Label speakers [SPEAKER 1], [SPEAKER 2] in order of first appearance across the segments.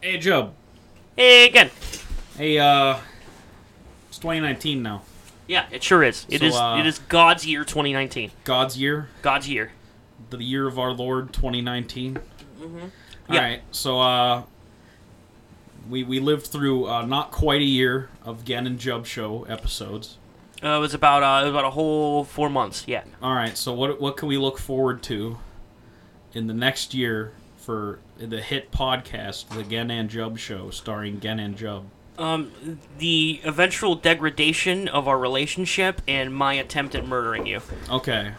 [SPEAKER 1] Hey, Job.
[SPEAKER 2] Hey, again.
[SPEAKER 1] Hey, uh, it's 2019 now.
[SPEAKER 2] Yeah, it sure is. It
[SPEAKER 1] So,
[SPEAKER 2] is.
[SPEAKER 1] uh,
[SPEAKER 2] it is God's year 2019.
[SPEAKER 1] God's year,
[SPEAKER 2] God's year.
[SPEAKER 1] the year of our Lord 2019.
[SPEAKER 2] Yeah.
[SPEAKER 1] All right, so uh, we we lived through uh, not quite a year of Gen and Jub show episodes.
[SPEAKER 2] Uh, it was about uh, it was about a whole four months. Yeah.
[SPEAKER 1] All right, so what what can we look forward to in the next year for the hit podcast, the Gen and Jub show, starring Gen and Jub?
[SPEAKER 2] Um, the eventual degradation of our relationship and my attempt at murdering you.
[SPEAKER 1] Okay,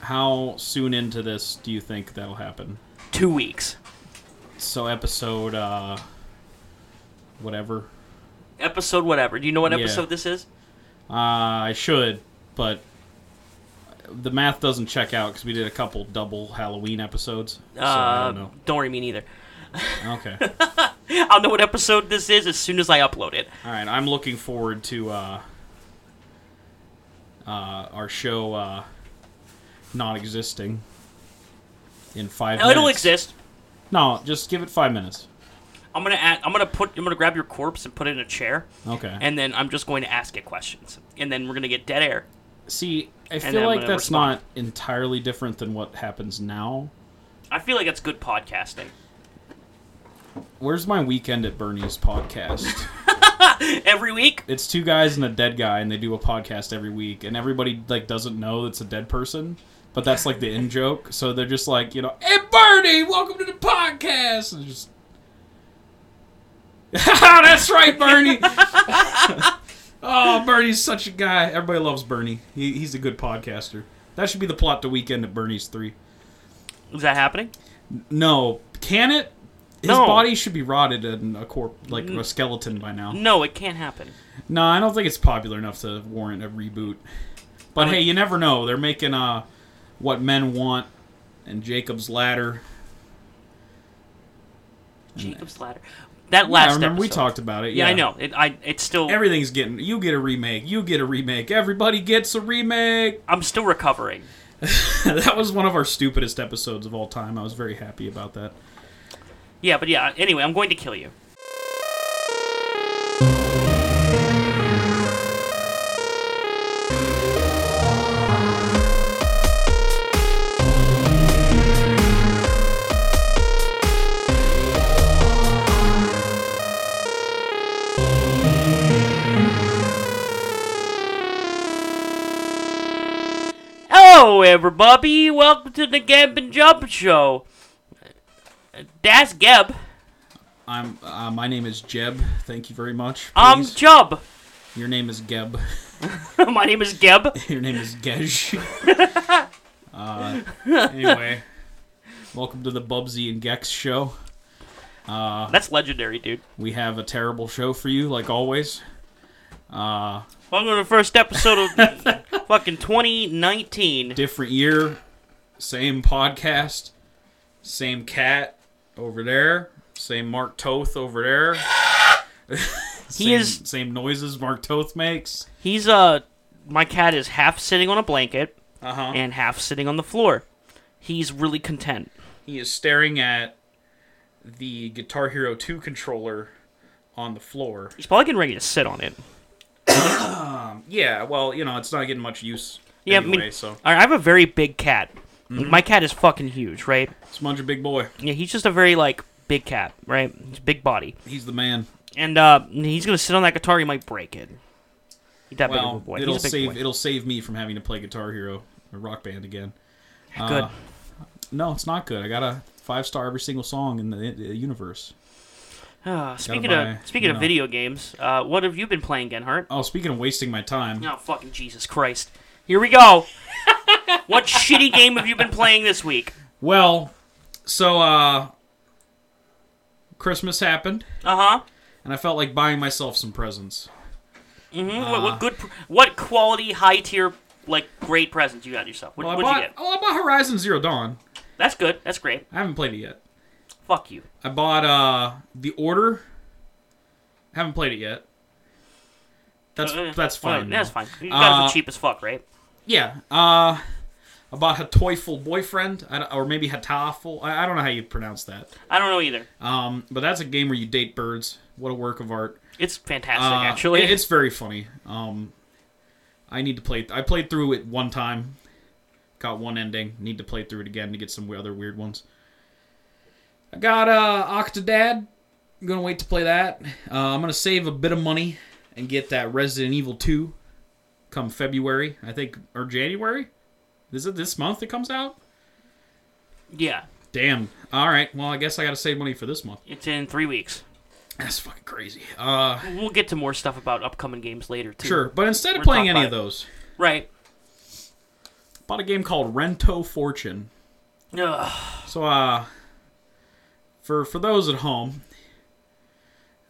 [SPEAKER 1] how soon into this do you think that'll happen?
[SPEAKER 2] Two weeks.
[SPEAKER 1] So episode uh, whatever.
[SPEAKER 2] Episode whatever. Do you know what
[SPEAKER 1] Yeah.
[SPEAKER 2] episode this is?
[SPEAKER 1] Uh, I should, but the math doesn't check out because we did a couple double Halloween episodes. So I
[SPEAKER 2] uh,
[SPEAKER 1] don't know.
[SPEAKER 2] don't worry, me neither.
[SPEAKER 1] Okay.
[SPEAKER 2] I'll know what episode this is as soon as I upload it.
[SPEAKER 1] All right. I'm looking forward to uh, uh, our show uh, not existing in five
[SPEAKER 2] No,
[SPEAKER 1] minutes.
[SPEAKER 2] it'll exist.
[SPEAKER 1] No, just give it five minutes.
[SPEAKER 2] I'm gonna add, I'm gonna put I'm gonna grab your corpse and put it in a chair,
[SPEAKER 1] Okay.
[SPEAKER 2] and then I'm just going to ask it questions, and then we're gonna get dead air.
[SPEAKER 1] See, I
[SPEAKER 2] then
[SPEAKER 1] feel like
[SPEAKER 2] when I
[SPEAKER 1] that's
[SPEAKER 2] respond.
[SPEAKER 1] not entirely different than what happens now.
[SPEAKER 2] I feel like that's good podcasting.
[SPEAKER 1] Where's my weekend at Bernie's podcast?
[SPEAKER 2] Every week,
[SPEAKER 1] it's two guys and a dead guy and they do a podcast every week and everybody like doesn't know it's a dead person but that's like the in joke so they're just like you know hey bernie welcome to the podcast and just that's right bernie oh bernie's such a guy everybody loves bernie he, he's a good podcaster that should be the plot to weekend at bernie's three
[SPEAKER 2] is that happening?
[SPEAKER 1] no can it his
[SPEAKER 2] No.
[SPEAKER 1] body should be rotted and a corp like a skeleton by now
[SPEAKER 2] No, it can't happen.
[SPEAKER 1] No, I don't think it's popular enough to warrant a reboot. But hey, you never know. They're making uh, what men want and Jacob's Ladder.
[SPEAKER 2] Jacob's Ladder. That
[SPEAKER 1] I
[SPEAKER 2] last.
[SPEAKER 1] remember we
[SPEAKER 2] episode.
[SPEAKER 1] talked about it.
[SPEAKER 2] Yeah,
[SPEAKER 1] Yeah,
[SPEAKER 2] I know. It, I it's still.
[SPEAKER 1] Everything's getting. You get a remake. You get a remake. Everybody gets a remake.
[SPEAKER 2] I'm still recovering.
[SPEAKER 1] that was one of our stupidest episodes of all time. I was very happy about that.
[SPEAKER 2] Yeah, but yeah. Anyway, I'm going to kill you. Hello, everybody. Welcome to the Gab and Jump Show. That's Geb.
[SPEAKER 1] I'm. Uh, my name is Jeb. Thank you very much.
[SPEAKER 2] I'm
[SPEAKER 1] Please.
[SPEAKER 2] Um, Jub.
[SPEAKER 1] Your name is Geb.
[SPEAKER 2] My name is Geb.
[SPEAKER 1] Your name is Gej. uh, anyway, welcome to the Bubsy and Gex show.
[SPEAKER 2] That's legendary, dude.
[SPEAKER 1] We have a terrible show for you, like always. Uh,
[SPEAKER 2] Welcome to the first episode of fucking 2019.
[SPEAKER 1] different year, same podcast, same cat over there, same Mark Toth over there. same,
[SPEAKER 2] is-
[SPEAKER 1] same noises Mark Toth makes.
[SPEAKER 2] He's, uh, my cat is half sitting on a blanket
[SPEAKER 1] Uh huh.
[SPEAKER 2] and half sitting on the floor. He's really content.
[SPEAKER 1] He is staring at the Guitar Hero 2 controller on the floor.
[SPEAKER 2] He's probably getting ready to sit on it.
[SPEAKER 1] Yeah, well, you know, it's not getting much use
[SPEAKER 2] Yeah,
[SPEAKER 1] anyway,
[SPEAKER 2] I mean,
[SPEAKER 1] so Mm-hmm.
[SPEAKER 2] I I have a very big cat. My cat is fucking huge, right?
[SPEAKER 1] Smudge a big boy.
[SPEAKER 2] Yeah, he's just a very, like, big cat, right? He's a big body.
[SPEAKER 1] He's the man.
[SPEAKER 2] And, uh, he's gonna sit on that guitar, he might break it. He's that big of a
[SPEAKER 1] Well,
[SPEAKER 2] boy.
[SPEAKER 1] it'll
[SPEAKER 2] he's a big
[SPEAKER 1] save
[SPEAKER 2] boy.
[SPEAKER 1] it'll save me from having to play Guitar Hero or Rock Band again. Uh,
[SPEAKER 2] Good.
[SPEAKER 1] No, it's not good. I got a five star every single song in the, the universe.
[SPEAKER 2] Ah, speaking
[SPEAKER 1] buy,
[SPEAKER 2] of speaking
[SPEAKER 1] you
[SPEAKER 2] of
[SPEAKER 1] know.
[SPEAKER 2] video games, uh, what have you been playing, Genhart?
[SPEAKER 1] Oh, speaking of wasting my time,
[SPEAKER 2] Oh, fucking Jesus Christ! Here we go. what shitty game have you been playing this week?
[SPEAKER 1] well, so uh, Christmas happened,
[SPEAKER 2] Uh huh.
[SPEAKER 1] and I felt like buying myself some presents.
[SPEAKER 2] Mm-hmm. what,
[SPEAKER 1] Uh.
[SPEAKER 2] what good? pr- What quality, high tier, like great presents you got yourself? What,
[SPEAKER 1] Well, I
[SPEAKER 2] what'd
[SPEAKER 1] bought
[SPEAKER 2] you get?
[SPEAKER 1] oh, I bought Horizon Zero Dawn.
[SPEAKER 2] That's good. That's great.
[SPEAKER 1] I haven't played it yet.
[SPEAKER 2] Fuck you.
[SPEAKER 1] I bought uh The Order. Haven't played it yet. That's
[SPEAKER 2] Uh,
[SPEAKER 1] that's
[SPEAKER 2] well,
[SPEAKER 1] fine.
[SPEAKER 2] Uh, That's
[SPEAKER 1] though.
[SPEAKER 2] fine. You got it
[SPEAKER 1] Uh,
[SPEAKER 2] for cheap as fuck, right?
[SPEAKER 1] Yeah. Uh about her toyful boyfriend, I don't- or maybe hataful. I I don't know how you pronounce that.
[SPEAKER 2] I don't know either.
[SPEAKER 1] Um, but that's a game where you date birds. What a work of art!
[SPEAKER 2] It's fantastic,
[SPEAKER 1] Uh,
[SPEAKER 2] actually.
[SPEAKER 1] it- it's very funny. Um, I need to play. I played through it one time, got one ending. Need to play through it again to get some other weird ones. I got uh, Octodad. I'm gonna wait to play that. Uh, I'm gonna save a bit of money and get that Resident Evil 2 come February, I think, or January. Is it this month it comes out?
[SPEAKER 2] yeah,
[SPEAKER 1] Damn. All right. Well, I guess I gotta save money for this month.
[SPEAKER 2] it's in three weeks.
[SPEAKER 1] That's fucking crazy. Uh,
[SPEAKER 2] We'll get to more stuff about upcoming games later too.
[SPEAKER 1] sure. But instead of
[SPEAKER 2] We're
[SPEAKER 1] playing
[SPEAKER 2] talking
[SPEAKER 1] any of
[SPEAKER 2] about
[SPEAKER 1] those,
[SPEAKER 2] Right.
[SPEAKER 1] bought a game called Rento Fortune.
[SPEAKER 2] Ugh.
[SPEAKER 1] So, uh, for for those at home,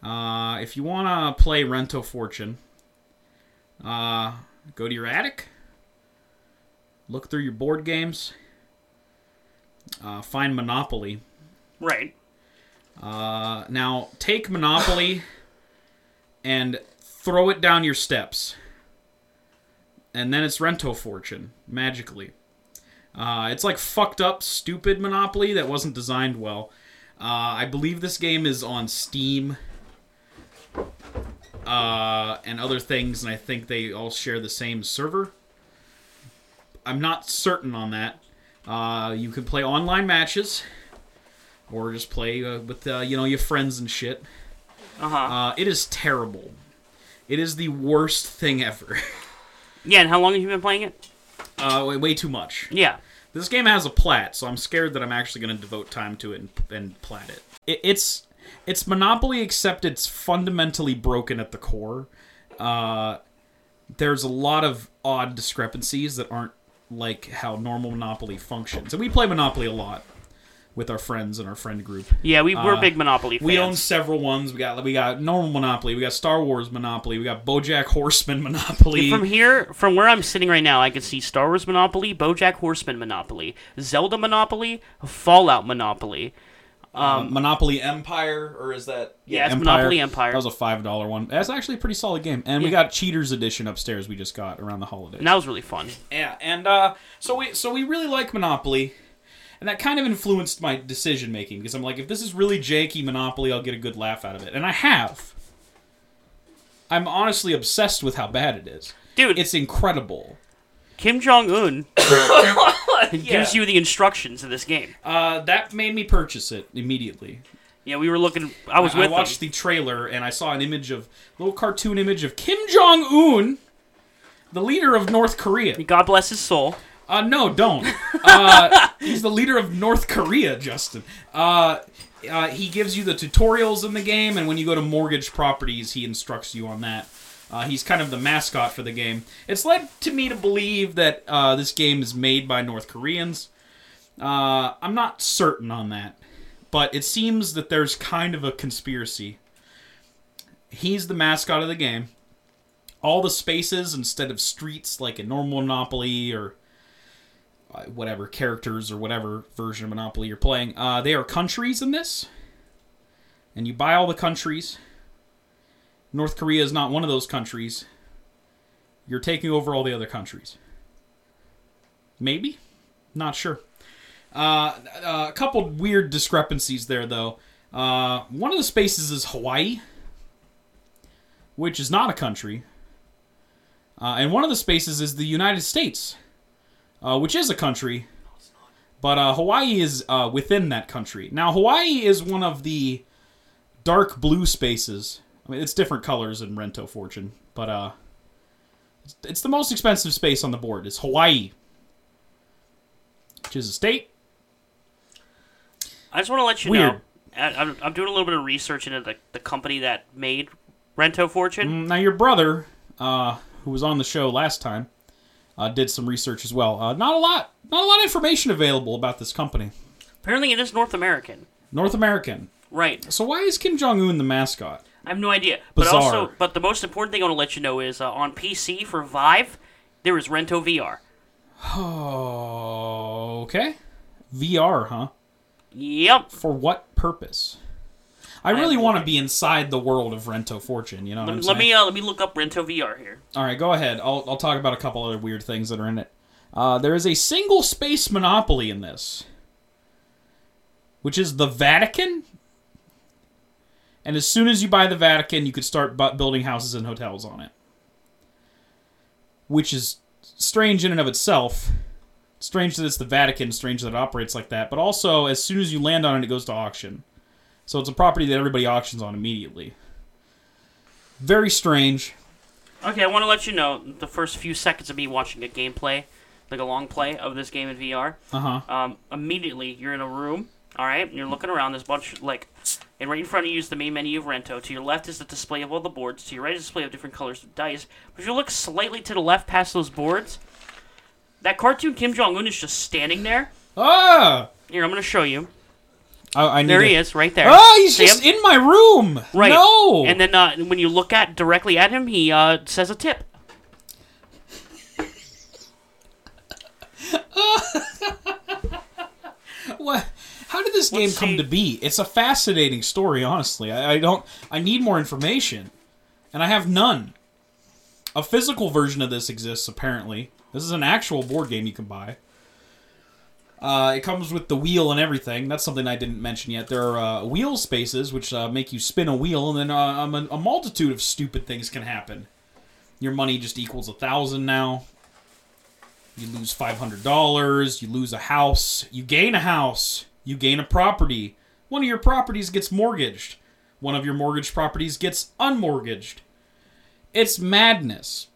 [SPEAKER 1] uh, if you wanna play Rento Fortune, uh, go to your attic, look through your board games, uh, find Monopoly.
[SPEAKER 2] Right.
[SPEAKER 1] Uh, now take Monopoly and throw it down your steps, and then it's Rento Fortune magically. Uh, it's like fucked up, stupid Monopoly that wasn't designed well. Uh, I believe this game is on Steam uh, and other things, and I think they all share the same server. I'm not certain on that. Uh, you can play online matches or just play uh, with uh, you know your friends and shit.
[SPEAKER 2] Uh-huh.
[SPEAKER 1] Uh, it is terrible. It is the worst thing ever.
[SPEAKER 2] Yeah. And how long have you been playing it?
[SPEAKER 1] Uh, way, way too much.
[SPEAKER 2] Yeah.
[SPEAKER 1] This game has a plat, so I'm scared that I'm actually going to devote time to it and, and plat it. it. It's it's Monopoly, except it's fundamentally broken at the core. Uh, there's a lot of odd discrepancies that aren't like how normal Monopoly functions, and we play Monopoly a lot with our friends and our friend group.
[SPEAKER 2] Yeah. We we're
[SPEAKER 1] Uh,
[SPEAKER 2] big Monopoly fans.
[SPEAKER 1] We own several ones. We got we got normal Monopoly. We got Star Wars Monopoly. We got BoJack Horseman Monopoly.
[SPEAKER 2] From here, from where I'm sitting right now, I can see Star Wars Monopoly, BoJack Horseman Monopoly, Zelda Monopoly, Fallout Monopoly.
[SPEAKER 1] Uh, Monopoly Empire, or is that
[SPEAKER 2] Yeah, it's Monopoly Empire.
[SPEAKER 1] That was a five dollar one. That's actually a pretty solid game. And we
[SPEAKER 2] Yeah.
[SPEAKER 1] got Cheaters Edition upstairs. We just got around the holidays.
[SPEAKER 2] And that was really fun.
[SPEAKER 1] Yeah, and uh, so we so we really like Monopoly, and that kind of influenced my decision making because I'm like, if this is really janky Monopoly, I'll get a good laugh out of it, and I have. I'm honestly obsessed with how bad it is.
[SPEAKER 2] Dude,
[SPEAKER 1] It's incredible.
[SPEAKER 2] Kim Jong Un gives you the instructions of this game.
[SPEAKER 1] Uh, that made me purchase it immediately.
[SPEAKER 2] Yeah, we were looking. I was
[SPEAKER 1] I,
[SPEAKER 2] with
[SPEAKER 1] watched
[SPEAKER 2] them.
[SPEAKER 1] the trailer and I saw an image of little cartoon image of Kim Jong Un, the leader of North Korea.
[SPEAKER 2] God bless his soul.
[SPEAKER 1] Uh, no, don't. Uh, he's the leader of North Korea, Justin. Uh, uh, he gives you the tutorials in the game, and when you go to mortgage properties, he instructs you on that. Uh, he's kind of the mascot for the game. It's led to me to believe that uh, this game is made by North Koreans. Uh, I'm not certain on that, but it seems that there's kind of a conspiracy. He's the mascot of the game. All the spaces instead of streets, like a normal Monopoly or uh, whatever characters or whatever version of Monopoly you're playing, uh, they are countries in this, and you buy all the countries. North Korea is not one of those countries. You're taking over all the other countries. Maybe, not sure. Uh, uh, a couple weird discrepancies there, though. Uh, one of the spaces is Hawaii, which is not a country, uh, and one of the spaces is the United States, uh, which is a country. But uh, Hawaii is uh, within that country. Now, Hawaii is one of the dark blue spaces. I mean, it's different colors in Rento Fortune, but uh, it's, it's the most expensive space on the board. It's Hawaii, which is a state.
[SPEAKER 2] I just want to let you
[SPEAKER 1] Weird.
[SPEAKER 2] know. I- I'm, I'm doing a little bit of research into the, the company that made Rento Fortune.
[SPEAKER 1] Now, your brother, uh, who was on the show last time, uh, did some research as well. Uh, not a lot, not a lot of information available about this company.
[SPEAKER 2] Apparently, it is North American.
[SPEAKER 1] North American.
[SPEAKER 2] Right.
[SPEAKER 1] So why is Kim Jong Un the mascot?
[SPEAKER 2] I have no idea. But
[SPEAKER 1] Bizarre.
[SPEAKER 2] also, but the most important thing I want to let you know is uh, on PC for Vive, there is Rento VR.
[SPEAKER 1] Oh, okay. VR, huh?
[SPEAKER 2] Yep.
[SPEAKER 1] For what purpose? I really want to be inside the world of Rento Fortune. You know what I'm
[SPEAKER 2] Let
[SPEAKER 1] saying?
[SPEAKER 2] me uh, let me look up Rento VR here.
[SPEAKER 1] All right, go ahead. I'll, I'll talk about a couple other weird things that are in it. Uh, there is a single space monopoly in this, which is the Vatican. And as soon as you buy the Vatican, you could start bu- building houses and hotels on it, which is strange in and of itself. Strange that it's the Vatican, strange that it operates like that, but also as soon as you land on it, it goes to auction. So it's a property that everybody auctions on immediately. Very strange.
[SPEAKER 2] Okay, I want to let you know the first few seconds of me watching a gameplay, like a long play of this game in VR.
[SPEAKER 1] Uh huh.
[SPEAKER 2] Um, immediately, you're in a room. All right, and you're looking around. There's a bunch like, and right in front of you is the main menu of Rento. To your left is the display of all the boards. To your right is a display of different colors of dice. But if you look slightly to the left past those boards, that cartoon Kim Jong Un is just standing there.
[SPEAKER 1] Ah!
[SPEAKER 2] Here, I'm gonna show you.
[SPEAKER 1] I, I need
[SPEAKER 2] There
[SPEAKER 1] to-
[SPEAKER 2] he is, right there.
[SPEAKER 1] Ah, he's
[SPEAKER 2] See
[SPEAKER 1] just
[SPEAKER 2] him?
[SPEAKER 1] in my room.
[SPEAKER 2] right.
[SPEAKER 1] No.
[SPEAKER 2] And then uh, when you look at directly at him, he uh, says a tip.
[SPEAKER 1] what? How did this game
[SPEAKER 2] Let's
[SPEAKER 1] come
[SPEAKER 2] see.
[SPEAKER 1] to be? It's a fascinating story, honestly. I, I don't. I need more information, and I have none. A physical version of this exists, apparently. This is an actual board game you can buy. Uh, it comes with the wheel and everything. That's something I didn't mention yet. There are uh, wheel spaces which uh, make you spin a wheel, and then uh, um, a, a multitude of stupid things can happen. Your money just equals a thousand now. You lose five hundred dollars. You lose a house. You gain a house. You gain a property. One of your properties gets mortgaged. One of your mortgage properties gets unmortgaged. It's madness.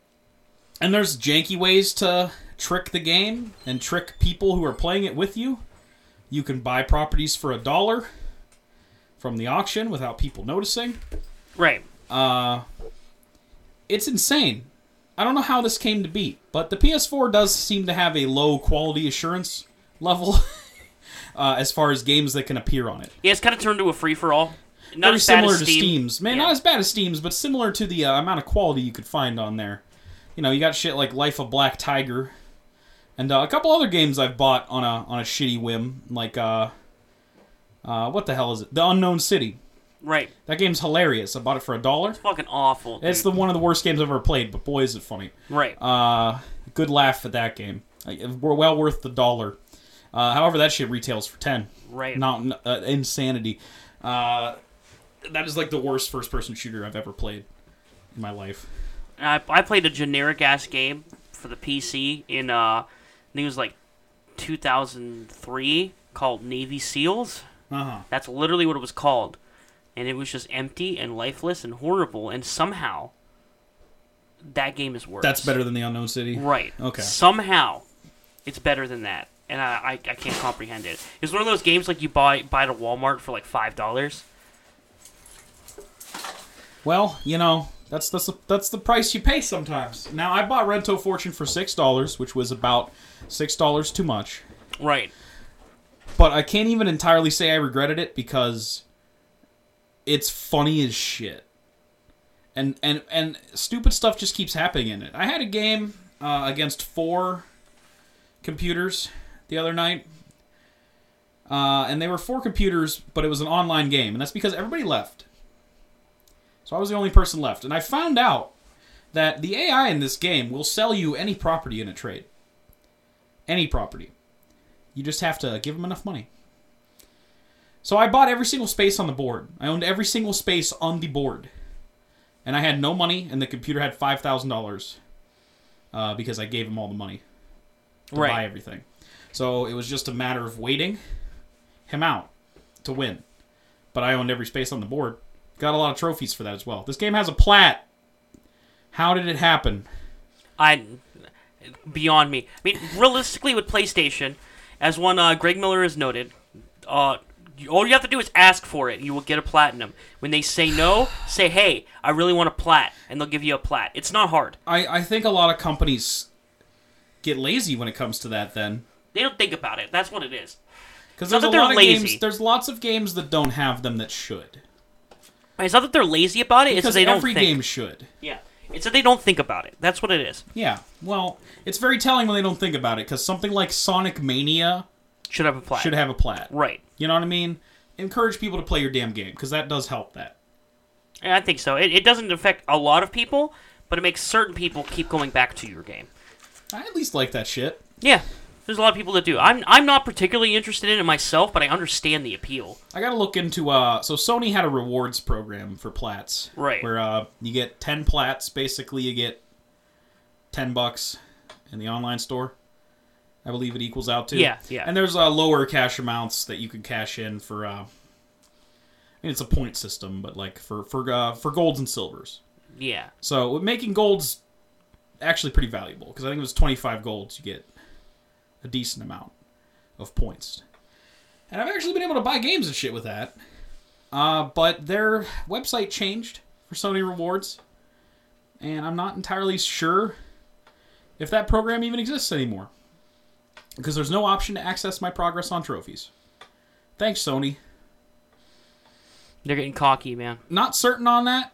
[SPEAKER 1] And there's janky ways to trick the game and trick people who are playing it with you. You can buy properties for a dollar from the auction without people noticing.
[SPEAKER 2] Right.
[SPEAKER 1] It's insane. I don't know how this came to be, but the PS4 does seem to have a low quality assurance level uh, as far as games that can appear on it.
[SPEAKER 2] Yeah, it's kind of turned to a free for all. Not
[SPEAKER 1] Very
[SPEAKER 2] as bad
[SPEAKER 1] similar
[SPEAKER 2] as
[SPEAKER 1] to
[SPEAKER 2] Steam.
[SPEAKER 1] Steam's. Man,
[SPEAKER 2] Yeah.
[SPEAKER 1] not as bad as Steam's, but similar to the uh, amount of quality you could find on there. You know, you got shit like Life of Black Tiger, and uh, a couple other games I've bought on a on a shitty whim, like uh, uh, what the hell is it? The Unknown City.
[SPEAKER 2] Right.
[SPEAKER 1] That game's hilarious. I bought it for a dollar.
[SPEAKER 2] Fucking awful.
[SPEAKER 1] It's
[SPEAKER 2] dude.
[SPEAKER 1] the one of the worst games I've ever played, but boy is it funny.
[SPEAKER 2] right.
[SPEAKER 1] Uh, good laugh at that game. Uh, We're well worth the dollar. Uh, however, that shit retails for ten.
[SPEAKER 2] Right.
[SPEAKER 1] Not uh, insanity. Uh, that is like the worst first-person shooter I've ever played in my life.
[SPEAKER 2] I, I played a generic ass game for the PC in uh, I think it was like 2003 called Navy Seals.
[SPEAKER 1] Uh huh.
[SPEAKER 2] That's literally what it was called, and it was just empty and lifeless and horrible. And somehow, that game is worse.
[SPEAKER 1] That's better than the Unknown City.
[SPEAKER 2] Right.
[SPEAKER 1] Okay.
[SPEAKER 2] Somehow, it's better than that, and I, I, I can't comprehend it. It's one of those games like you buy buy at a Walmart for like five dollars.
[SPEAKER 1] Well, you know that's that's that's the price you pay sometimes. Now I bought Rento Fortune for six dollars, which was about six dollars too much.
[SPEAKER 2] Right.
[SPEAKER 1] but I can't even entirely say I regretted it because it's funny as shit. And and and stupid stuff just keeps happening in it. I had a game uh, against four computers the other night. Uh, and they were four computers, but it was an online game, and that's because everybody left. So I was the only person left, and I found out that the AI in this game will sell you any property in a trade. Any property. You just have to give them enough money. So I bought every single space on the board. I owned every single space on the board. And I had no money, and the computer had $5,000 uh, because I gave him all the money to buy
[SPEAKER 2] Right.
[SPEAKER 1] everything. So it was just a matter of waiting him out to win. But I owned every space on the board. Got a lot of trophies for that as well. This game has a plat. How did it happen?
[SPEAKER 2] I beyond me. I mean, realistically, with PlayStation, as one uh, Greg Miller has noted, uh, you, all you have to do is ask for it. You will get a platinum. When they say no, say hey, I really want a plat, and they'll give you a plat. It's not hard.
[SPEAKER 1] I, I think a lot of companies get lazy when it comes to that then.
[SPEAKER 2] They don't think about it. That's what it is.
[SPEAKER 1] Because
[SPEAKER 2] Not
[SPEAKER 1] there's
[SPEAKER 2] that
[SPEAKER 1] a
[SPEAKER 2] they're
[SPEAKER 1] lot of
[SPEAKER 2] lazy.
[SPEAKER 1] games there's lots of games that don't have them that should.
[SPEAKER 2] It's not that they're lazy about it. it's
[SPEAKER 1] Because
[SPEAKER 2] that they don't
[SPEAKER 1] every
[SPEAKER 2] think.
[SPEAKER 1] game should.
[SPEAKER 2] Yeah. It's that they don't think about it. That's what it is.
[SPEAKER 1] Yeah. Well, it's very telling when they don't think about it, because something like Sonic Mania
[SPEAKER 2] Should have a plat.
[SPEAKER 1] should have a plat.
[SPEAKER 2] Right.
[SPEAKER 1] You know what I mean? Encourage people to play your damn game, because that does help that.
[SPEAKER 2] Yeah, I think so. It, it doesn't affect a lot of people, but it makes certain people keep going back to your game.
[SPEAKER 1] I at least like that shit.
[SPEAKER 2] Yeah, there's a lot of people that do. I'm I'm not particularly interested in it myself, but I understand the appeal.
[SPEAKER 1] I gotta look into uh. So Sony had a rewards program for plats,
[SPEAKER 2] Right.
[SPEAKER 1] Where uh, you get ten plats. Basically, you get ten bucks in the online store. I believe it equals out to.
[SPEAKER 2] Yeah, yeah.
[SPEAKER 1] And there's uh, lower cash amounts that you can cash in for. Uh, I mean, it's a point system, but like for for uh, for golds and silvers.
[SPEAKER 2] Yeah,
[SPEAKER 1] So making golds actually pretty valuable because I think it was 25 golds you get a decent amount of points. And I've actually been able to buy games and shit with that. Uh, but their website changed for Sony Rewards, and I'm not entirely sure if that program even exists anymore because there's no option to access my progress on trophies. Thanks, Sony.
[SPEAKER 2] they're getting cocky, man.
[SPEAKER 1] not certain on that.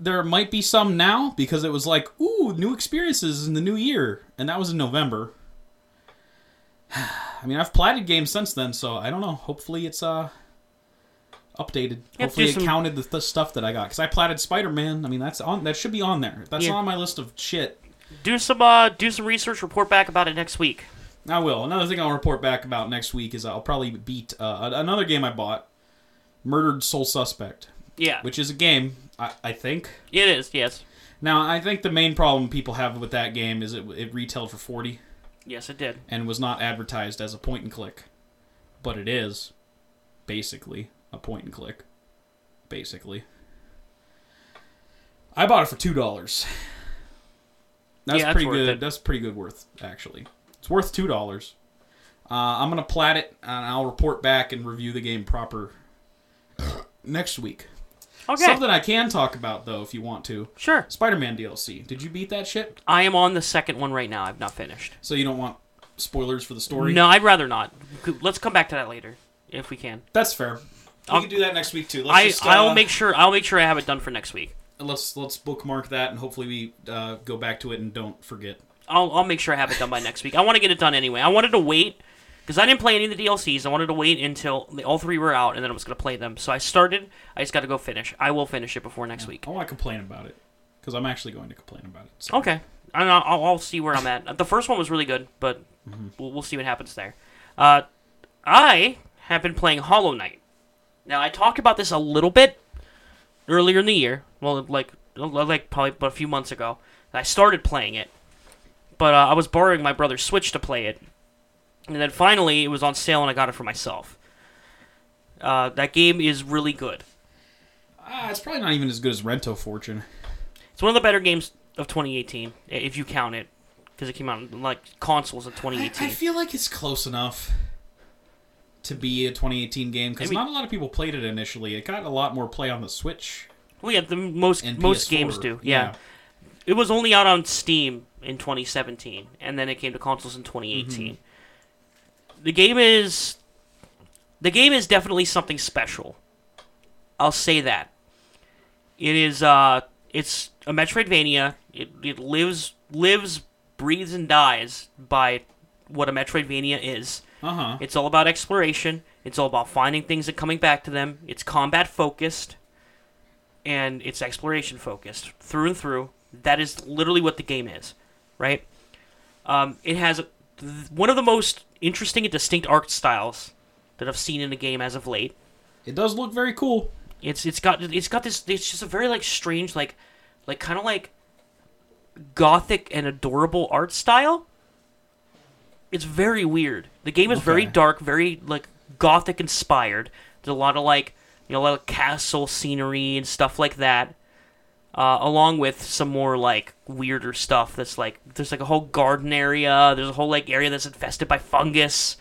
[SPEAKER 1] There might be some now because it was like, ooh, new experiences in the new year, and that was in November. I mean, I've platted games since then, so I don't know. Hopefully, it's uh updated.
[SPEAKER 2] Yeah,
[SPEAKER 1] Hopefully,
[SPEAKER 2] do
[SPEAKER 1] it
[SPEAKER 2] some-
[SPEAKER 1] counted the, the stuff that I got because I platted Spider Man. I mean, that's on that should be on there. That's
[SPEAKER 2] Yeah.
[SPEAKER 1] on my list of shit.
[SPEAKER 2] Do some uh, do some research. Report back about it next week.
[SPEAKER 1] I will. Another thing I'll report back about next week is I'll probably beat uh, a- another game I bought, Murdered Soul Suspect,
[SPEAKER 2] Yeah,
[SPEAKER 1] which is a game I, I think
[SPEAKER 2] it is. Yes,
[SPEAKER 1] Now, I think the main problem people have with that game is it, it retailed for 40
[SPEAKER 2] yes, it did.
[SPEAKER 1] and was not advertised as a point and click. But it is basically a point and click. Basically. I bought it for $2. That's
[SPEAKER 2] Yeah, that's
[SPEAKER 1] pretty
[SPEAKER 2] worth
[SPEAKER 1] good.
[SPEAKER 2] it.
[SPEAKER 1] That's pretty good worth actually. It's worth $2. Uh, I'm going to plat it and I'll report back and review the game proper next week.
[SPEAKER 2] Okay,
[SPEAKER 1] Something I can talk about though if you want to.
[SPEAKER 2] sure.
[SPEAKER 1] Spider-Man DLC. Did you beat that shit?
[SPEAKER 2] I am on the second one right now. I've not finished.
[SPEAKER 1] So you don't want spoilers for the story?
[SPEAKER 2] No, I'd rather not. G- Let's come back to that later if we can.
[SPEAKER 1] that's fair. We
[SPEAKER 2] I'll-
[SPEAKER 1] can do that next week too. Let's
[SPEAKER 2] Um, I
[SPEAKER 1] just, uh,
[SPEAKER 2] I'll make sure I'll make sure I have it done for next week.
[SPEAKER 1] let's let's bookmark that and hopefully we uh, go back to it and don't forget.
[SPEAKER 2] I'll I'll make sure I have it done by next week. I want to get it done anyway. I wanted to wait because I didn't play any of the DLCs. I wanted to wait until the- all three were out and then I was gonna play them. So I started. I just got to go finish. I will finish it before next week.
[SPEAKER 1] I want to complain about it because I'm actually going to complain about it. So.
[SPEAKER 2] Okay. I don't know, I'll, I'll see where I'm at. The first one was really good, but we'll, we'll see what happens there. Uh, I have been playing Hollow Knight. Now I talked about this a little bit earlier in the year. Well, like like probably about a few months ago. I started playing it, but uh, I was borrowing my brother's Switch to play it, and then finally it was on sale and I got it for myself. Uh, that game is really good.
[SPEAKER 1] Ah, it's probably not even as good as Rento Fortune.
[SPEAKER 2] It's one of the better games of 2018, i- if you count it, because it came out on, like consoles in
[SPEAKER 1] I,
[SPEAKER 2] 2018.
[SPEAKER 1] I feel like it's close enough to be a 2018 game because
[SPEAKER 2] I mean-
[SPEAKER 1] not a lot of people played it initially. It got a lot more play on the Switch
[SPEAKER 2] well, yeah, the most
[SPEAKER 1] and
[SPEAKER 2] most
[SPEAKER 1] PS4.
[SPEAKER 2] games do. Yeah. it was only out on Steam in 2017, and then it came to consoles in 2018. The game is the game is definitely something special. I'll say that. It is uh it's a Metroidvania. It, it lives lives breathes and dies by what a Metroidvania is.
[SPEAKER 1] yeah. Uh huh.
[SPEAKER 2] It's all about exploration. It's all about finding things and coming back to them. It's combat focused and it's exploration focused through and through. That is literally what the game is, right? Um, it has th- one of the most interesting and distinct art styles that I've seen in a game as of late.
[SPEAKER 1] It does look very cool.
[SPEAKER 2] It's it's got it's got this it's just a very like strange like like kind of like gothic and adorable art style. It's very weird. The game is very
[SPEAKER 1] Okay.
[SPEAKER 2] dark, very like gothic inspired. There's a lot of like you know a lot of castle scenery and stuff like that. Uh, along with some more like weirder stuff that's like there's like a whole garden area, there's a whole like area that's infested by fungus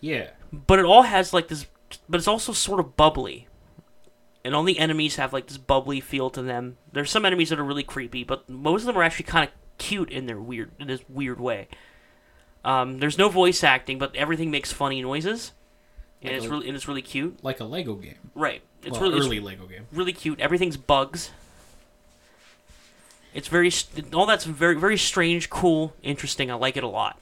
[SPEAKER 1] Yeah.
[SPEAKER 2] but it all has like this but it's also sort of bubbly and all the enemies have like this bubbly feel to them there's some enemies that are really creepy but most of them are actually kind of cute in their weird in this weird way um, there's no voice acting but everything makes funny noises and
[SPEAKER 1] Like
[SPEAKER 2] it's
[SPEAKER 1] a-
[SPEAKER 2] really and it's really cute
[SPEAKER 1] Like a Lego game.
[SPEAKER 2] right it's
[SPEAKER 1] well,
[SPEAKER 2] really it's
[SPEAKER 1] early Lego game.
[SPEAKER 2] really cute everything's bugs it's very st- all that's very very strange cool interesting i like it a lot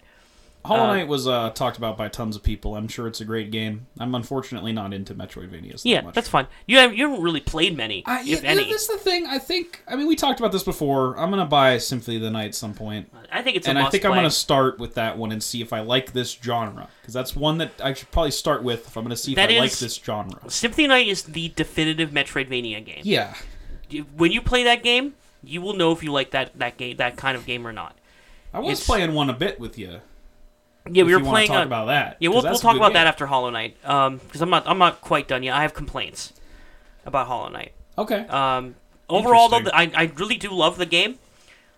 [SPEAKER 1] Hollow Knight was uh, talked about by tons of people. I'm sure it's a great game. I'm unfortunately not into Metroidvanias. that
[SPEAKER 2] Yeah,
[SPEAKER 1] much.
[SPEAKER 2] that's fine. You haven't, you haven't really played many,
[SPEAKER 1] I,
[SPEAKER 2] if
[SPEAKER 1] Uh, yeah,
[SPEAKER 2] any.
[SPEAKER 1] That's the thing. I think. I mean, we talked about this before. I'm gonna buy Symphony of the Night at some point,
[SPEAKER 2] I think it's a
[SPEAKER 1] and
[SPEAKER 2] must
[SPEAKER 1] I think
[SPEAKER 2] play.
[SPEAKER 1] I'm gonna start with that one and see if I like this genre because that's one that I should probably start with if I'm gonna see if
[SPEAKER 2] That
[SPEAKER 1] I like
[SPEAKER 2] is-
[SPEAKER 1] this genre.
[SPEAKER 2] Symphony Night is the definitive Metroidvania game.
[SPEAKER 1] Yeah,
[SPEAKER 2] You- When you play that game, you will know if you like that that game that kind of game or not.
[SPEAKER 1] I was
[SPEAKER 2] It's-
[SPEAKER 1] playing one a bit with you.
[SPEAKER 2] Yeah, we
[SPEAKER 1] if you
[SPEAKER 2] were playing
[SPEAKER 1] want to talk
[SPEAKER 2] on-
[SPEAKER 1] about that.
[SPEAKER 2] Yeah,
[SPEAKER 1] 'cause
[SPEAKER 2] we'll,
[SPEAKER 1] that's
[SPEAKER 2] we'll
[SPEAKER 1] a
[SPEAKER 2] talk
[SPEAKER 1] good
[SPEAKER 2] about
[SPEAKER 1] game.
[SPEAKER 2] that after Hollow Knight, Um because I'm not I'm not quite done yet. I have complaints about Hollow Knight.
[SPEAKER 1] Okay.
[SPEAKER 2] Um, overall, though,
[SPEAKER 1] Interesting.
[SPEAKER 2] I, I really do love the game.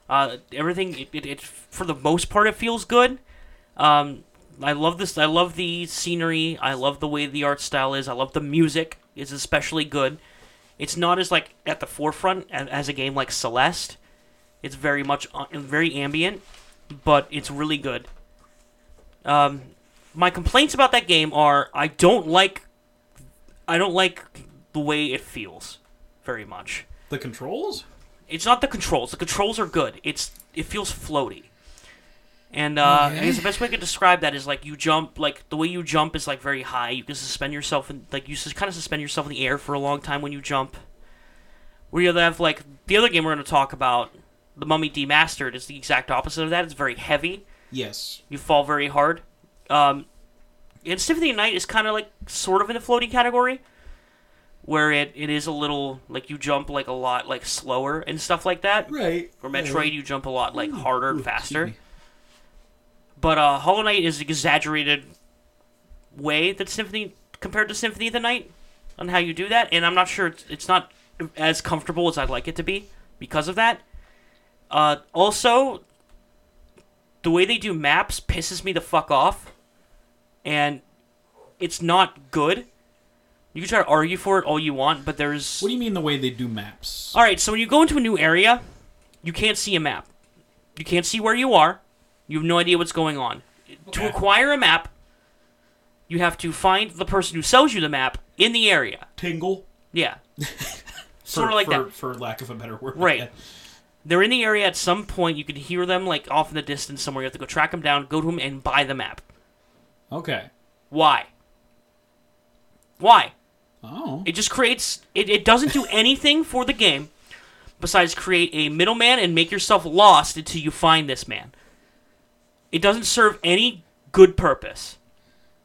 [SPEAKER 2] Uh, everything it, it, it for the most part it feels good. Um, I love this. I love the scenery. I love the way the art style is. I love the music. It's especially good. It's not as like at the forefront a- as a game like Celeste. It's very much uh, very ambient, but it's really good. Um, my complaints about that game are I don't like I don't like the way it feels very much.
[SPEAKER 1] the controls.
[SPEAKER 2] It's not the controls. The controls are good. It's it feels floaty. And uh, I guess the best way I could describe that is like you jump, like the way you jump is like very high. You can suspend yourself in, like you just kind of suspend yourself in the air for a long time when you jump. Where you have like the other game we're going to talk about, the Mummy Demastered, is the exact opposite of that. It's very heavy.
[SPEAKER 1] Yes.
[SPEAKER 2] You fall very hard. Um, and Symphony of the Night is kind of like sort of in the floating category, where it, it is a little like you jump like a lot like slower and stuff like that.
[SPEAKER 1] Right.
[SPEAKER 2] Or Metroid, you jump a lot like harder and faster.
[SPEAKER 1] me.
[SPEAKER 2] But uh, Hollow Knight is an exaggerated way that Symphony compared to Symphony of the Night on how you do that, and I'm not sure it's, it's not as comfortable as I'd like it to be because of that. Uh, also, the way they do maps pisses me the fuck off, and it's not good. You can try to argue for it all you want, but there's
[SPEAKER 1] What do you mean the way they do maps?
[SPEAKER 2] all right, so when you go into a new area, you can't see a map. You can't see where you are. You have no idea what's going on. To
[SPEAKER 1] Okay.
[SPEAKER 2] acquire a map, you have to find the person who sells you the map in the area.
[SPEAKER 1] Tingle.
[SPEAKER 2] Yeah. sort of like
[SPEAKER 1] for,
[SPEAKER 2] that.
[SPEAKER 1] for lack of a better word.
[SPEAKER 2] Right. They're in the area at some point. You can hear them like off in the distance somewhere. You have to go track them down, go to them, and buy the map.
[SPEAKER 1] Okay.
[SPEAKER 2] Why? Why?
[SPEAKER 1] Oh.
[SPEAKER 2] It just creates. It, it doesn't do anything for the game besides create a middleman and make yourself lost until you find this man. It doesn't serve any good purpose.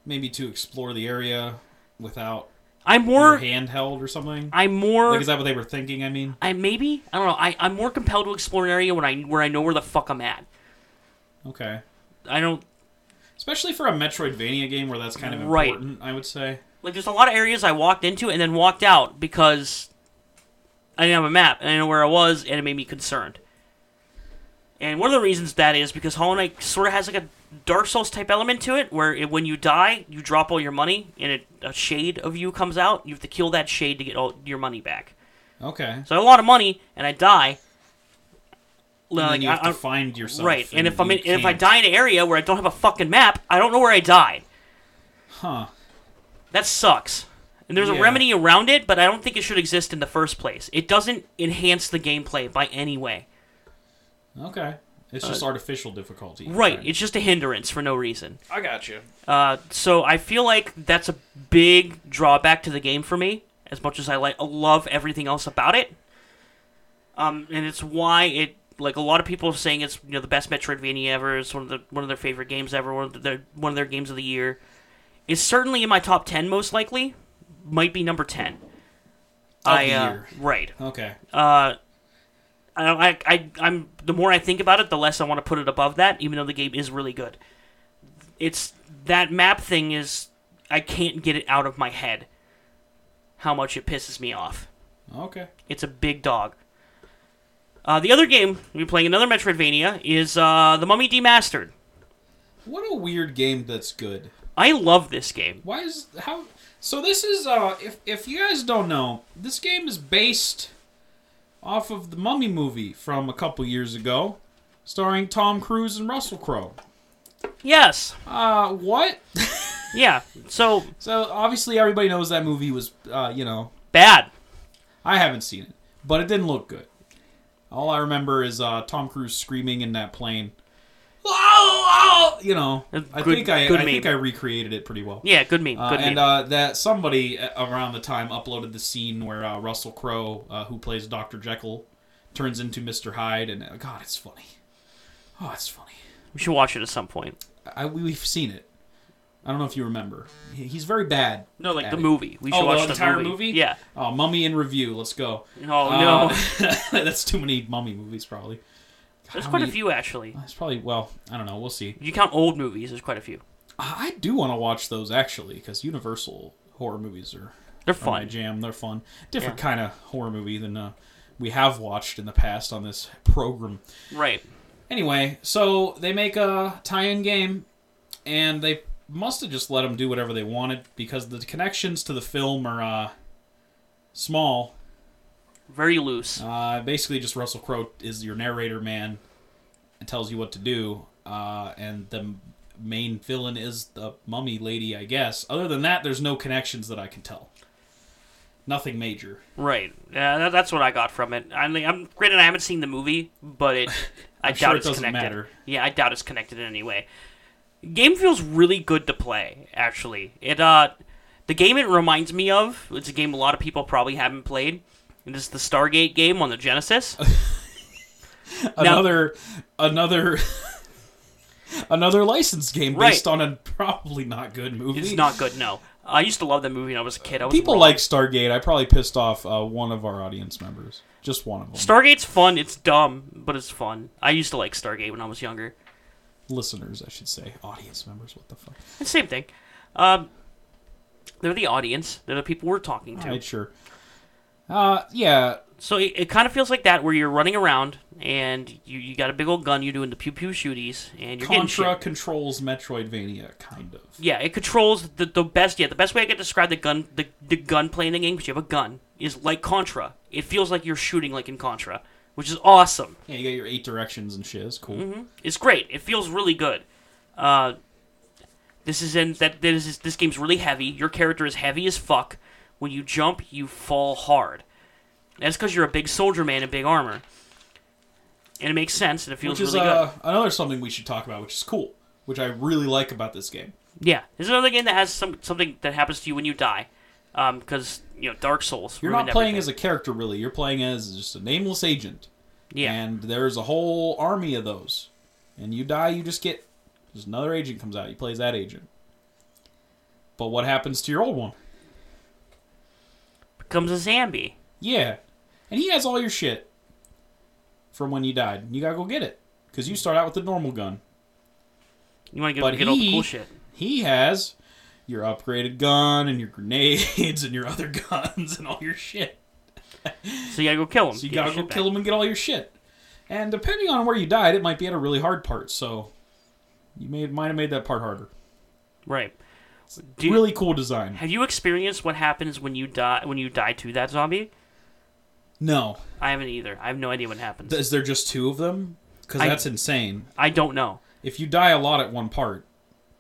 [SPEAKER 1] Maybe to explore the area without
[SPEAKER 2] I'm
[SPEAKER 1] your
[SPEAKER 2] more.
[SPEAKER 1] handheld or something.
[SPEAKER 2] I'm more.
[SPEAKER 1] Like, is that what they were thinking? I mean,
[SPEAKER 2] I maybe I don't know. I, I'm more compelled to explore an area when I where I know where the fuck I'm at.
[SPEAKER 1] okay.
[SPEAKER 2] I don't
[SPEAKER 1] Especially for a Metroidvania game where that's kind of
[SPEAKER 2] Right.
[SPEAKER 1] important, I would say.
[SPEAKER 2] like. There's a lot of areas I walked into and then walked out because I didn't have a map and I didn't know where I was and it made me concerned. And one of the reasons that is because Hollow Knight sort of has like a Dark Souls type element to it, where it, when you die, you drop all your money, and it, a shade of you comes out. You have to kill that shade to get all your money back.
[SPEAKER 1] Okay.
[SPEAKER 2] So I had a lot of money, and I die.
[SPEAKER 1] and
[SPEAKER 2] Like,
[SPEAKER 1] then you
[SPEAKER 2] I-
[SPEAKER 1] have
[SPEAKER 2] I-
[SPEAKER 1] to find yourself.
[SPEAKER 2] right, and if I'm in,
[SPEAKER 1] you
[SPEAKER 2] and if I
[SPEAKER 1] can't-
[SPEAKER 2] die in an area where I don't have a fucking map, I don't know where I died.
[SPEAKER 1] Huh.
[SPEAKER 2] That sucks. And there's
[SPEAKER 1] Yeah.
[SPEAKER 2] a remedy around it, but I don't think it should exist in the first place. It doesn't enhance the gameplay by any way.
[SPEAKER 1] Okay. It's just artificial difficulty.
[SPEAKER 2] Uh, Right, it's just a hindrance for no reason.
[SPEAKER 1] I got you.
[SPEAKER 2] Uh, so I feel like that's a big drawback to the game for me. As much as I like love everything else about it, um, and it's why it like a lot of people are saying it's you know the best Metroidvania ever. It's one of the one of their favorite games ever. One of their one of their games of the year. It's certainly in my top ten, most likely. Might be number ten.
[SPEAKER 1] Of
[SPEAKER 2] I
[SPEAKER 1] the
[SPEAKER 2] uh,
[SPEAKER 1] year.
[SPEAKER 2] right.
[SPEAKER 1] Okay.
[SPEAKER 2] Uh, I, don't- I, I, I'm the more I think about it, the less I want to put it above that, even though the game is really good. It's that map thing is I can't get it out of my head. How much it pisses me off.
[SPEAKER 1] Okay.
[SPEAKER 2] It's a big dog. Uh, the other game we're playing, another Metroidvania, is uh, The Mummy Demastered.
[SPEAKER 1] What a weird game that's good.
[SPEAKER 2] I love this game.
[SPEAKER 1] Why is how? So this is uh, if if you guys don't know, this game is based off of the Mummy movie from a couple years ago, starring Tom Cruise and Russell Crowe.
[SPEAKER 2] Yes.
[SPEAKER 1] Uh, what?
[SPEAKER 2] Yeah. So
[SPEAKER 1] so obviously everybody knows that movie was uh, you know,
[SPEAKER 2] bad.
[SPEAKER 1] I haven't seen it, but it didn't look good. All I remember is uh, Tom Cruise screaming in that plane. Oh, oh, you know, I
[SPEAKER 2] Good-
[SPEAKER 1] think I,
[SPEAKER 2] good
[SPEAKER 1] I think
[SPEAKER 2] meme.
[SPEAKER 1] I recreated it pretty well.
[SPEAKER 2] Yeah, good meme.
[SPEAKER 1] Uh,
[SPEAKER 2] good
[SPEAKER 1] and
[SPEAKER 2] meme.
[SPEAKER 1] uh, that somebody a- around the time uploaded the scene where uh, Russell Crowe, uh, who plays Doctor Jekyll, turns into Mister Hyde, and uh, God, it's funny. Oh, it's funny.
[SPEAKER 2] we should watch it at some point.
[SPEAKER 1] I, we- we've seen it. I don't know if you remember. He- He's very bad.
[SPEAKER 2] No, like
[SPEAKER 1] at
[SPEAKER 2] the
[SPEAKER 1] it.
[SPEAKER 2] movie. We should
[SPEAKER 1] Oh, the
[SPEAKER 2] watch
[SPEAKER 1] entire
[SPEAKER 2] movie.
[SPEAKER 1] movie?
[SPEAKER 2] Yeah.
[SPEAKER 1] Oh, Mummy in review. Let's go.
[SPEAKER 2] Oh no,
[SPEAKER 1] Uh, that's too many Mummy movies, probably. God,
[SPEAKER 2] there's
[SPEAKER 1] how
[SPEAKER 2] quite a
[SPEAKER 1] many-
[SPEAKER 2] few actually.
[SPEAKER 1] It's probably well. I don't know. We'll see.
[SPEAKER 2] If you count old movies, there's quite a few.
[SPEAKER 1] I I do want to watch those actually because Universal horror movies are
[SPEAKER 2] They're
[SPEAKER 1] are my
[SPEAKER 2] fun.
[SPEAKER 1] jam. They're fun. Different kind of horror movie than uh, we have watched in the past on this program.
[SPEAKER 2] Right.
[SPEAKER 1] Anyway, so they make a tie-in game, and they must have just let them do whatever they wanted because the connections to the film are uh, small.
[SPEAKER 2] Very loose.
[SPEAKER 1] Uh, basically, just Russell Crowe is your narrator man and tells you what to do. Uh, and the m- main villain is the mummy lady, I guess. Other than that, there's no connections that I can tell. Nothing major.
[SPEAKER 2] Right. Yeah, that, that's what I got from it. I mean, I'm granted I haven't seen the movie, but it. I
[SPEAKER 1] I'm
[SPEAKER 2] doubt
[SPEAKER 1] sure it
[SPEAKER 2] it's
[SPEAKER 1] doesn't
[SPEAKER 2] connected.
[SPEAKER 1] matter.
[SPEAKER 2] Yeah, I doubt it's connected in any way. Game feels really good to play. Actually, it uh, the game it reminds me of. It's a game a lot of people probably haven't played. It is the Stargate game on the Genesis.
[SPEAKER 1] Another, another, another license game
[SPEAKER 2] Right.
[SPEAKER 1] based on a probably not good movie.
[SPEAKER 2] It's not good. No, I used to love that movie when I was a kid. I was
[SPEAKER 1] People
[SPEAKER 2] wrong.
[SPEAKER 1] like Stargate. I probably pissed off uh, one of our audience members. Just one of them.
[SPEAKER 2] Stargate's fun. It's dumb, but it's fun. I used to like Stargate when I was younger.
[SPEAKER 1] Listeners, I should say. Audience members. What the fuck?
[SPEAKER 2] It's Same thing. Um, they're the audience. They're the people we're talking to.
[SPEAKER 1] All right, sure. Uh, yeah.
[SPEAKER 2] So it, it kind of feels like that, where you're running around and you, you got a big old gun. You're doing the pew pew shooties, and you're getting
[SPEAKER 1] Contra
[SPEAKER 2] shit.
[SPEAKER 1] controls Metroidvania, kind of.
[SPEAKER 2] Yeah, it controls the, the best. Yeah, the best way I could describe the gun the, the gun play in the game because you have a gun is like Contra. It feels like you're shooting like in Contra, which is awesome.
[SPEAKER 1] Yeah, you got your eight directions and shiz. Cool.
[SPEAKER 2] It's great. It feels really good. Uh, this is in that this is this game's really heavy. Your character is heavy as fuck. When you jump, you fall hard. That's because you're a big soldier man in big armor, and it makes sense and it feels
[SPEAKER 1] Which is
[SPEAKER 2] really good.
[SPEAKER 1] uh, another something we should talk about, which is cool, which I really like about this game.
[SPEAKER 2] Yeah, this is another game that has some something that happens to you when you die, because you know Dark Souls.
[SPEAKER 1] You're not playing as a character, really. You're playing as just a nameless agent.
[SPEAKER 2] yeah.
[SPEAKER 1] And there's a whole army of those. And you die, you just get. There's another agent comes out. He plays that agent. But what happens to your old one?
[SPEAKER 2] becomes a zombie.
[SPEAKER 1] Yeah. And he has all your shit from when you died. You gotta go get it. Because you start out with the normal gun.
[SPEAKER 2] You want to
[SPEAKER 1] But
[SPEAKER 2] get, get all the
[SPEAKER 1] he-
[SPEAKER 2] cool shit.
[SPEAKER 1] He has your upgraded gun and your grenades and your other guns and all your shit.
[SPEAKER 2] So you gotta go kill him.
[SPEAKER 1] So you gotta go kill him and get all your shit. And depending on where you died, it might be at a really hard part. So you may might have made that part harder.
[SPEAKER 2] Right. Do you,
[SPEAKER 1] really cool design.
[SPEAKER 2] Have you experienced what happens when you die when you die to that zombie?
[SPEAKER 1] No,
[SPEAKER 2] I haven't either. I have no idea what happens.
[SPEAKER 1] is there just two of them? Because
[SPEAKER 2] I-
[SPEAKER 1] that's insane.
[SPEAKER 2] I don't know.
[SPEAKER 1] If you die a lot at one part,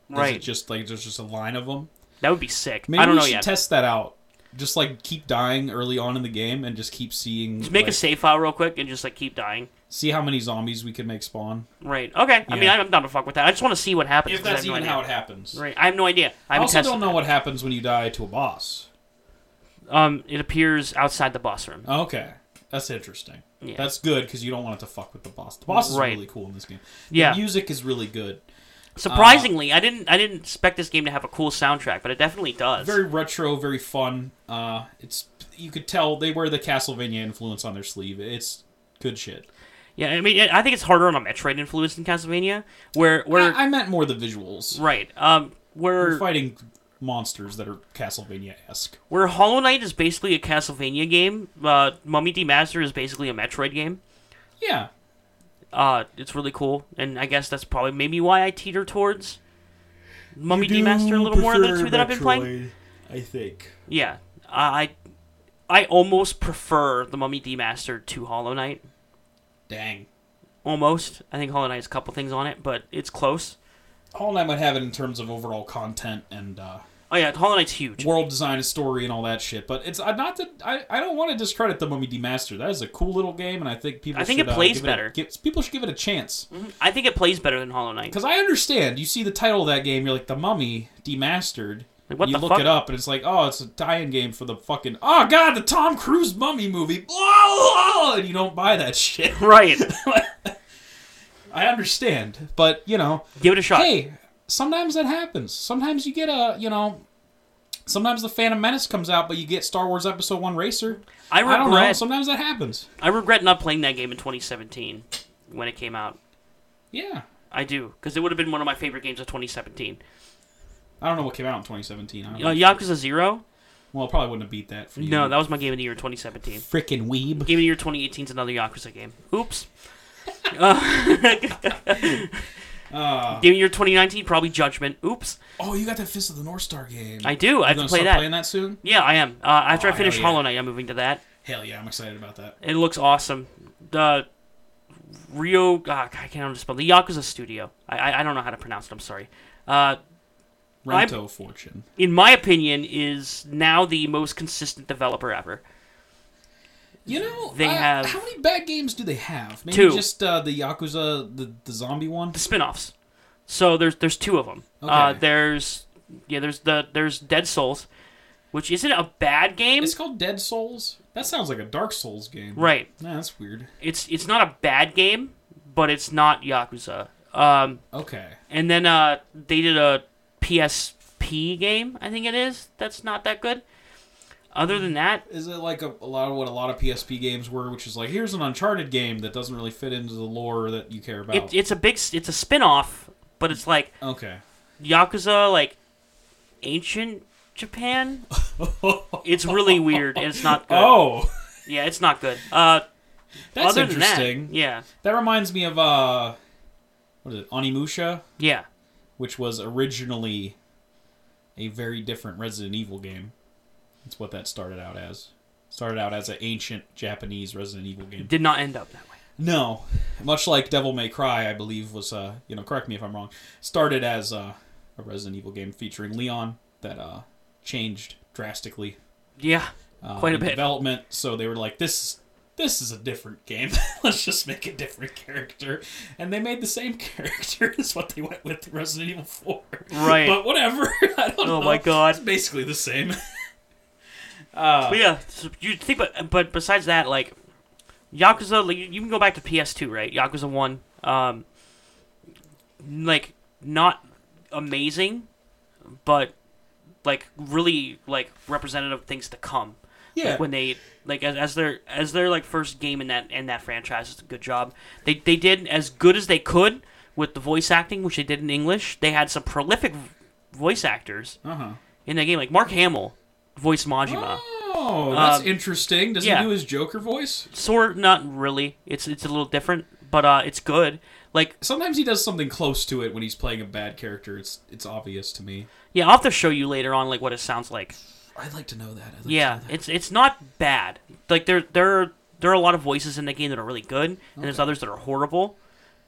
[SPEAKER 1] is it
[SPEAKER 2] Right.
[SPEAKER 1] just like there's just a line of them?
[SPEAKER 2] That would be sick.
[SPEAKER 1] Maybe
[SPEAKER 2] I don't
[SPEAKER 1] we
[SPEAKER 2] know
[SPEAKER 1] should
[SPEAKER 2] yet.
[SPEAKER 1] test that out. Just like keep dying early on in the game and just keep seeing.
[SPEAKER 2] Just make a
[SPEAKER 1] like,
[SPEAKER 2] save file real quick and just like keep dying.
[SPEAKER 1] see how many zombies we can make spawn.
[SPEAKER 2] Right. Okay. I mean,
[SPEAKER 1] Yeah.
[SPEAKER 2] I'm down to fuck with that. I just want to see what happens.
[SPEAKER 1] If
[SPEAKER 2] 'cause I
[SPEAKER 1] that's
[SPEAKER 2] have no
[SPEAKER 1] even
[SPEAKER 2] idea.
[SPEAKER 1] how it happens.
[SPEAKER 2] Right. I have no idea.
[SPEAKER 1] I
[SPEAKER 2] I haven't
[SPEAKER 1] also
[SPEAKER 2] tested
[SPEAKER 1] don't know what happens when you die to a boss.
[SPEAKER 2] that. Um, it appears outside the boss room.
[SPEAKER 1] Okay, that's interesting.
[SPEAKER 2] Yeah.
[SPEAKER 1] That's good because you don't want it to fuck with the boss. The boss is
[SPEAKER 2] Right.
[SPEAKER 1] really cool in this game. The
[SPEAKER 2] Yeah.
[SPEAKER 1] music is really good. Uh.
[SPEAKER 2] Surprisingly, I didn't. I didn't expect this game to have a cool soundtrack, but it definitely does.
[SPEAKER 1] Very retro, very fun. Uh, it's you could tell they wear the Castlevania influence on their sleeve. It's good shit.
[SPEAKER 2] Yeah. I mean, I think it's harder on a Metroid influence than Castlevania, where where
[SPEAKER 1] I, I meant more the visuals.
[SPEAKER 2] right. Um, where
[SPEAKER 1] You're fighting monsters that are Castlevania esque.
[SPEAKER 2] Where Hollow Knight is basically a Castlevania game, uh, Mummy Demaster is basically a Metroid game.
[SPEAKER 1] Yeah,
[SPEAKER 2] Uh, it's really cool, and I guess that's probably maybe why I teeter towards Mummy
[SPEAKER 1] do
[SPEAKER 2] Demaster a little more of the
[SPEAKER 1] prefer
[SPEAKER 2] two that I've been playing.
[SPEAKER 1] Metroid, I think.
[SPEAKER 2] Yeah, I I almost prefer the Mummy Demaster to Hollow Knight.
[SPEAKER 1] Dang.
[SPEAKER 2] Almost, I think Hollow Knight has a couple things on it, but it's close.
[SPEAKER 1] All I might have it in terms of overall content and uh,
[SPEAKER 2] Oh yeah, Hollow Knight's huge.
[SPEAKER 1] world design, and story, and all that shit. But it's uh, not that I, I don't want to discredit the Mummy Demastered. That is a cool little game, and I think people
[SPEAKER 2] I think
[SPEAKER 1] should,
[SPEAKER 2] it plays
[SPEAKER 1] uh, give
[SPEAKER 2] better.
[SPEAKER 1] It a, give- people should give it a chance
[SPEAKER 2] I think it plays better than Hollow Knight.
[SPEAKER 1] because I understand. You see the title of that game, you're like the Mummy Demastered.
[SPEAKER 2] Like, what
[SPEAKER 1] you
[SPEAKER 2] the
[SPEAKER 1] look
[SPEAKER 2] fuck?
[SPEAKER 1] it up and it's like, oh, it's a tie-in game for the fucking oh god, the Tom Cruise mummy movie, blah, blah, blah, and you don't buy that shit.
[SPEAKER 2] Right.
[SPEAKER 1] I understand, but you know,
[SPEAKER 2] Give it a shot.
[SPEAKER 1] hey, sometimes that happens. Sometimes you get a, you know, sometimes the Phantom Menace comes out, but you get Star Wars Episode One Racer.
[SPEAKER 2] I
[SPEAKER 1] I don't know.
[SPEAKER 2] regret.
[SPEAKER 1] Sometimes that happens.
[SPEAKER 2] I regret not playing that game in 2017 when it came out.
[SPEAKER 1] Yeah,
[SPEAKER 2] I do because it would have been one of my favorite games of 2017.
[SPEAKER 1] I don't know what came out in 2017. I don't
[SPEAKER 2] Uh,
[SPEAKER 1] know.
[SPEAKER 2] Yakuza Zero?
[SPEAKER 1] Well, I probably wouldn't have beat that for you.
[SPEAKER 2] No, that was my game of the year 2017.
[SPEAKER 1] freaking weeb.
[SPEAKER 2] Game of the year 2018 is another Yakuza game. Oops.
[SPEAKER 1] Uh,
[SPEAKER 2] Game of the year 2019 probably Judgment. Oops.
[SPEAKER 1] oh, you got that Fist of the North Star game.
[SPEAKER 2] I do. I
[SPEAKER 1] You
[SPEAKER 2] have
[SPEAKER 1] gonna
[SPEAKER 2] to
[SPEAKER 1] start
[SPEAKER 2] play that.
[SPEAKER 1] playing that soon.
[SPEAKER 2] Yeah, I am. Uh, after
[SPEAKER 1] Oh,
[SPEAKER 2] I finish
[SPEAKER 1] hell yeah.
[SPEAKER 2] Hollow Knight, I'm moving to that.
[SPEAKER 1] Hell yeah, I'm excited about that.
[SPEAKER 2] It looks awesome. The Rio, ah, God, I can't remember the spell. The Yakuza Studio. I, I, I don't know how to pronounce it. I'm sorry. Uh, I'm-
[SPEAKER 1] Rento Fortune.
[SPEAKER 2] in my opinion, is now the most consistent developer ever.
[SPEAKER 1] You know,
[SPEAKER 2] They
[SPEAKER 1] uh,
[SPEAKER 2] have-
[SPEAKER 1] how many bad games do they have? Maybe
[SPEAKER 2] Two.
[SPEAKER 1] just uh, the Yakuza, the, the zombie one.
[SPEAKER 2] The spin-offs. So there's there's two of them. Uh,
[SPEAKER 1] Okay.
[SPEAKER 2] there's yeah there's the there's Dead Souls, which isn't a bad game.
[SPEAKER 1] It's called Dead Souls. That sounds like a Dark Souls game.
[SPEAKER 2] right.
[SPEAKER 1] Nah, that's weird.
[SPEAKER 2] It's it's not a bad game, but it's not Yakuza. Um,
[SPEAKER 1] Okay.
[SPEAKER 2] And then uh, they did a PSP game, I think it is. That's not that good. Other than that,
[SPEAKER 1] Is it like a, a lot of what a lot of PSP games were, which is like here's an Uncharted game that doesn't really fit into the lore that you care about?
[SPEAKER 2] it, it's a big, s- it's a spin-off, but it's like
[SPEAKER 1] okay.
[SPEAKER 2] Yakuza, like ancient Japan. It's really weird. and It's not good.
[SPEAKER 1] Oh,
[SPEAKER 2] Yeah, it's not good. Uh,
[SPEAKER 1] that's
[SPEAKER 2] other
[SPEAKER 1] interesting.
[SPEAKER 2] than that,
[SPEAKER 1] That.
[SPEAKER 2] yeah,
[SPEAKER 1] reminds me of uh, what is it, Onimusha,
[SPEAKER 2] yeah,
[SPEAKER 1] which was originally a very different Resident Evil game. That's what that started out as. Started out as an ancient Japanese Resident Evil game.
[SPEAKER 2] did not end up that way.
[SPEAKER 1] No, much like Devil May Cry, I believe was uh you know correct me if I'm wrong. Started as uh, a Resident Evil game featuring Leon that uh changed drastically.
[SPEAKER 2] Yeah,
[SPEAKER 1] Uh,
[SPEAKER 2] Quite a
[SPEAKER 1] in
[SPEAKER 2] bit.
[SPEAKER 1] development. So they were like this. This is a different game. Let's just make a different character, and they made the same character as what they went with in Resident Evil Four.
[SPEAKER 2] Right.
[SPEAKER 1] But whatever. I don't
[SPEAKER 2] Oh
[SPEAKER 1] know.
[SPEAKER 2] my God. Uh,
[SPEAKER 1] It's basically the same.
[SPEAKER 2] but yeah, so you think, but but besides that, like Yakuza, like you you can go back to PS2, right? Yakuza One, um, like not amazing, but like really like representative things to come.
[SPEAKER 1] Yeah.
[SPEAKER 2] Like when they like as, as their as their like first game in that in that franchise it's a good job. They they did as good as they could with the voice acting, which they did in English. They had some prolific voice actors
[SPEAKER 1] Uh huh.
[SPEAKER 2] in that game, like Mark Hamill voiced Majima.
[SPEAKER 1] Oh, that's
[SPEAKER 2] Um,
[SPEAKER 1] interesting. Does
[SPEAKER 2] Uh, yeah.
[SPEAKER 1] he do his Joker voice?
[SPEAKER 2] Sort not really. It's it's a little different, but uh, it's good. Like
[SPEAKER 1] Sometimes he does something close to it when he's playing a bad character. It's it's obvious to me.
[SPEAKER 2] yeah, I'll have to show you later on like what it sounds like.
[SPEAKER 1] I'd like to know that. I'd like
[SPEAKER 2] Yeah,
[SPEAKER 1] to know that.
[SPEAKER 2] it's it's not bad. Like there there are, there are a lot of voices in the game that are really good, and there's others that are horrible,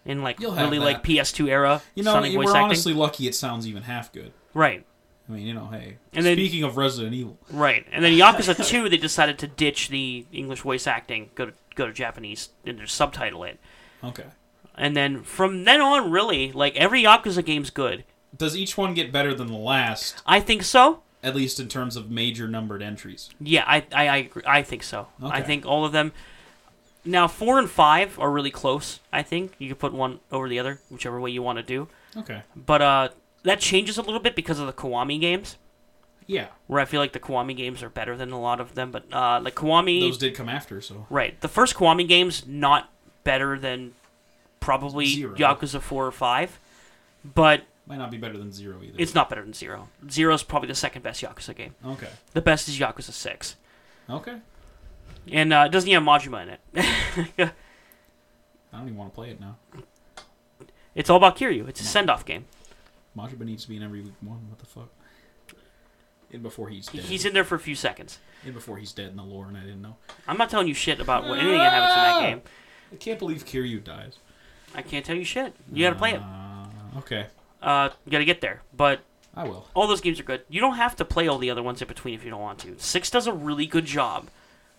[SPEAKER 2] and like
[SPEAKER 1] You'll have
[SPEAKER 2] really like
[SPEAKER 1] that.
[SPEAKER 2] PS2 era
[SPEAKER 1] you know,
[SPEAKER 2] sounding
[SPEAKER 1] we're
[SPEAKER 2] voice acting.
[SPEAKER 1] honestly lucky. It sounds even half good.
[SPEAKER 2] Right,
[SPEAKER 1] I mean, you know, hey.
[SPEAKER 2] And then-
[SPEAKER 1] speaking of Resident Evil,
[SPEAKER 2] right, and then Yakuza 2, they decided to ditch the English voice acting, go to go to Japanese, and just subtitle it.
[SPEAKER 1] okay.
[SPEAKER 2] And then from then on, really, like every Yakuza game's good.
[SPEAKER 1] Does each one get better than the last?
[SPEAKER 2] I think so.
[SPEAKER 1] At least in terms of major numbered entries.
[SPEAKER 2] Yeah, I I I, agree. I think so. I
[SPEAKER 1] Okay.
[SPEAKER 2] think all of them. Now four and five are really close. I think you could put one over the other, whichever way you want to do.
[SPEAKER 1] Okay.
[SPEAKER 2] But uh, that changes a little bit because of the Kiwami games,
[SPEAKER 1] Yeah,
[SPEAKER 2] where I feel like the Kiwami games are better than a lot of them. But uh, like Kiwami,
[SPEAKER 1] those did come after. So
[SPEAKER 2] right? The first Kiwami games not better than probably
[SPEAKER 1] Zero.
[SPEAKER 2] Yakuza four or five, but
[SPEAKER 1] might not be better than zero either.
[SPEAKER 2] it's not better than zero. Zero is probably the second best Yakuza game.
[SPEAKER 1] okay.
[SPEAKER 2] The best is Yakuza six,
[SPEAKER 1] Okay.
[SPEAKER 2] and uh, it doesn't even have Majima in it.
[SPEAKER 1] I don't even want to play it now.
[SPEAKER 2] It's all about Kiryu. It's a send off game.
[SPEAKER 1] Majiba needs to be in every one. What the fuck? In before he's
[SPEAKER 2] He-
[SPEAKER 1] dead.
[SPEAKER 2] He's in there for a few seconds.
[SPEAKER 1] in before he's dead in the lore, and I didn't know.
[SPEAKER 2] I'm not telling you shit about what, anything that happens in
[SPEAKER 1] Ah.
[SPEAKER 2] that game.
[SPEAKER 1] I can't believe Kiryu dies.
[SPEAKER 2] I can't tell you shit. You gotta play it.
[SPEAKER 1] Uh, okay.
[SPEAKER 2] Uh, you gotta get there. But
[SPEAKER 1] I will.
[SPEAKER 2] All those games are good. You don't have to play all the other ones in between if you don't want to. Six does a really good job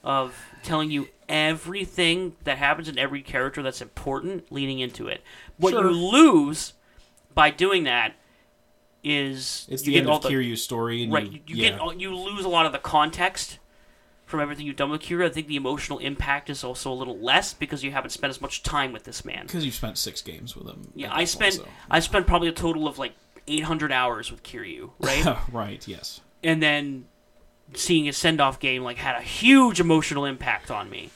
[SPEAKER 2] of telling you everything that happens in every character that's important leading into it. What
[SPEAKER 1] Sure.
[SPEAKER 2] you lose by doing that is
[SPEAKER 1] It's
[SPEAKER 2] you
[SPEAKER 1] the
[SPEAKER 2] get
[SPEAKER 1] end
[SPEAKER 2] all
[SPEAKER 1] of Kiryu's story. And
[SPEAKER 2] right. You,
[SPEAKER 1] You,
[SPEAKER 2] you
[SPEAKER 1] yeah.
[SPEAKER 2] get all, you lose a lot of the context from everything you've done with Kira. I think the emotional impact is also a little less because you haven't spent as much time with this man.
[SPEAKER 1] because you've spent six games with him.
[SPEAKER 2] Yeah,
[SPEAKER 1] at
[SPEAKER 2] I
[SPEAKER 1] this point,
[SPEAKER 2] spent I spent probably a total of like 800 hours with Kiryu, right?
[SPEAKER 1] so. right. Yes.
[SPEAKER 2] and then seeing his send off game like had a huge emotional impact on me.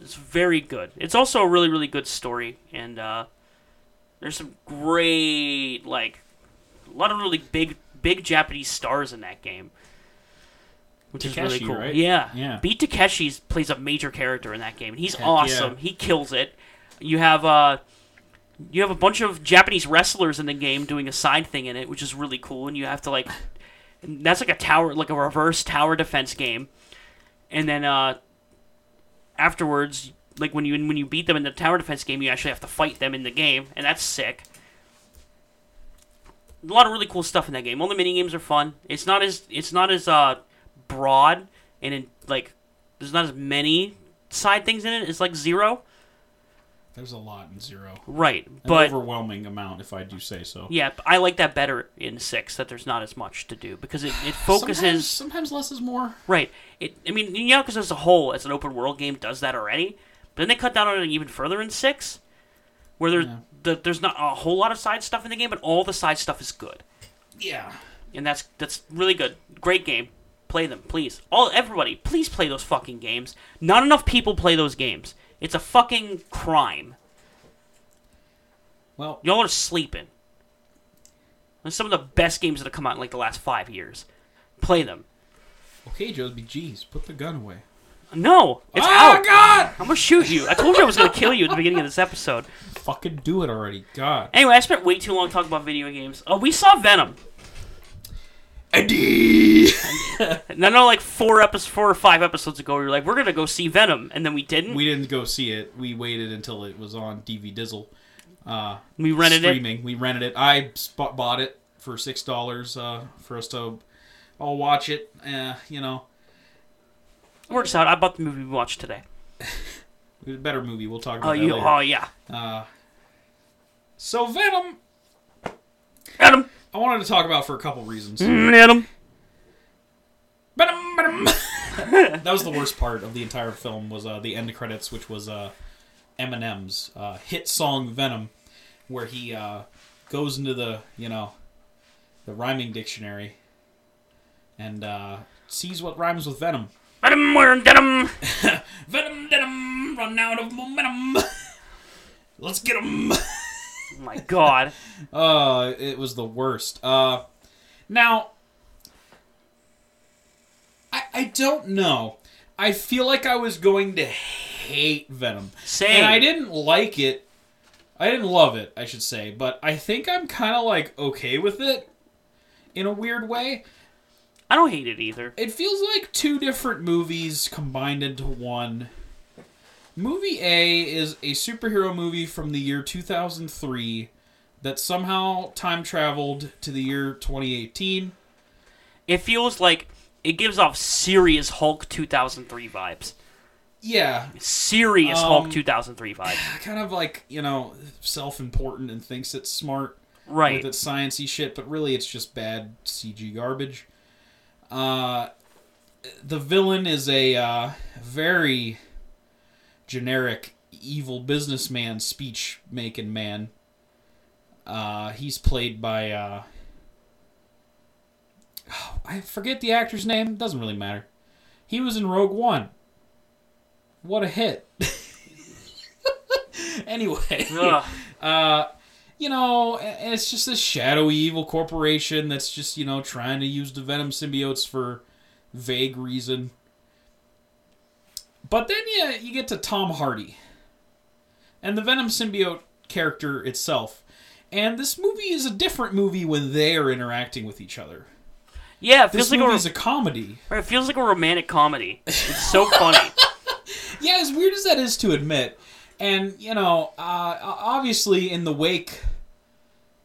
[SPEAKER 2] It's very good. It's also a really really good story, and uh, there's some great like a lot of really big big Japanese stars in that game, which is really
[SPEAKER 1] Takeshi,
[SPEAKER 2] cool.
[SPEAKER 1] right?
[SPEAKER 2] Yeah,
[SPEAKER 1] Yeah.
[SPEAKER 2] Beat Takeshi plays a major character in that game, and he's
[SPEAKER 1] Heck yeah.
[SPEAKER 2] awesome. He kills it. You have uh, you have a bunch of Japanese wrestlers in the game doing a side thing in it, which is really cool. And you have to like, that's like a tower, like a reverse tower defense game. And then uh, afterwards, like when you when you beat them in the tower defense game, you actually have to fight them in the game, and that's sick. A lot of really cool stuff in that game. All the mini games are fun. It's not as it's not as uh, broad and in, like there's not as many side things in it. It's like zero,
[SPEAKER 1] There's a lot in zero.
[SPEAKER 2] right?
[SPEAKER 1] An
[SPEAKER 2] But
[SPEAKER 1] overwhelming amount, if I do say so.
[SPEAKER 2] Yeah, but I like that better in six that there's not as much to do because it, it focuses
[SPEAKER 1] Sometimes, sometimes less is more.
[SPEAKER 2] right. It I mean Yakuza as a whole as an open world game does that already, but then they cut down on it even further in six, where there's
[SPEAKER 1] Yeah.
[SPEAKER 2] the, there's not a whole lot of side stuff in the game, but all the side stuff is good,
[SPEAKER 1] Yeah.
[SPEAKER 2] and that's that's really good. Great game, play them please. All everybody, please play those fucking games. Not enough people play those games. It's a fucking crime.
[SPEAKER 1] Well,
[SPEAKER 2] Y'all are sleeping. And some of the best games that have come out in like the last five years. Play them.
[SPEAKER 1] okay, Josby. Jeez, put the gun away.
[SPEAKER 2] No, it's
[SPEAKER 1] oh
[SPEAKER 2] out.
[SPEAKER 1] God!
[SPEAKER 2] I'm gonna shoot you. I told you I was gonna kill you at the beginning of this episode.
[SPEAKER 1] Fucking do it already, God.
[SPEAKER 2] Anyway, I spent way too long talking about video games. Oh, we saw Venom.
[SPEAKER 1] Eddie.
[SPEAKER 2] And I know, like four episodes, four or five episodes ago, we were like, we're gonna go see Venom, and then we didn't.
[SPEAKER 1] we
[SPEAKER 2] We,
[SPEAKER 1] didn't go see it. We waited until it was on DV Dizzle. Uh,
[SPEAKER 2] rented it.
[SPEAKER 1] streaming. We rented it. I spot bought it for six dollars uh, for us to all watch it. Uh, you know,
[SPEAKER 2] it. Works out. I bought the movie we watched today.
[SPEAKER 1] it was a better movie. We'll talk about
[SPEAKER 2] Oh,
[SPEAKER 1] that
[SPEAKER 2] you.
[SPEAKER 1] later.
[SPEAKER 2] Oh, yeah.
[SPEAKER 1] Uh, so Venom,
[SPEAKER 2] Venom.
[SPEAKER 1] I wanted to talk about for a couple reasons.
[SPEAKER 2] Venom.
[SPEAKER 1] Venom, Venom. that was the worst part of the entire film was uh, the end credits, which was uh, Eminem's uh, hit song Venom, where he uh, goes into the you know the rhyming dictionary and uh, sees what rhymes with Venom.
[SPEAKER 2] Venom wearing denim.
[SPEAKER 1] Venom, denim, run out of momentum. Let's get him.
[SPEAKER 2] Oh, my God.
[SPEAKER 1] Uh, it was the worst. Uh, now, I I don't know. I feel like I was going to hate Venom,
[SPEAKER 2] Same.
[SPEAKER 1] and I didn't like it. I didn't love it, I should say, but I think I'm kind of like okay with it in a weird way.
[SPEAKER 2] I don't hate it either.
[SPEAKER 1] It feels like two different movies combined into one. Movie A is a superhero movie from the year 2003 that somehow time traveled to the year 2018.
[SPEAKER 2] It feels like it gives off serious Hulk 2003 vibes.
[SPEAKER 1] Yeah,
[SPEAKER 2] serious
[SPEAKER 1] Um,
[SPEAKER 2] Hulk 2003 vibes.
[SPEAKER 1] kind of like, you know, self important and thinks it's smart
[SPEAKER 2] Right.
[SPEAKER 1] with its sciencey shit, but really it's just bad CG garbage. Uh, the villain is a uh, very generic evil businessman, speech making man. Uh, he's played by uh, oh, I forget the actor's name. Doesn't really matter. He was in Rogue One. What a hit! anyway,
[SPEAKER 2] Ugh.
[SPEAKER 1] uh, you know, a- and it's just this shadowy evil corporation that's just, you know, trying to use the Venom symbiotes for vague reason. But then you, you get to Tom Hardy and the Venom symbiote character itself. And this movie is a different movie when they are interacting with each other.
[SPEAKER 2] Yeah, it
[SPEAKER 1] This
[SPEAKER 2] feels like a,
[SPEAKER 1] movie is a comedy.
[SPEAKER 2] ro- it feels like a romantic comedy. It's so funny.
[SPEAKER 1] yeah, as weird as that is to admit, and you know, uh, obviously in the wake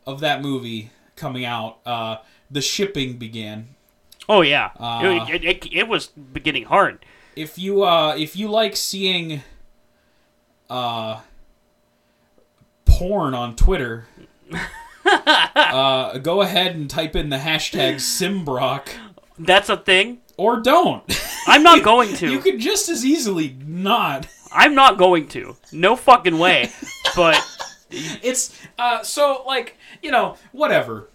[SPEAKER 1] of that movie coming out, uh, the shipping began.
[SPEAKER 2] Oh yeah,
[SPEAKER 1] Uh,
[SPEAKER 2] it, it, it, it was beginning hard.
[SPEAKER 1] If you uh, if you like seeing uh, porn on Twitter, uh, go ahead and type in the hashtag Simbrock
[SPEAKER 2] That's a thing.
[SPEAKER 1] or don't.
[SPEAKER 2] I'm not going to.
[SPEAKER 1] you could just as easily not.
[SPEAKER 2] I'm not going to. No fucking way. But
[SPEAKER 1] It's uh, so like you know whatever.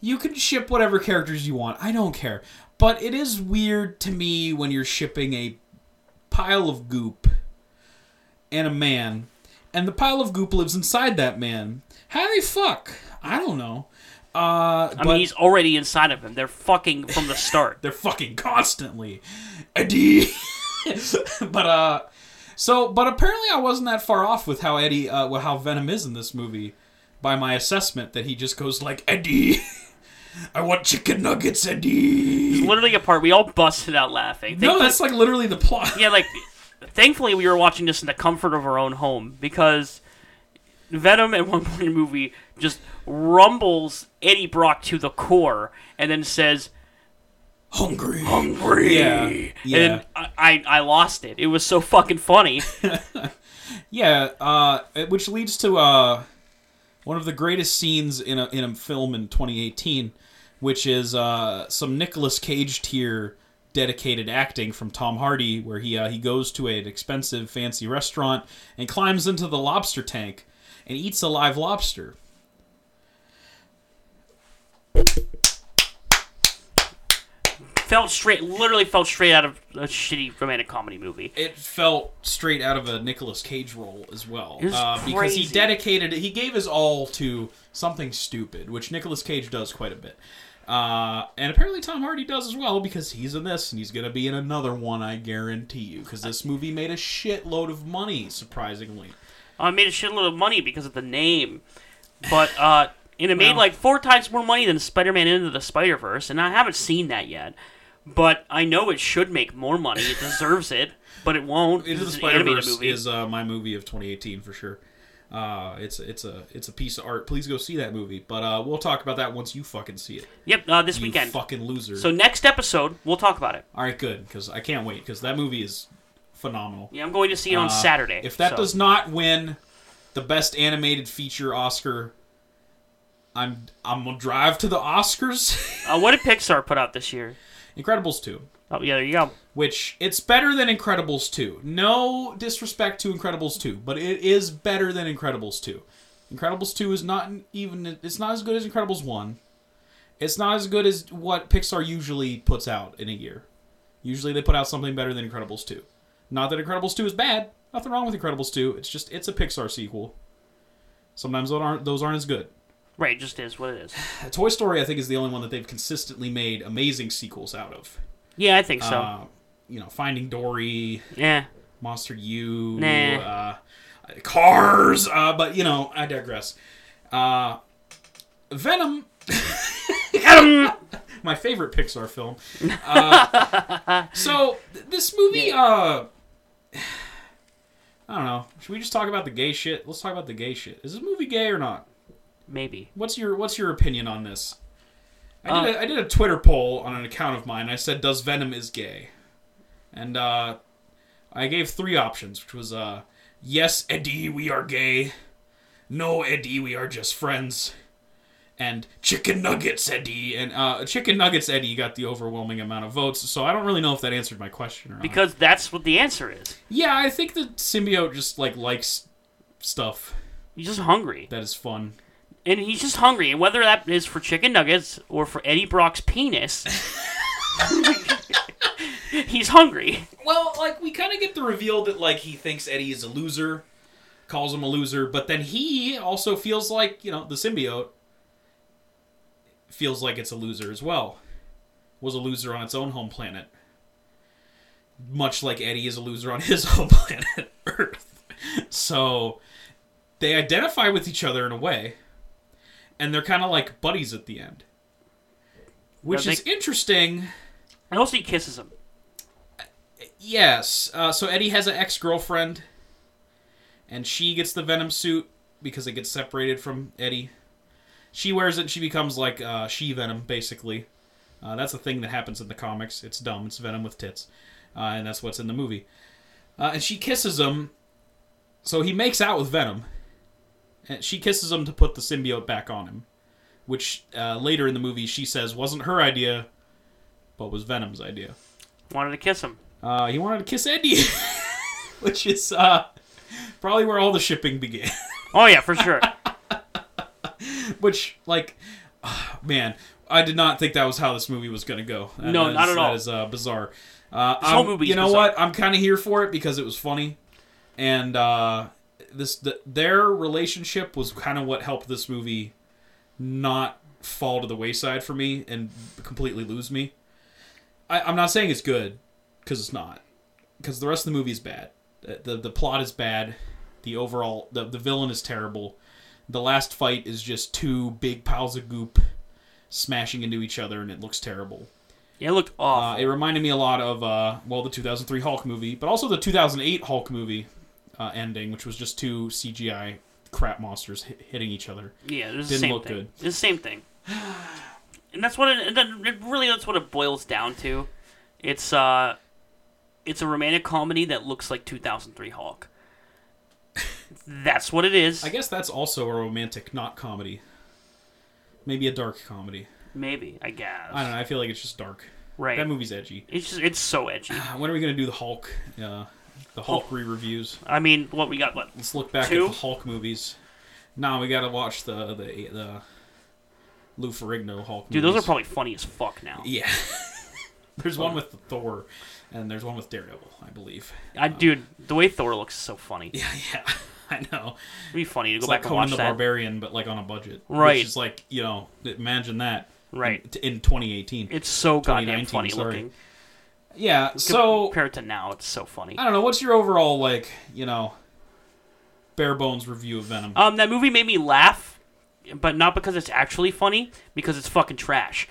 [SPEAKER 1] You can ship whatever characters you want. I don't care. But it is weird to me when you're shipping a pile of goop and a man, and the pile of goop lives inside that man. How they fuck? I don't know. Uh,
[SPEAKER 2] I
[SPEAKER 1] but
[SPEAKER 2] mean, he's already inside of him. They're fucking from the start.
[SPEAKER 1] they're fucking constantly. Eddie. but uh, so but apparently I wasn't that far off with how Eddie uh, with how Venom is in this movie, by my assessment that he just goes like Eddie, I want chicken nuggets, Eddie.
[SPEAKER 2] Literally a part we all busted out laughing.
[SPEAKER 1] No,
[SPEAKER 2] Thankfully-
[SPEAKER 1] that's like literally the plot.
[SPEAKER 2] yeah, like thankfully we were watching this in the comfort of our own home because Venom in one point in the movie just rumbles Eddie Brock to the core and then says
[SPEAKER 1] Hungry.
[SPEAKER 2] hungry.
[SPEAKER 1] Yeah, yeah.
[SPEAKER 2] And then I, I I lost it. It was so fucking funny.
[SPEAKER 1] Yeah, uh, it- which leads to uh, one of the greatest scenes in a in a film in 2018, which is uh, some Nicolas Cage tier dedicated acting from Tom Hardy, where he uh, he goes to an expensive fancy restaurant and climbs into the lobster tank and eats a live lobster.
[SPEAKER 2] felt straight literally felt straight out of a shitty romantic comedy movie.
[SPEAKER 1] It felt straight out of a Nicolas Cage role as well,
[SPEAKER 2] It was
[SPEAKER 1] uh, because he
[SPEAKER 2] crazy.
[SPEAKER 1] dedicated he gave his all to something stupid, which Nicolas Cage does quite a bit. Uh, and apparently Tom Hardy does as well because he's in this and he's gonna be in another one, I guarantee you, because this movie made a shitload of money, surprisingly.
[SPEAKER 2] I made a shitload of money because of the name, but uh, and it made
[SPEAKER 1] Well.
[SPEAKER 2] like four times more money than Spider-Man Into the Spider-Verse, and I haven't seen that yet. But I know it should make more money. It deserves it, but it won't.
[SPEAKER 1] Into the
[SPEAKER 2] It's an animated
[SPEAKER 1] Spider Verse
[SPEAKER 2] movie.
[SPEAKER 1] is uh, my movie of 2018 for sure. Uh, it's it's a it's a piece of art. Please go see that movie. But uh, we'll talk about that once you fucking see it.
[SPEAKER 2] Yep, uh, this
[SPEAKER 1] You
[SPEAKER 2] weekend.
[SPEAKER 1] fucking loser.
[SPEAKER 2] So next episode, we'll talk about it.
[SPEAKER 1] All right, good because I can't wait because that movie is phenomenal.
[SPEAKER 2] Yeah, I'm going to see it on
[SPEAKER 1] Uh,
[SPEAKER 2] Saturday.
[SPEAKER 1] If that
[SPEAKER 2] so-
[SPEAKER 1] does not win the best animated feature Oscar, I'm I'm gonna drive to the Oscars.
[SPEAKER 2] uh, what did Pixar put out this year?
[SPEAKER 1] Incredibles two,
[SPEAKER 2] Oh yeah, there you go.
[SPEAKER 1] which it's better than Incredibles two. No disrespect to Incredibles two, but it is better than Incredibles two. Incredibles two is not even it's not as good as Incredibles one. It's not as good as what Pixar usually puts out in a year. Usually they put out something better than Incredibles 2. Not that Incredibles 2 is bad. Nothing wrong with Incredibles 2. It's just it's a Pixar sequel. Sometimes those aren't those aren't as good.
[SPEAKER 2] Right, it just is what it is.
[SPEAKER 1] Toy Story I think is the only one that they've consistently made amazing sequels out of.
[SPEAKER 2] Yeah, I think so.
[SPEAKER 1] Uh, you know, Finding Dory,
[SPEAKER 2] yeah.
[SPEAKER 1] Monster U,
[SPEAKER 2] Nah.
[SPEAKER 1] uh, Cars, uh, but you know, I digress. Uh, Venom, my favorite Pixar film. Uh, so th- this movie, uh, I don't know. Should we just talk about the gay shit? Let's talk about the gay shit. Is this movie gay or not?
[SPEAKER 2] Maybe.
[SPEAKER 1] What's your What's your opinion on this? I did, a, I did a Twitter poll on an account of mine. I said, "Does Venom is gay?" And uh, I gave three options, which was uh, "Yes, Eddie, we are gay." "No, Eddie, we are just friends." And "Chicken nuggets, Eddie." And uh, "Chicken nuggets, Eddie" got the overwhelming amount of votes. So I don't really know if that answered my question or not.
[SPEAKER 2] Because that's what the answer is.
[SPEAKER 1] yeah, I think the symbiote just like likes stuff
[SPEAKER 2] He's just hungry.
[SPEAKER 1] that is fun.
[SPEAKER 2] and he's just hungry. And whether that is for chicken nuggets or for Eddie Brock's penis, he's hungry.
[SPEAKER 1] Well, like we kind of get the reveal that like he thinks Eddie is a loser, calls him a loser, but then he also feels like you know the symbiote feels like it's a loser as well. Was a loser on its own home planet, much like Eddie is a loser on his home planet Earth. So they identify with each other in a way, and they're kind of like buddies at the end, which
[SPEAKER 2] they-
[SPEAKER 1] is interesting.
[SPEAKER 2] And also, he kisses him.
[SPEAKER 1] Yes. Uh, so Eddie has an ex girlfriend, and she gets the Venom suit because it gets separated from Eddie. She wears it. and She becomes like uh, she Venom, basically. Uh, that's a thing that happens in the comics. It's dumb. It's Venom with tits, uh, and that's what's in the movie. Uh, and she kisses him, so he makes out with Venom, and she kisses him to put the symbiote back on him, which uh, later in the movie she says wasn't her idea, but was Venom's idea.
[SPEAKER 2] Wanted to kiss him.
[SPEAKER 1] Uh, he wanted to kiss Eddie, which is uh, probably where all the shipping began.
[SPEAKER 2] Oh yeah, for sure.
[SPEAKER 1] Which, like, ah, man, I did not think that was how this movie was going to go. And
[SPEAKER 2] No,
[SPEAKER 1] that is-
[SPEAKER 2] not at all.
[SPEAKER 1] That is uh, bizarre. Uh,
[SPEAKER 2] whole
[SPEAKER 1] I'm-
[SPEAKER 2] movie
[SPEAKER 1] You
[SPEAKER 2] is
[SPEAKER 1] know
[SPEAKER 2] bizarre.
[SPEAKER 1] what? I'm kind of here for it because it was funny, and uh, this th their relationship was kind of what helped this movie not fall to the wayside for me and completely lose me. I, I'm not saying it's good because it's not because the rest of the movie is bad. The, the the plot is bad. The overall the the villain is terrible. The last fight is just two big piles of goop smashing into each other, and it looks terrible.
[SPEAKER 2] Yeah, it looked
[SPEAKER 1] Uh,
[SPEAKER 2] awful.
[SPEAKER 1] it reminded me a lot of uh, well the 2003 Hulk movie, but also the 2008 Hulk movie uh, ending, which was just two CGI crap monsters hi hitting each other.
[SPEAKER 2] yeah, it was the
[SPEAKER 1] didn't
[SPEAKER 2] same
[SPEAKER 1] look
[SPEAKER 2] thing.
[SPEAKER 1] good.
[SPEAKER 2] It's the same thing. And that's what it, and then it really that's what it boils down to. It's uh it's a romantic comedy that looks like 2003 Hulk. That's what it is.
[SPEAKER 1] I guess that's also a romantic, not comedy. Maybe a dark comedy.
[SPEAKER 2] Maybe, I guess.
[SPEAKER 1] I don't know. I feel like it's just dark.
[SPEAKER 2] Right.
[SPEAKER 1] That movie's edgy.
[SPEAKER 2] It's just it's so edgy.
[SPEAKER 1] Uh, When are we gonna do the Hulk? Uh, the Hulk re-reviews.
[SPEAKER 2] I mean, what we got what
[SPEAKER 1] Let's look back
[SPEAKER 2] Oh. Two?
[SPEAKER 1] at the Hulk movies. Nah, we gotta watch the the the Lou Ferrigno Hulk.
[SPEAKER 2] Dude,
[SPEAKER 1] movies.
[SPEAKER 2] those are probably funny as fuck now.
[SPEAKER 1] Yeah. there's one with Thor, and there's one with Daredevil, I believe.
[SPEAKER 2] I, dude, the way Thor looks is so funny.
[SPEAKER 1] Yeah, yeah. I know.
[SPEAKER 2] It'd be funny to go
[SPEAKER 1] It's
[SPEAKER 2] back
[SPEAKER 1] like
[SPEAKER 2] and
[SPEAKER 1] Conan
[SPEAKER 2] watch
[SPEAKER 1] the
[SPEAKER 2] that.
[SPEAKER 1] Barbarian, but like on a budget.
[SPEAKER 2] Right.
[SPEAKER 1] Which is like, you know, imagine that.
[SPEAKER 2] Right.
[SPEAKER 1] In, in 2018.
[SPEAKER 2] It's so goddamn
[SPEAKER 1] 2019,
[SPEAKER 2] funny
[SPEAKER 1] sorry.
[SPEAKER 2] looking.
[SPEAKER 1] yeah, so,
[SPEAKER 2] compared to now, it's so funny.
[SPEAKER 1] I don't know. What's your overall, like, you know, bare bones review of Venom?
[SPEAKER 2] Um, that movie made me laugh, but not because it's actually funny, because it's fucking trash.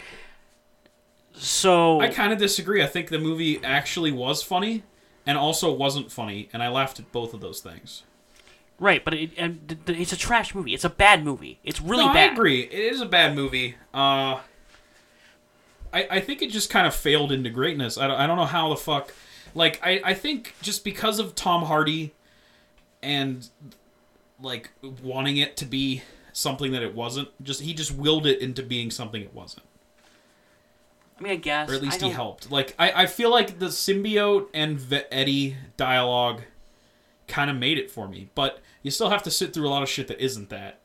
[SPEAKER 2] So
[SPEAKER 1] I kind of disagree. I think the movie actually was funny and also wasn't funny, and I laughed at both of those things.
[SPEAKER 2] right, but it, and th- th- it's a trash movie. It's a bad movie. It's really
[SPEAKER 1] no,
[SPEAKER 2] bad.
[SPEAKER 1] I agree. It is a bad movie. Uh, I I think it just kind of failed into greatness. I don't, I don't know how the fuck. Like I I think just because of Tom Hardy, and like wanting it to be something that it wasn't. Just he just willed it into being something it wasn't.
[SPEAKER 2] I mean, I guess.
[SPEAKER 1] Or at
[SPEAKER 2] I
[SPEAKER 1] least he
[SPEAKER 2] don't-
[SPEAKER 1] helped. Like I I feel like the symbiote and v- Eddie dialogue kind of made it for me. But you still have to sit through a lot of shit that isn't that.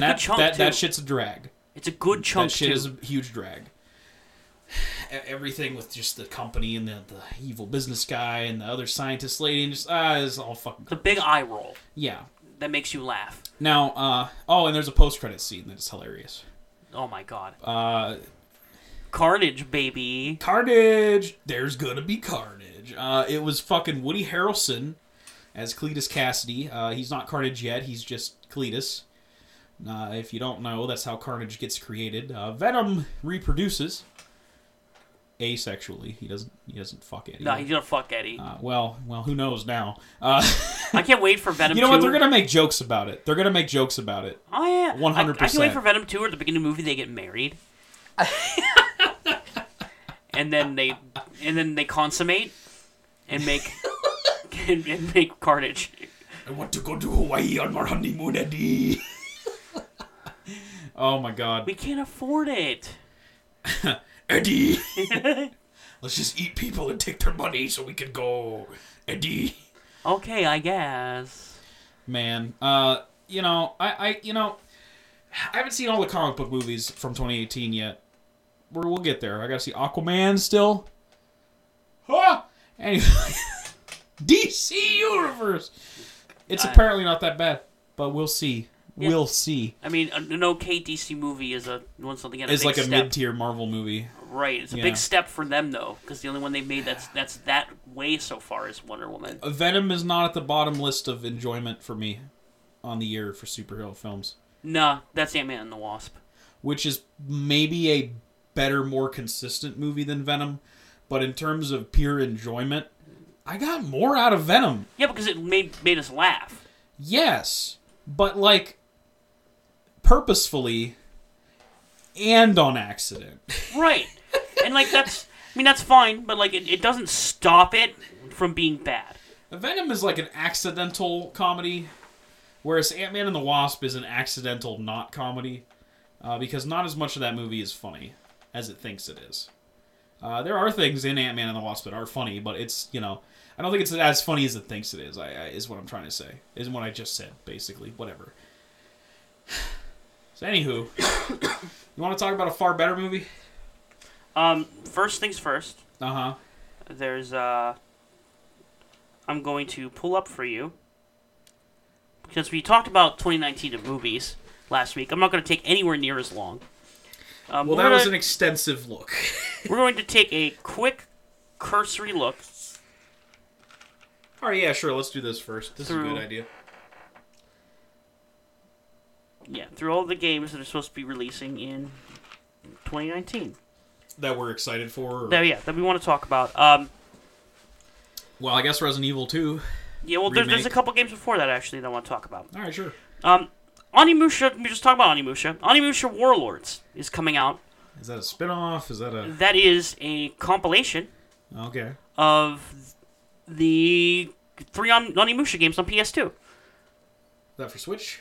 [SPEAKER 1] And
[SPEAKER 2] a good
[SPEAKER 1] that
[SPEAKER 2] chunk,
[SPEAKER 1] that, that
[SPEAKER 2] too.
[SPEAKER 1] shit's a drag
[SPEAKER 2] It's a good chunk
[SPEAKER 1] that shit
[SPEAKER 2] too.
[SPEAKER 1] is a huge drag. E- Everything with just the company and the, the evil business guy and the other scientist lady and just ah, it's all fucking
[SPEAKER 2] The big eye roll
[SPEAKER 1] yeah.
[SPEAKER 2] that makes you laugh.
[SPEAKER 1] Now, uh, oh, and there's a post credit scene that is hilarious.
[SPEAKER 2] Oh my god.
[SPEAKER 1] Uh,
[SPEAKER 2] Carnage, baby.
[SPEAKER 1] carnage, there's gonna be carnage. Uh, it was fucking Woody Harrelson as Cletus Cassidy. Uh, he's not Carnage yet. He's just Cletus. Uh, if you don't know, that's how Carnage gets created. Uh, Venom reproduces asexually. He doesn't. He doesn't fuck anyone.
[SPEAKER 2] No, he's gonna fuck Eddie.
[SPEAKER 1] Uh, well, well, who knows now? Uh,
[SPEAKER 2] I can't wait for Venom.
[SPEAKER 1] you know what?
[SPEAKER 2] 2.
[SPEAKER 1] They're gonna make jokes about it. They're gonna make jokes about it.
[SPEAKER 2] Oh yeah,
[SPEAKER 1] 100%.
[SPEAKER 2] I, I can't wait for Venom two or at the beginning of the movie they get married, and then they and then they consummate and make and, and make carnage.
[SPEAKER 1] I want to go to Hawaii on our honeymoon, Eddie. oh my God,
[SPEAKER 2] We can't afford it.
[SPEAKER 1] Eddie! Let's just eat people and take their money so we can go, Eddie.
[SPEAKER 2] Okay, I guess.
[SPEAKER 1] Man, uh, you know, I, I, you know, I haven't seen all the comic book movies from 2018 yet. We're, we'll get there. I gotta see Aquaman still. Huh? Anyway, DC Universe. It's
[SPEAKER 2] I-
[SPEAKER 1] apparently not that bad, but we'll see.
[SPEAKER 2] Yeah.
[SPEAKER 1] We'll see.
[SPEAKER 2] I mean, an an okay DC movie is a once again a
[SPEAKER 1] It's
[SPEAKER 2] big
[SPEAKER 1] like a
[SPEAKER 2] step.
[SPEAKER 1] mid-tier Marvel movie.
[SPEAKER 2] right, it's a
[SPEAKER 1] yeah.
[SPEAKER 2] big step for them though, because the only one they've made that's that's that way so far is Wonder Woman.
[SPEAKER 1] Venom is not at the bottom list of enjoyment for me on the year for superhero films,
[SPEAKER 2] Nah, that's Ant Man and the Wasp.
[SPEAKER 1] which is maybe a better, more consistent movie than Venom. But in terms of pure enjoyment, I got more out of Venom.
[SPEAKER 2] Yeah, because it made made us laugh.
[SPEAKER 1] Yes, but like purposefully and on accident.
[SPEAKER 2] Right. and like that's I mean that's fine, but like it, it doesn't stop it from being bad.
[SPEAKER 1] Venom is like an accidental comedy, whereas Ant Man and the Wasp is an accidental not comedy, uh, because not as much of that movie is funny as it thinks it is. Uh, there are things in Ant Man and the Wasp that are funny, but it's you know I don't think it's as funny as it thinks it is. I, I is what I'm trying to say. Is what I just said basically. Whatever. So anywho, you want to talk about a far better movie?
[SPEAKER 2] Um first things first,
[SPEAKER 1] Uh huh.
[SPEAKER 2] there's uh I'm going to pull up for you because we talked about 2019 of movies last week. I'm not going to take anywhere near as long. Um,
[SPEAKER 1] Well,
[SPEAKER 2] we're
[SPEAKER 1] that was an
[SPEAKER 2] gonna-
[SPEAKER 1] extensive look.
[SPEAKER 2] we're going to take a quick cursory look
[SPEAKER 1] All right, yeah, sure. Let's do this first. This is a
[SPEAKER 2] Through-
[SPEAKER 1] good idea.
[SPEAKER 2] yeah, through all the games that are supposed to be releasing in 2019.
[SPEAKER 1] That we're excited for. or-
[SPEAKER 2] There, yeah, that we want to talk about. Um,
[SPEAKER 1] Well, I guess Resident Evil 2.
[SPEAKER 2] yeah, well, there, there's a
[SPEAKER 1] Remake.
[SPEAKER 2] couple games before that actually that I want to talk about.
[SPEAKER 1] All right, sure.
[SPEAKER 2] Um, Onimusha, we just talked about Onimusha. Onimusha Warlords is coming out.
[SPEAKER 1] Is that a spin-off? Is that a
[SPEAKER 2] That is a compilation
[SPEAKER 1] okay?
[SPEAKER 2] of the three on Onimusha games on PS2,
[SPEAKER 1] Is that for Switch?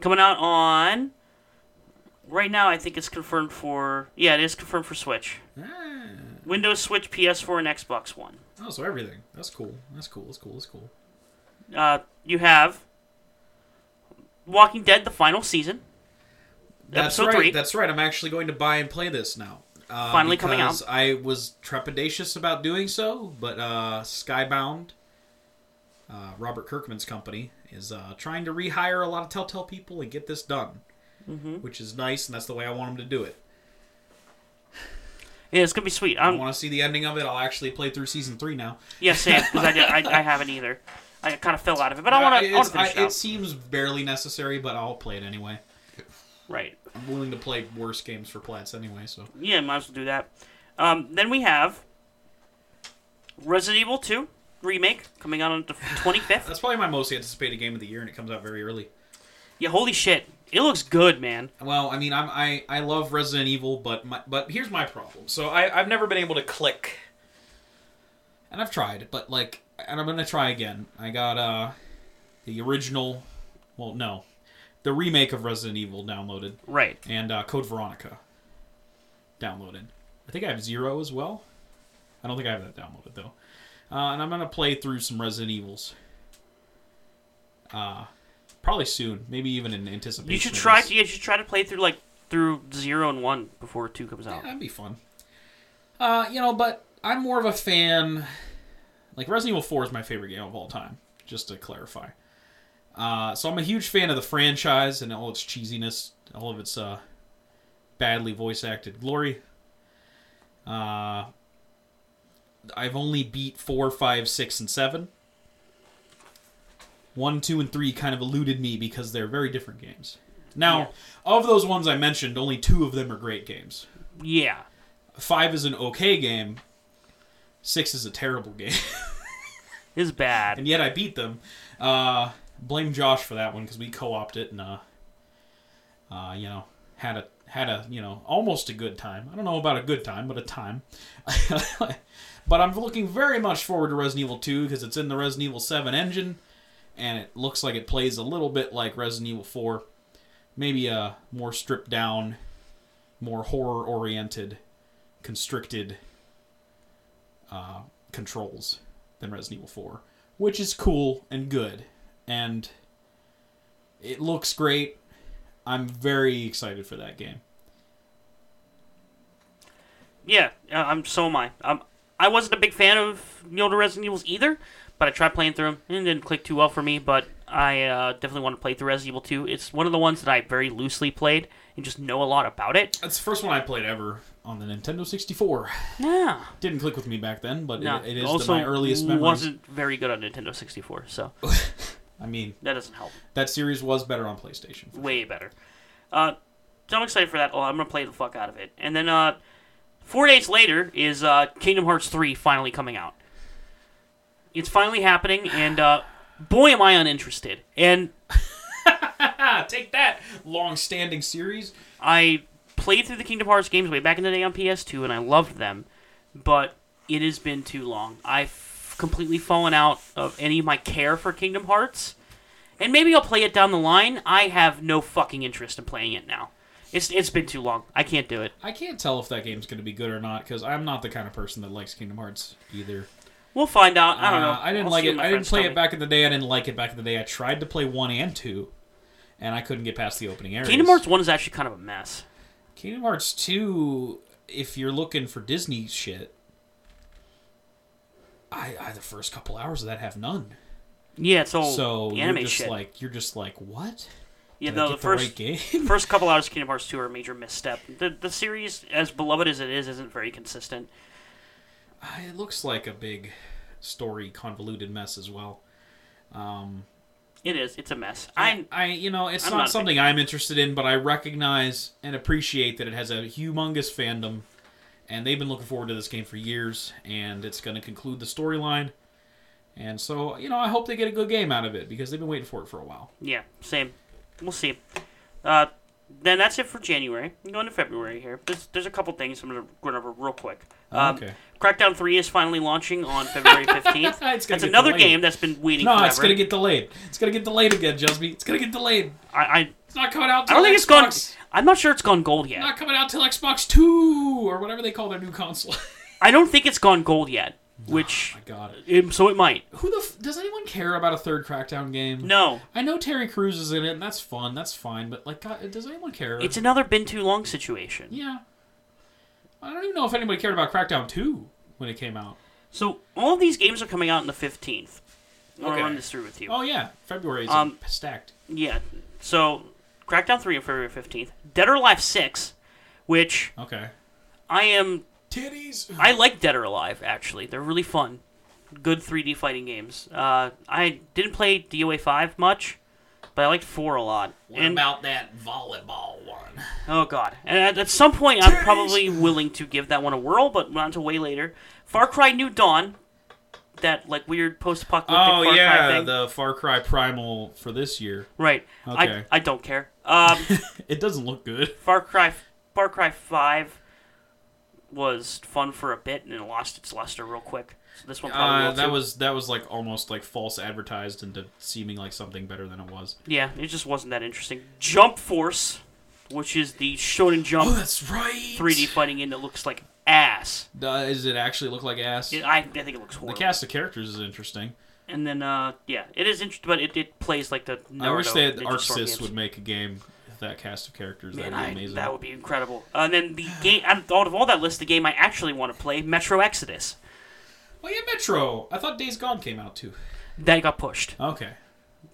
[SPEAKER 2] coming out on. Right now, I think it's confirmed for yeah, it is confirmed for Switch,
[SPEAKER 1] Ah.
[SPEAKER 2] Windows, Switch, PS4, and Xbox One.
[SPEAKER 1] Oh, so everything. That's cool. That's cool. That's cool. That's cool.
[SPEAKER 2] Uh, you have Walking Dead, the final season.
[SPEAKER 1] That's
[SPEAKER 2] Episode
[SPEAKER 1] right.
[SPEAKER 2] three.
[SPEAKER 1] That's right. I'm actually going to buy and play this now. Uh,
[SPEAKER 2] Finally coming out.
[SPEAKER 1] because I was trepidatious about doing so, but uh, Skybound, uh, Robert Kirkman's company, is uh, trying to rehire a lot of Telltale people and get this done, mm-hmm. which is nice, and that's the way I want them to do it.
[SPEAKER 2] Yeah, it's gonna be sweet.
[SPEAKER 1] I
[SPEAKER 2] I'm,
[SPEAKER 1] want to see the ending of it. I'll actually play through season three now.
[SPEAKER 2] yeah, same because I, did- I, I haven't either. I kind of fell out of it, but I
[SPEAKER 1] Uh,
[SPEAKER 2] want to. I want
[SPEAKER 1] it's-
[SPEAKER 2] to finish it
[SPEAKER 1] I-
[SPEAKER 2] out.
[SPEAKER 1] It seems barely necessary, but I'll play it anyway.
[SPEAKER 2] Right.
[SPEAKER 1] I'm willing to play worse games for Platts anyway, so.
[SPEAKER 2] Yeah, might as well do that. Um, then we have Resident Evil Two remake coming out on the twenty fifth.
[SPEAKER 1] That's probably my most anticipated game of the year, and it comes out very early.
[SPEAKER 2] Yeah, holy shit, it looks good, man.
[SPEAKER 1] Well, I mean, I'm, I I love Resident Evil, but my, but here's my problem. So I I've never been able to click, and I've tried, but like, and I'm gonna try again. I got uh, the original, well, no, the remake of Resident Evil downloaded,
[SPEAKER 2] Right.
[SPEAKER 1] and uh, Code Veronica downloaded. I think I have Zero as well. I don't think I have that downloaded though. Uh, and I'm gonna play through some Resident Evils. Uh, probably soon, maybe even in anticipation.
[SPEAKER 2] You should
[SPEAKER 1] of
[SPEAKER 2] try.
[SPEAKER 1] this.
[SPEAKER 2] To, yeah, you should try to play through like through zero and one before two comes out.
[SPEAKER 1] Yeah, that'd be fun. Uh, you know, but I'm more of a fan. Like Resident Evil Four is my favorite game of all time. Just to clarify. Uh, so I'm a huge fan of the franchise and all its cheesiness, all of its uh, badly voice acted glory. Uh, I've only beat four, five, six, and seven. One, two, and three kind of eluded me because they're very different games. Now,
[SPEAKER 2] Yeah.
[SPEAKER 1] of those ones I mentioned, only two of them are great games
[SPEAKER 2] Yeah.
[SPEAKER 1] five is an okay game six is a terrible game
[SPEAKER 2] It's bad.
[SPEAKER 1] and yet i beat them uh, blame josh for that one because we co-opted it and uh, uh, you know had a had a you know almost a good time i don't know about a good time but a time but i'm looking very much forward to resident evil 2 because it's in the resident evil 7 engine and it looks like it plays a little bit like resident evil 4 maybe uh, more stripped down more horror oriented constricted uh, controls than Resident Evil 4, which is cool and good. And it looks great. I'm very excited for that game.
[SPEAKER 2] Yeah, uh, I'm so am I. Um, I wasn't a big fan of the older Resident Evils either, but I tried playing through them and it didn't click too well for me. But I uh, definitely want to play through Resident Evil 2. It's one of the ones that I very loosely played and just know a lot about it.
[SPEAKER 1] That's the first one I played ever on the Nintendo 64.
[SPEAKER 2] Yeah,
[SPEAKER 1] Didn't click with me back then, but
[SPEAKER 2] no,
[SPEAKER 1] it, it is
[SPEAKER 2] also
[SPEAKER 1] the, my earliest memories.
[SPEAKER 2] wasn't very good on Nintendo 64, so
[SPEAKER 1] I mean,
[SPEAKER 2] that doesn't help.
[SPEAKER 1] that series was better on PlayStation.
[SPEAKER 2] Way better. Uh, so I'm excited for that. Oh, I'm gonna play the fuck out of it. And then uh, four days later is uh, Kingdom Hearts 3 finally coming out. It's finally happening, and uh, boy, am I uninterested. And
[SPEAKER 1] ha, Ah, take that long-standing series.
[SPEAKER 2] I played through the Kingdom Hearts games way back in the day on PS2, and I loved them, but it has been too long. I've completely fallen out of any of my care for Kingdom Hearts, and maybe I'll play it down the line. I have no fucking interest in playing it now. It's it's been too long. I can't do it.
[SPEAKER 1] I can't tell if that game's going to be good or not because I'm not the kind of person that likes Kingdom Hearts either.
[SPEAKER 2] We'll find out. I don't
[SPEAKER 1] Uh,
[SPEAKER 2] know.
[SPEAKER 1] I didn't
[SPEAKER 2] I'll
[SPEAKER 1] like
[SPEAKER 2] see
[SPEAKER 1] it.
[SPEAKER 2] what my
[SPEAKER 1] I didn't
[SPEAKER 2] friends
[SPEAKER 1] play
[SPEAKER 2] tell
[SPEAKER 1] it
[SPEAKER 2] me.
[SPEAKER 1] back in the day. I didn't like it back in the day. I tried to play one and two, and I couldn't get past the opening areas.
[SPEAKER 2] Kingdom Hearts One is actually kind of a mess.
[SPEAKER 1] Kingdom Hearts two. If you're looking for Disney shit, I, I the first couple hours of that have none.
[SPEAKER 2] Yeah, it's all
[SPEAKER 1] so
[SPEAKER 2] Oh, the
[SPEAKER 1] you're
[SPEAKER 2] anime
[SPEAKER 1] just
[SPEAKER 2] shit.
[SPEAKER 1] like you're just like what?
[SPEAKER 2] yeah,
[SPEAKER 1] Did I
[SPEAKER 2] no, the
[SPEAKER 1] get
[SPEAKER 2] first
[SPEAKER 1] right game.
[SPEAKER 2] first couple hours of Kingdom Hearts 2 are a major misstep. The, the series, as beloved as it is, isn't very consistent.
[SPEAKER 1] Uh, It looks like a big story convoluted mess as well. Um,
[SPEAKER 2] It is. It's a mess. I'm.
[SPEAKER 1] I you know it's
[SPEAKER 2] I'm
[SPEAKER 1] not,
[SPEAKER 2] not a big
[SPEAKER 1] something I'm interested in, but I recognize and appreciate that it has a humongous fandom, and they've been looking forward to this game for years, and it's going to conclude the storyline. And so you know I hope they get a good game out of it because they've been waiting for it for a while.
[SPEAKER 2] Yeah, same. We'll see. Uh, then that's it for January. I'm going to February here. There's, there's a couple things I'm going to run over real quick. Um,
[SPEAKER 1] Oh, okay, Ah,
[SPEAKER 2] Crackdown 3 is finally launching on February 15th.
[SPEAKER 1] It's gonna
[SPEAKER 2] that's
[SPEAKER 1] get
[SPEAKER 2] another
[SPEAKER 1] delayed.
[SPEAKER 2] game that's been waiting
[SPEAKER 1] no,
[SPEAKER 2] forever.
[SPEAKER 1] it's going to get delayed. It's going to get delayed again, Jusby. It's going to get delayed.
[SPEAKER 2] I, I,
[SPEAKER 1] It's not coming out.
[SPEAKER 2] I
[SPEAKER 1] Till
[SPEAKER 2] don't think it's gone.
[SPEAKER 1] Xbox.
[SPEAKER 2] I'm not sure it's gone gold yet.
[SPEAKER 1] Not coming out till Xbox Two or whatever they call their new console.
[SPEAKER 2] I don't think it's gone gold yet, which.
[SPEAKER 1] My God.
[SPEAKER 2] um, so it might.
[SPEAKER 1] Who the f- does anyone care about a third Crackdown game?
[SPEAKER 2] No.
[SPEAKER 1] I know Terry Crews is in it, and that's fun. That's fine, but like, God, does anyone care?
[SPEAKER 2] It's another been too long situation.
[SPEAKER 1] yeah. I don't even know if anybody cared about Crackdown Two when it came out.
[SPEAKER 2] So all of these games are coming out on the 15th. I'm going
[SPEAKER 1] Okay.
[SPEAKER 2] to run this through with you.
[SPEAKER 1] Oh yeah, February is
[SPEAKER 2] Um,
[SPEAKER 1] stacked.
[SPEAKER 2] Yeah. So Crackdown 3 on February 15th. Dead or Alive 6, which
[SPEAKER 1] Okay.
[SPEAKER 2] I am
[SPEAKER 1] Titties.
[SPEAKER 2] I like Dead or Alive actually. They're really fun. Good 3D fighting games. Uh, I didn't play DOA 5 much, but I liked 4 a lot. and
[SPEAKER 1] about that volleyball one?
[SPEAKER 2] oh god. And at, at some point I'm probably willing to give that one a whirl, but not until way later. Far Cry New Dawn, that like weird post-apocalyptic
[SPEAKER 1] Oh
[SPEAKER 2] Far Cry
[SPEAKER 1] yeah,
[SPEAKER 2] thing.
[SPEAKER 1] the Far Cry Primal for this year.
[SPEAKER 2] Right.
[SPEAKER 1] Okay.
[SPEAKER 2] I, I don't care. Um,
[SPEAKER 1] It doesn't look good.
[SPEAKER 2] Far Cry Far Cry Five was fun for a bit and it lost its luster real quick. So this one probably
[SPEAKER 1] Uh,
[SPEAKER 2] will
[SPEAKER 1] that
[SPEAKER 2] too.
[SPEAKER 1] was that was like almost like false advertised into seeming like something better than it was.
[SPEAKER 2] yeah. It just wasn't that interesting. Jump Force, which is the Shonen
[SPEAKER 1] Oh,
[SPEAKER 2] Jump
[SPEAKER 1] that's right.
[SPEAKER 2] 3D fighting game that looks like ass.
[SPEAKER 1] Does it actually look like ass?
[SPEAKER 2] It, I, I think it looks
[SPEAKER 1] The
[SPEAKER 2] horrible.
[SPEAKER 1] cast of characters is interesting.
[SPEAKER 2] And then uh, yeah, it is interesting, but it, it plays like the. Naruto
[SPEAKER 1] I wish they had
[SPEAKER 2] Ninja Storm
[SPEAKER 1] ArcSys
[SPEAKER 2] games.
[SPEAKER 1] would make a game with that cast of characters.
[SPEAKER 2] Man,
[SPEAKER 1] That'd be
[SPEAKER 2] I-
[SPEAKER 1] amazing.
[SPEAKER 2] that would be incredible. Uh, And then the game out of all of all that list, the game I actually want to play, Metro Exodus,
[SPEAKER 1] Oh yeah, Metro. I thought Days Gone came out too.
[SPEAKER 2] that got pushed,
[SPEAKER 1] Okay.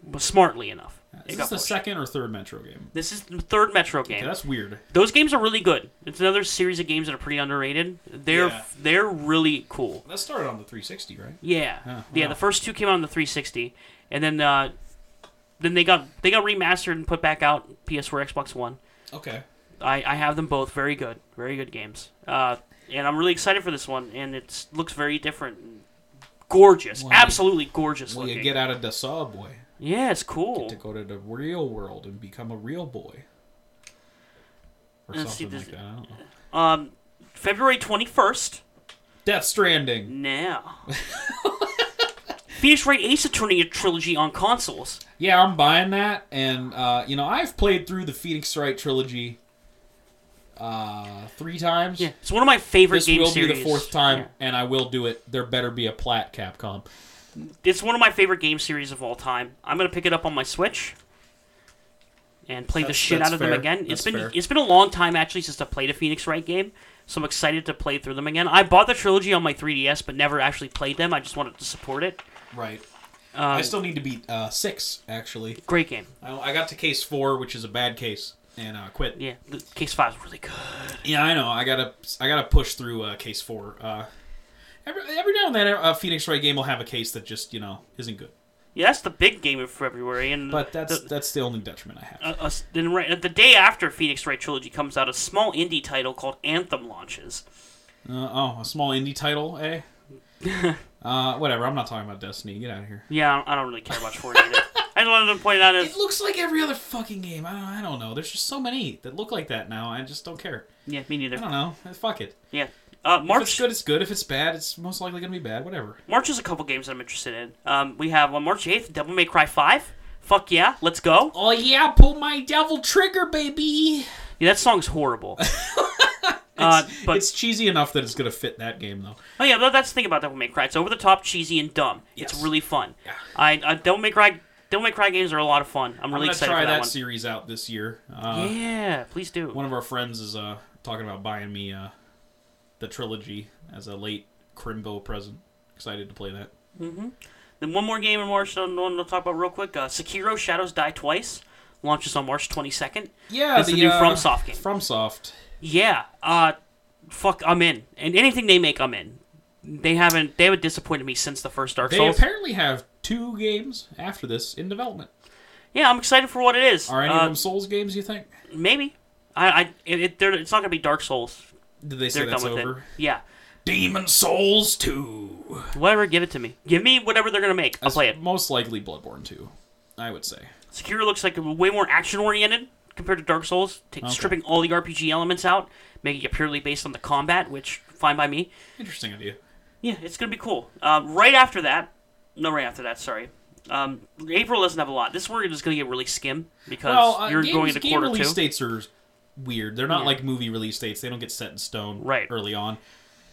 [SPEAKER 2] but smartly enough. it
[SPEAKER 1] Is
[SPEAKER 2] got
[SPEAKER 1] this the
[SPEAKER 2] pushed.
[SPEAKER 1] second or third Metro game?
[SPEAKER 2] This is the third Metro
[SPEAKER 1] Okay,
[SPEAKER 2] game.
[SPEAKER 1] that's weird.
[SPEAKER 2] Those games are really good. It's another series of games that are pretty underrated. They're
[SPEAKER 1] Yeah.
[SPEAKER 2] they're really cool.
[SPEAKER 1] That started on the 360, right?
[SPEAKER 2] Yeah,
[SPEAKER 1] Huh,
[SPEAKER 2] yeah.
[SPEAKER 1] wow.
[SPEAKER 2] The first two came out on the 360, and then uh, then they got they got remastered and put back out PS4, Xbox One.
[SPEAKER 1] Okay.
[SPEAKER 2] I, I have them both. Very good, very good games. Uh, and I'm really excited for this one. And it looks very different, and gorgeous,
[SPEAKER 1] Well,
[SPEAKER 2] absolutely gorgeous
[SPEAKER 1] Well,
[SPEAKER 2] looking.
[SPEAKER 1] you get out of the subway
[SPEAKER 2] yeah, it's cool.
[SPEAKER 1] to go to the real world and become a real boy, or
[SPEAKER 2] Let's Uh, see,
[SPEAKER 1] something like
[SPEAKER 2] does-
[SPEAKER 1] that. I don't know.
[SPEAKER 2] Um, February 21st.
[SPEAKER 1] Death Stranding.
[SPEAKER 2] Now. Phoenix Wright Ace Attorney trilogy on consoles.
[SPEAKER 1] Yeah, I'm buying that, and uh, you know I've played through the Phoenix Wright trilogy uh, three times.
[SPEAKER 2] Yeah, it's one of my favorite
[SPEAKER 1] this
[SPEAKER 2] game
[SPEAKER 1] will
[SPEAKER 2] series.
[SPEAKER 1] be the fourth time,
[SPEAKER 2] Yeah.
[SPEAKER 1] and I will do it. There better be a plat, Capcom.
[SPEAKER 2] It's one of my favorite game series of all time. I'm gonna pick it up on my Switch and play the
[SPEAKER 1] That's-
[SPEAKER 2] shit
[SPEAKER 1] that's
[SPEAKER 2] out of
[SPEAKER 1] fair.
[SPEAKER 2] them again. It's
[SPEAKER 1] That's
[SPEAKER 2] been
[SPEAKER 1] fair.
[SPEAKER 2] it's been a long time actually since I played a Phoenix Wright game, so I'm excited to play through them again. I bought the trilogy on my 3DS, but never actually played them. I just wanted to support it.
[SPEAKER 1] Right.
[SPEAKER 2] Um,
[SPEAKER 1] I still need to beat uh, six. Actually,
[SPEAKER 2] great game.
[SPEAKER 1] I, I got to case four, which is a bad case, and uh, quit. Yeah.
[SPEAKER 2] Yeah, the Case Five is really good.
[SPEAKER 1] I know. I gotta. I gotta push through uh, case four. Uh, every every now and then, a Phoenix Wright game will have a case that just you know isn't good.
[SPEAKER 2] Yeah, that's the big game of February, and
[SPEAKER 1] But that's
[SPEAKER 2] Mm. the, Uh.
[SPEAKER 1] that's the only detriment I have.
[SPEAKER 2] a- a s- then right, the day after Phoenix Wright trilogy comes out, a small indie title called Anthem launches.
[SPEAKER 1] Uh, oh, a small indie title, eh? uh, whatever. I'm not talking about Destiny. Get out of here.
[SPEAKER 2] Yeah, I don't, I don't really care much for it either. I I just wanted to point out
[SPEAKER 1] It
[SPEAKER 2] is
[SPEAKER 1] looks like every other fucking game. I don't, I don't know. There's just so many that look like that now. I just don't care.
[SPEAKER 2] yeah, me
[SPEAKER 1] I
[SPEAKER 2] neither.
[SPEAKER 1] don't know. Eh, Fuck Oh. it.
[SPEAKER 2] Yeah, uh,
[SPEAKER 1] If it's
[SPEAKER 2] March
[SPEAKER 1] good, it's good. If it's bad, it's most likely gonna be bad. Whatever.
[SPEAKER 2] March is a couple games I'm interested in. Um, we have on March eighth, Devil May Cry five. Fuck yeah, let's go.
[SPEAKER 1] Oh yeah, pull my devil trigger, baby.
[SPEAKER 2] Yeah, that song's horrible. uh, but
[SPEAKER 1] it's cheesy enough that it's gonna fit that game though.
[SPEAKER 2] Oh yeah, but that's the thing about Devil May Cry. It's over the top, cheesy, and dumb.
[SPEAKER 1] Yes.
[SPEAKER 2] It's really fun.
[SPEAKER 1] Yeah.
[SPEAKER 2] I uh, Devil May Cry Devil May Cry games are a lot of fun. I'm really
[SPEAKER 1] I'm gonna
[SPEAKER 2] excited
[SPEAKER 1] try
[SPEAKER 2] for
[SPEAKER 1] that,
[SPEAKER 2] that, one.
[SPEAKER 1] series out this year. Uh,
[SPEAKER 2] yeah, please do.
[SPEAKER 1] One of our friends is uh, talking about buying me uh, the trilogy as a late Crimbo present. Excited to play that.
[SPEAKER 2] Then one more game in March. One we'll talk about real quick. Uh, Sekiro: Shadows Die Twice launches on March 22nd.
[SPEAKER 1] Yeah, uh,
[SPEAKER 2] It's the new FromSoft game.
[SPEAKER 1] FromSoft.
[SPEAKER 2] Yeah. Uh, fuck, I'm in. And anything they make, I'm in. They haven't. They haven't disappointed me since the first Dark
[SPEAKER 1] They
[SPEAKER 2] Souls.
[SPEAKER 1] apparently have two games after this in development.
[SPEAKER 2] yeah, I'm excited for what it is.
[SPEAKER 1] Are any
[SPEAKER 2] Uh,
[SPEAKER 1] of them Souls games? You think?
[SPEAKER 2] Maybe. I. I. It, it, they're- it's not gonna be Dark Souls.
[SPEAKER 1] Did they say
[SPEAKER 2] They're
[SPEAKER 1] that's
[SPEAKER 2] done with
[SPEAKER 1] over?
[SPEAKER 2] it. Yeah.
[SPEAKER 1] Demon Souls Two.
[SPEAKER 2] Whatever, give it to me. Give me whatever they're gonna make. I'll play it.
[SPEAKER 1] Most likely Bloodborne Two. I would say.
[SPEAKER 2] Sekiro looks like way more action oriented compared to Dark Souls, take, stripping all the RPG elements out, making it purely based on the combat, which fine by me.
[SPEAKER 1] Interesting idea.
[SPEAKER 2] Yeah, it's gonna be cool. Um, right after that, no, right after that, sorry. Um, April doesn't have a lot. This one is gonna get really skim because
[SPEAKER 1] Well, uh,
[SPEAKER 2] you're
[SPEAKER 1] games,
[SPEAKER 2] going into
[SPEAKER 1] game
[SPEAKER 2] quarter two.
[SPEAKER 1] release dates are weird. They're not
[SPEAKER 2] Yeah.
[SPEAKER 1] like movie release dates. They don't get set in stone
[SPEAKER 2] Right.
[SPEAKER 1] early on.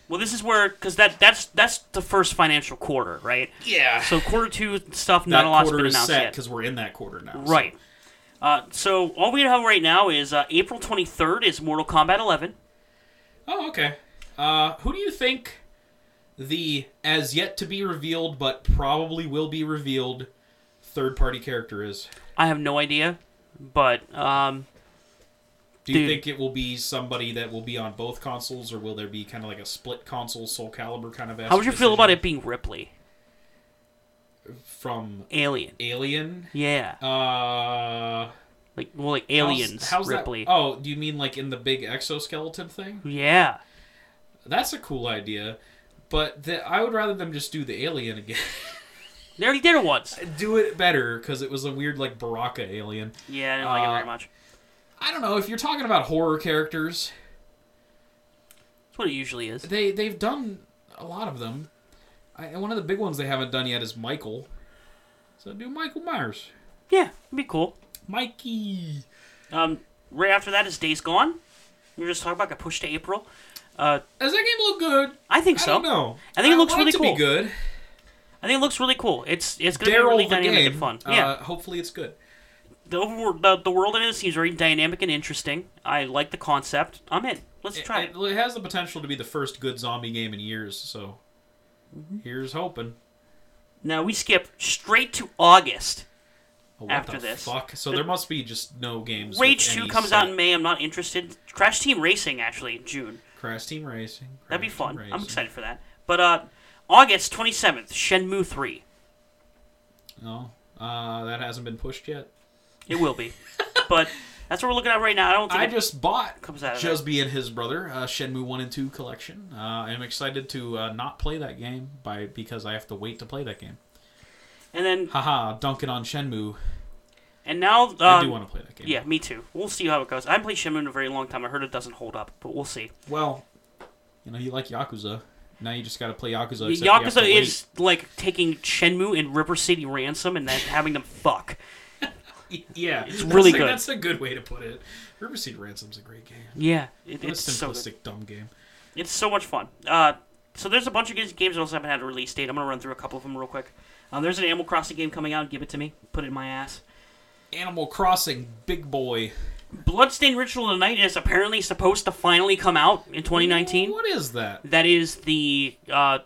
[SPEAKER 2] well, this is where because that that's that's the first financial quarter, right?
[SPEAKER 1] Yeah.
[SPEAKER 2] So quarter two stuff,
[SPEAKER 1] that
[SPEAKER 2] not a lot's
[SPEAKER 1] quarter
[SPEAKER 2] been
[SPEAKER 1] is
[SPEAKER 2] announced
[SPEAKER 1] set
[SPEAKER 2] yet.
[SPEAKER 1] because we're in that quarter now. so-
[SPEAKER 2] Right. Uh, so all we have right now is uh, April 23rd is Mortal Kombat 11.
[SPEAKER 1] Oh, okay. Uh, who do you think the as yet to be revealed but probably will be revealed third party character is?
[SPEAKER 2] I have no idea, but um,
[SPEAKER 1] Do you
[SPEAKER 2] Dude.
[SPEAKER 1] think it will be somebody that will be on both consoles, or will there be kind of like a split console Soul Caliber kind of?
[SPEAKER 2] how would you feel about it being Ripley,
[SPEAKER 1] from
[SPEAKER 2] Alien?
[SPEAKER 1] Alien?
[SPEAKER 2] Yeah,
[SPEAKER 1] Uh,
[SPEAKER 2] like well, like
[SPEAKER 1] how's-
[SPEAKER 2] aliens,
[SPEAKER 1] How's, that-
[SPEAKER 2] Ripley.
[SPEAKER 1] Oh, do you mean like in the big exoskeleton thing?
[SPEAKER 2] Yeah,
[SPEAKER 1] That's a cool idea, but the, I would rather them just do the alien again.
[SPEAKER 2] they already did it once.
[SPEAKER 1] do it better because it was a weird like Baraka alien.
[SPEAKER 2] Yeah, I didn't like
[SPEAKER 1] Uh,
[SPEAKER 2] it very much.
[SPEAKER 1] I don't know if you're talking about horror characters.
[SPEAKER 2] That's what it usually is.
[SPEAKER 1] They they've done a lot of them. I, and one of the big ones they haven't done yet is Michael. So do Michael Myers,
[SPEAKER 2] Yeah, it'd be cool.
[SPEAKER 1] Mikey.
[SPEAKER 2] Um, right after that is Days Gone. We were just talking about got pushed to April. Uh,
[SPEAKER 1] Does that game look good?
[SPEAKER 2] I think
[SPEAKER 1] I
[SPEAKER 2] so.
[SPEAKER 1] don't know.
[SPEAKER 2] I think it looks
[SPEAKER 1] want
[SPEAKER 2] really
[SPEAKER 1] to
[SPEAKER 2] cool.
[SPEAKER 1] Be good.
[SPEAKER 2] I think it looks really cool. It's it's gonna
[SPEAKER 1] Daryl
[SPEAKER 2] be really
[SPEAKER 1] the
[SPEAKER 2] dynamic
[SPEAKER 1] game.
[SPEAKER 2] and fun.
[SPEAKER 1] Uh,
[SPEAKER 2] yeah,
[SPEAKER 1] Hopefully it's good.
[SPEAKER 2] the, over, the the world in it seems very dynamic and interesting. I like the concept. I'm in. Let's
[SPEAKER 1] It,
[SPEAKER 2] try
[SPEAKER 1] it- it has the potential to be the first good zombie game in years. So
[SPEAKER 2] Mm-hmm.
[SPEAKER 1] here's hoping.
[SPEAKER 2] Now we skip straight to August.
[SPEAKER 1] Oh, what
[SPEAKER 2] After
[SPEAKER 1] the
[SPEAKER 2] this.
[SPEAKER 1] fuck. So there must be just no games. with
[SPEAKER 2] Rage 2
[SPEAKER 1] any
[SPEAKER 2] comes out
[SPEAKER 1] set.
[SPEAKER 2] in May. I'm not interested. Crash Team Racing, actually, in June.
[SPEAKER 1] Crash Team Racing.
[SPEAKER 2] That'd be
[SPEAKER 1] Crash Team
[SPEAKER 2] fun. I'm
[SPEAKER 1] Racing.
[SPEAKER 2] excited for that. But uh, August 27th, Shenmue 3.
[SPEAKER 1] No, uh, that hasn't been pushed yet.
[SPEAKER 2] It will be. but that's what we're looking at right now. I don't think
[SPEAKER 1] I
[SPEAKER 2] it-
[SPEAKER 1] just bought
[SPEAKER 2] Comes out of
[SPEAKER 1] Jusby and his brother uh, Shenmue One and Two collection. Uh, I'm excited to uh, not play that game by because I have to wait to play that game.
[SPEAKER 2] And then,
[SPEAKER 1] Haha, dunking on Shenmue.
[SPEAKER 2] and now. Um,
[SPEAKER 1] I do want to play that game.
[SPEAKER 2] Yeah, me too. We'll see how it goes. I haven't played Shenmue in a very long time. I heard it doesn't hold up, but we'll see.
[SPEAKER 1] Well, you know you like Yakuza. Now you just got to play Yakuza. except you have to
[SPEAKER 2] Yakuza
[SPEAKER 1] wait.
[SPEAKER 2] is like taking Shenmue and River City Ransom and then having them fuck.
[SPEAKER 1] yeah, it's
[SPEAKER 2] really good.
[SPEAKER 1] That's a good way to put it. River Seed Ransom's a great game.
[SPEAKER 2] Yeah, it,
[SPEAKER 1] What
[SPEAKER 2] it's
[SPEAKER 1] a
[SPEAKER 2] so good.
[SPEAKER 1] simplistic dumb game.
[SPEAKER 2] It's so much fun. Uh, so there's a bunch of games, games that also haven't had a release date. I'm gonna run through a couple of them real quick. Um, there's an Animal Crossing game coming out. Give it to me. Put it in my ass.
[SPEAKER 1] Animal Crossing, big boy.
[SPEAKER 2] Bloodstained Ritual Tonight is apparently supposed to finally come out in 2019.
[SPEAKER 1] What is that?
[SPEAKER 2] That is the uh,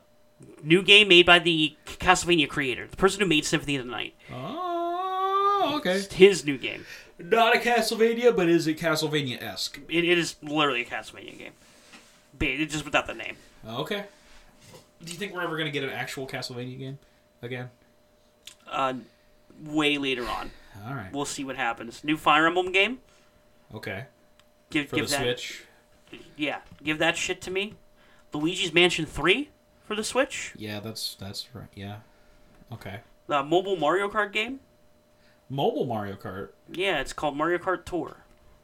[SPEAKER 2] new game made by the Castlevania creator, the person who made Symphony of the Night.
[SPEAKER 1] Oh, okay.
[SPEAKER 2] It's his new game.
[SPEAKER 1] Not a Castlevania, but is it Castlevania esque?
[SPEAKER 2] It, it is literally a Castlevania game, Ba- it's just without the name.
[SPEAKER 1] Okay. Do you think we're ever gonna get an actual Castlevania game again?
[SPEAKER 2] Uh, way later on,
[SPEAKER 1] All right.
[SPEAKER 2] we'll see what happens. New Fire Emblem game.
[SPEAKER 1] Okay.
[SPEAKER 2] Give,
[SPEAKER 1] For
[SPEAKER 2] give
[SPEAKER 1] the
[SPEAKER 2] that.
[SPEAKER 1] Switch.
[SPEAKER 2] Yeah, give that shit to me. Luigi's Mansion 3 for the Switch.
[SPEAKER 1] Yeah, that's that's right. Yeah. Okay.
[SPEAKER 2] The mobile Mario Kart game.
[SPEAKER 1] Mobile Mario Kart.
[SPEAKER 2] Yeah, it's called Mario Kart Tour.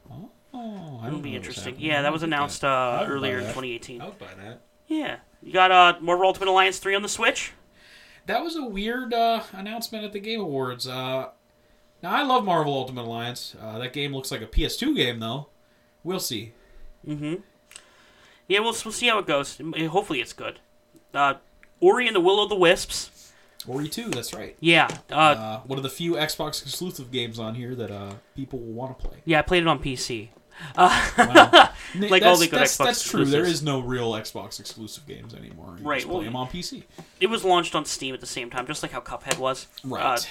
[SPEAKER 1] Oh, I
[SPEAKER 2] It'll
[SPEAKER 1] don't
[SPEAKER 2] be
[SPEAKER 1] know
[SPEAKER 2] interesting.
[SPEAKER 1] what's happening.
[SPEAKER 2] Yeah, that was
[SPEAKER 1] I would
[SPEAKER 2] announced
[SPEAKER 1] buy- I
[SPEAKER 2] uh,
[SPEAKER 1] would buy
[SPEAKER 2] earlier in
[SPEAKER 1] that.
[SPEAKER 2] 2018.
[SPEAKER 1] I would buy that.
[SPEAKER 2] Yeah, you got uh, Marvel Ultimate Alliance 3 on the Switch.
[SPEAKER 1] That was a weird uh, announcement at the Game Awards. Uh, now I love Marvel Ultimate Alliance. Uh, that game looks like a PS2 game though. We'll see.
[SPEAKER 2] Yeah, we'll, we'll see how it goes. Eh, Hopefully, it's good. Uh, Ori and the Will of the Wisps.
[SPEAKER 1] Ori 2, E that's right.
[SPEAKER 2] Yeah, uh,
[SPEAKER 1] Uh, one of the few Xbox exclusive games on here that uh, people will want to play.
[SPEAKER 2] yeah, I played it on Uh, PC.
[SPEAKER 1] Wow.
[SPEAKER 2] Like
[SPEAKER 1] that's,
[SPEAKER 2] all the good
[SPEAKER 1] that's,
[SPEAKER 2] Xbox
[SPEAKER 1] that's true. There
[SPEAKER 2] exclusives.
[SPEAKER 1] is no real Xbox exclusive games anymore. You
[SPEAKER 2] Right,
[SPEAKER 1] just
[SPEAKER 2] well-
[SPEAKER 1] play them on PC.
[SPEAKER 2] It was launched on Steam at the same time, just like how Cuphead was. Uh,
[SPEAKER 1] Right.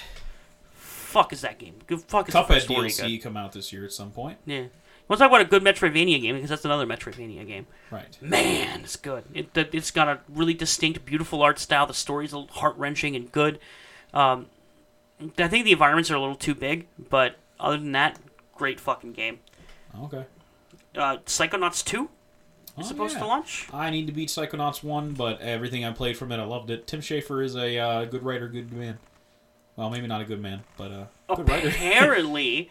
[SPEAKER 2] fuck is that game? Good fuck is the
[SPEAKER 1] Cuphead
[SPEAKER 2] first Ori
[SPEAKER 1] DLC come out this year at some point.
[SPEAKER 2] good? Yeah. Let's talk about a good Metroidvania game because that's another Metroidvania game.
[SPEAKER 1] Right.
[SPEAKER 2] Man, it's good. It, that- it's got a really distinct, beautiful art style. The story's heart wrenching and good. Um, I think the environments are a little too big, but other than that, great fucking game.
[SPEAKER 1] Okay.
[SPEAKER 2] Uh, Psychonauts 2
[SPEAKER 1] Oh,
[SPEAKER 2] is supposed
[SPEAKER 1] yeah.
[SPEAKER 2] to launch.
[SPEAKER 1] I need to beat Psychonauts 1, but everything I played from it, I loved it. Tim Schafer is a uh, good writer, good man. Well, maybe not a good man, but uh, good writer.
[SPEAKER 2] Apparently,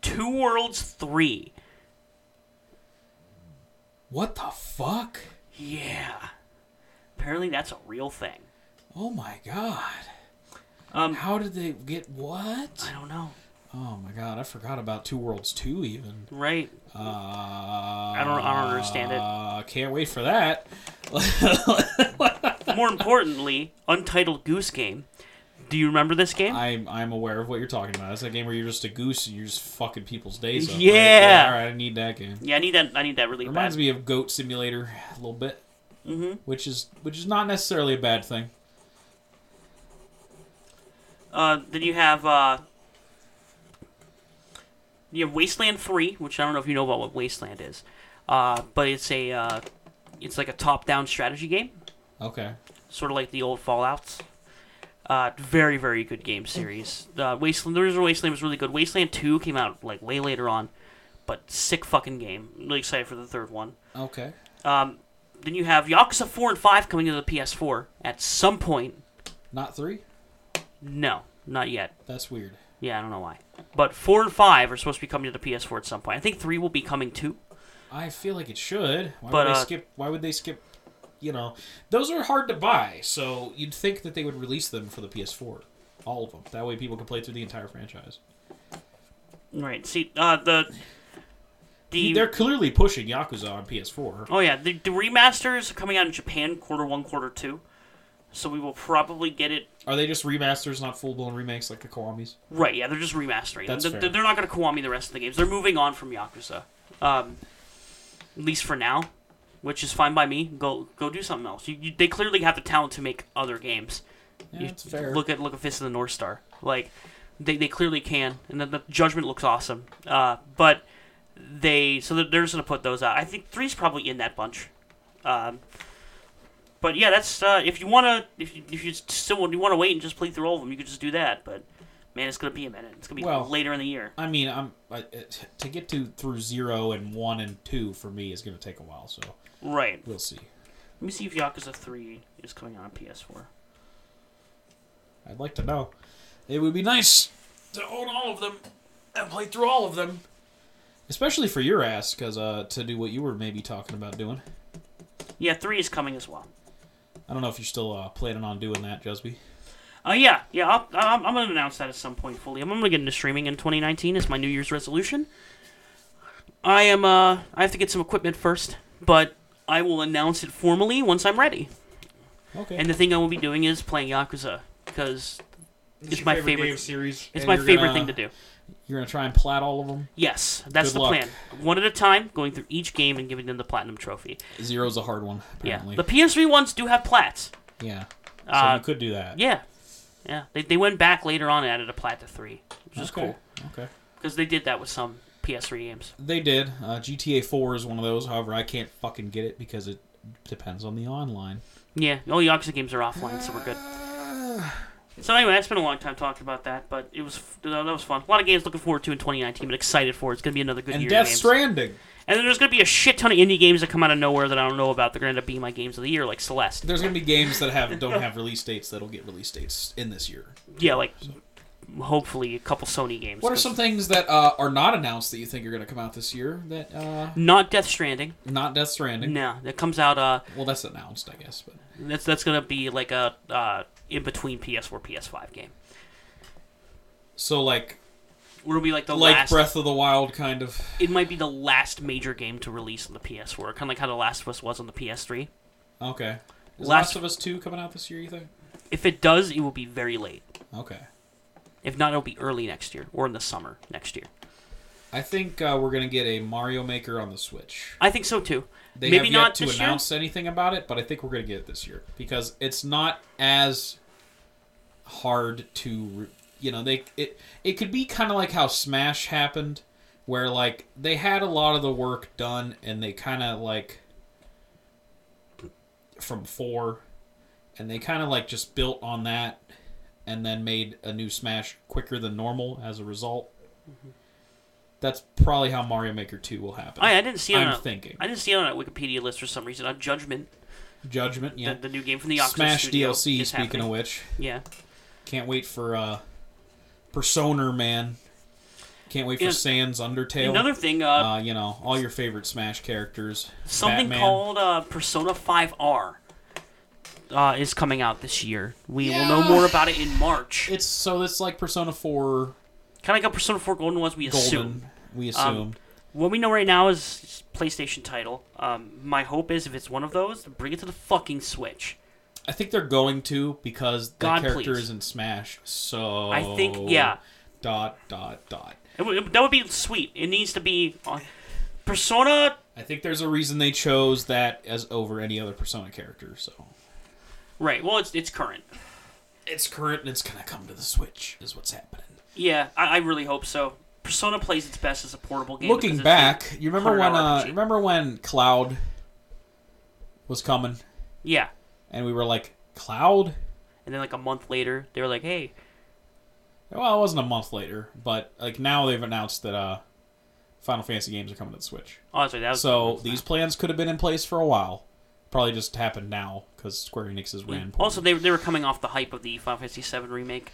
[SPEAKER 2] Two Worlds 3.
[SPEAKER 1] What the fuck?
[SPEAKER 2] Yeah. Apparently, that's a real thing.
[SPEAKER 1] Oh my god.
[SPEAKER 2] Um,
[SPEAKER 1] How did they get what?
[SPEAKER 2] I don't know.
[SPEAKER 1] Oh my god, I forgot about Two Worlds 2 even.
[SPEAKER 2] Right.
[SPEAKER 1] Uh, I
[SPEAKER 2] don't- I don't understand it.
[SPEAKER 1] Uh, can't wait for that.
[SPEAKER 2] More importantly, Untitled Goose Game. Do you remember this game?
[SPEAKER 1] I'm I'm aware of what you're talking about. It's that game where you're just a goose and you're just fucking people's days up. right?
[SPEAKER 2] Yeah.
[SPEAKER 1] All right, I need that game.
[SPEAKER 2] yeah, I need that. I need that really
[SPEAKER 1] Reminds
[SPEAKER 2] bad.
[SPEAKER 1] me of Goat Simulator a little bit, mm-hmm. which is which is not necessarily a bad thing.
[SPEAKER 2] Uh, then you have uh, you have Wasteland Three, which I don't know if you know about what Wasteland is, uh, but it's a uh, it's like a top-down strategy game,
[SPEAKER 1] Okay,
[SPEAKER 2] sort of like the old Fallout's. Uh, very very good game series. Uh, Wasteland, the original Wasteland was really good. Wasteland Two came out like way later on, but sick fucking game. Really excited for the third one.
[SPEAKER 1] okay.
[SPEAKER 2] Um, then you have Yakuza 4 and 5 coming to the PS4 at some point.
[SPEAKER 1] Not three.
[SPEAKER 2] No, not yet.
[SPEAKER 1] That's weird.
[SPEAKER 2] Yeah, I don't know why. But 4 and 5 are supposed to be coming to the PS4 at some point. I think 3 will be coming too.
[SPEAKER 1] I feel like it should. Why would
[SPEAKER 2] But,
[SPEAKER 1] they
[SPEAKER 2] uh,
[SPEAKER 1] skip? Why would they skip? You know, those are hard to buy, so you'd think that they would release them for the PS4, all of them. That way, people can play through the entire franchise.
[SPEAKER 2] Right. See, uh, the. The,
[SPEAKER 1] They're clearly pushing Yakuza on PS4.
[SPEAKER 2] oh, yeah. The, the remasters are coming out in Japan quarter 1, quarter 2. So we will probably get it.
[SPEAKER 1] Are they just remasters, not full blown remakes like the Kiwamis?
[SPEAKER 2] Right, yeah, they're just remastering.
[SPEAKER 1] That's
[SPEAKER 2] They-
[SPEAKER 1] fair.
[SPEAKER 2] they're, not going to Kiwami the rest of the games. They're moving on from Yakuza. Um, at least for now, which is fine by me. Go go do something else. You, you, they clearly have the talent to make other games.
[SPEAKER 1] Yeah,
[SPEAKER 2] You
[SPEAKER 1] that's fair.
[SPEAKER 2] Look at look at Fist of the North Star. Like they, they clearly can, and then the Judgment looks awesome. Uh, but they so they're they're just gonna put those out. I think three's probably in that bunch. Um, but yeah, that's uh, if you wanna if you, if you still want- you want to wait and just play through all of them, you could just do that. But man, it's gonna be a minute. It's gonna be
[SPEAKER 1] Well-
[SPEAKER 2] later in the year.
[SPEAKER 1] I mean, I'm I, it- to get to through zero and one and two for me is going to take a while. So
[SPEAKER 2] Right.
[SPEAKER 1] we'll see.
[SPEAKER 2] Let me see if Yakuza three is coming out on PS4.
[SPEAKER 1] I'd like to know. It would be nice to own all of them and play through all of them, especially for your ass, because uh, to do what you were maybe talking about doing.
[SPEAKER 2] Yeah, three is coming as well.
[SPEAKER 1] I don't know if you're still uh, planning on doing that, Jusby.
[SPEAKER 2] Oh yeah, yeah. I'll, I'm, I'm gonna announce that at some point fully. I'm gonna get into streaming in 2019 as my New Year's resolution. I am. Uh, I have to get some equipment first, but I will announce it formally once I'm ready.
[SPEAKER 1] Okay.
[SPEAKER 2] And the thing I will be doing is playing Yakuza because it's
[SPEAKER 1] your
[SPEAKER 2] my favorite.
[SPEAKER 1] game series.
[SPEAKER 2] it's
[SPEAKER 1] and
[SPEAKER 2] my
[SPEAKER 1] you're
[SPEAKER 2] favorite
[SPEAKER 1] gonna-
[SPEAKER 2] thing to do.
[SPEAKER 1] You're gonna try and plat all of them.
[SPEAKER 2] Yes, that's
[SPEAKER 1] Good
[SPEAKER 2] the
[SPEAKER 1] luck.
[SPEAKER 2] plan. One at a time, going through each game and giving them the platinum trophy.
[SPEAKER 1] Zero's a hard one, apparently.
[SPEAKER 2] Yeah, the PS3 ones do have plats.
[SPEAKER 1] Yeah. So
[SPEAKER 2] Uh,
[SPEAKER 1] you could do that.
[SPEAKER 2] Yeah, yeah. They, they went back later on and added a plat to three, which is
[SPEAKER 1] Okay.
[SPEAKER 2] cool
[SPEAKER 1] Okay.
[SPEAKER 2] because they did that with some PS3 games.
[SPEAKER 1] They did. Uh, GTA 4 is one of those. However, I can't fucking get it because it depends on the online.
[SPEAKER 2] Yeah, all Yakuza games are offline, so we're good. So anyway, I spent a long time talking about that, but it was f- that was fun. A lot of games looking forward to in 2019, but excited for. It's gonna be another good
[SPEAKER 1] And
[SPEAKER 2] year.
[SPEAKER 1] Death
[SPEAKER 2] of games.
[SPEAKER 1] Stranding.
[SPEAKER 2] and then there's gonna be a shit ton of indie games that come out of nowhere that I don't know about. They're gonna end up being my games of the year, like Celeste.
[SPEAKER 1] There's gonna be games that have don't have release dates that'll get release dates in this year.
[SPEAKER 2] Yeah, like hopefully a couple Sony games.
[SPEAKER 1] What are
[SPEAKER 2] 'cause-
[SPEAKER 1] some things that uh, are not announced that you think are going to come out this year? That uh,
[SPEAKER 2] Not Death Stranding.
[SPEAKER 1] not Death Stranding.
[SPEAKER 2] No, that comes out. Uh,
[SPEAKER 1] Well, that's announced, I guess. But
[SPEAKER 2] that's that's gonna be like a uh, in between PS4 PS5 game.
[SPEAKER 1] so like
[SPEAKER 2] It'll be like the
[SPEAKER 1] like
[SPEAKER 2] last.
[SPEAKER 1] Breath of the Wild kind of.
[SPEAKER 2] It might be the last major game to release on the PS4, kind of like how The Last of Us was on the PS3.
[SPEAKER 1] Okay. Is
[SPEAKER 2] Last-
[SPEAKER 1] Last of Us Two coming out this year? You think?
[SPEAKER 2] If it does, it will be very late.
[SPEAKER 1] Okay.
[SPEAKER 2] If not, it'll be early next year or in the summer next year.
[SPEAKER 1] I think uh, we're gonna get a Mario Maker on the Switch.
[SPEAKER 2] I think so too.
[SPEAKER 1] They have
[SPEAKER 2] Maybe
[SPEAKER 1] yet
[SPEAKER 2] not
[SPEAKER 1] to
[SPEAKER 2] this
[SPEAKER 1] announce anything about it, but I think we're gonna get it this year because it's not as hard to, re- you know, they it it could be kind of like how Smash happened, where like they had a lot of the work done and they kind of like from four, and they kind of like just built on that, and then made a new Smash quicker than normal as a result.
[SPEAKER 2] Mm-hmm.
[SPEAKER 1] That's probably how Mario Maker Two will happen.
[SPEAKER 2] year. Oh, I, I didn't see it on
[SPEAKER 1] I'm
[SPEAKER 2] a-
[SPEAKER 1] thinking.
[SPEAKER 2] I didn't see it on a Wikipedia list for some reason. On Judgment,
[SPEAKER 1] Judgment, yeah.
[SPEAKER 2] the, the new game from the Yakuza
[SPEAKER 1] Smash
[SPEAKER 2] studio
[SPEAKER 1] DLC. Speaking
[SPEAKER 2] is happening.
[SPEAKER 1] of which,
[SPEAKER 2] yeah,
[SPEAKER 1] can't wait for uh, Persona Man. Can't wait for
[SPEAKER 2] Yeah.
[SPEAKER 1] Sans Undertale.
[SPEAKER 2] another thing, uh,
[SPEAKER 1] uh, you know, all your favorite Smash characters.
[SPEAKER 2] something
[SPEAKER 1] Batman.
[SPEAKER 2] called uh, Persona Five R uh, is coming out this year. We will know
[SPEAKER 1] Yeah.
[SPEAKER 2] more about it in March.
[SPEAKER 1] It's so it's like Persona Four
[SPEAKER 2] Kind of like how Persona Four Golden was. We
[SPEAKER 1] Golden.
[SPEAKER 2] assume.
[SPEAKER 1] We
[SPEAKER 2] Um,
[SPEAKER 1] assumed.
[SPEAKER 2] What we know right now is PlayStation title. Um, my hope is if it's one of those, to bring it to the fucking Switch.
[SPEAKER 1] I think they're going to because
[SPEAKER 2] God,
[SPEAKER 1] that character
[SPEAKER 2] please.
[SPEAKER 1] is in Smash. So
[SPEAKER 2] I think- yeah.
[SPEAKER 1] Dot dot dot.
[SPEAKER 2] It would- that would be sweet. It needs to be on Persona.
[SPEAKER 1] I think there's a reason they chose that as over any other Persona character. So
[SPEAKER 2] Right. Well, it's it's current.
[SPEAKER 1] it's current and it's gonna come to the Switch. Is what's happening.
[SPEAKER 2] Yeah, I, I really hope so. Persona plays its best as a portable game. because
[SPEAKER 1] Looking
[SPEAKER 2] it's
[SPEAKER 1] back,
[SPEAKER 2] a
[SPEAKER 1] you remember when uh,
[SPEAKER 2] 100 RPG.
[SPEAKER 1] remember when Cloud was coming,
[SPEAKER 2] yeah,
[SPEAKER 1] and we were like, Cloud.
[SPEAKER 2] and then like a month later, they were like, "Hey,
[SPEAKER 1] Well, it wasn't a month later, but like now they've announced that uh, Final Fantasy games are coming to the Switch.
[SPEAKER 2] oh, sorry, that was
[SPEAKER 1] So these plans could have been in place for a while. Probably just happened now because Square Enix is ran.
[SPEAKER 2] Also, they, they were coming off the hype of the Final Fantasy VII remake.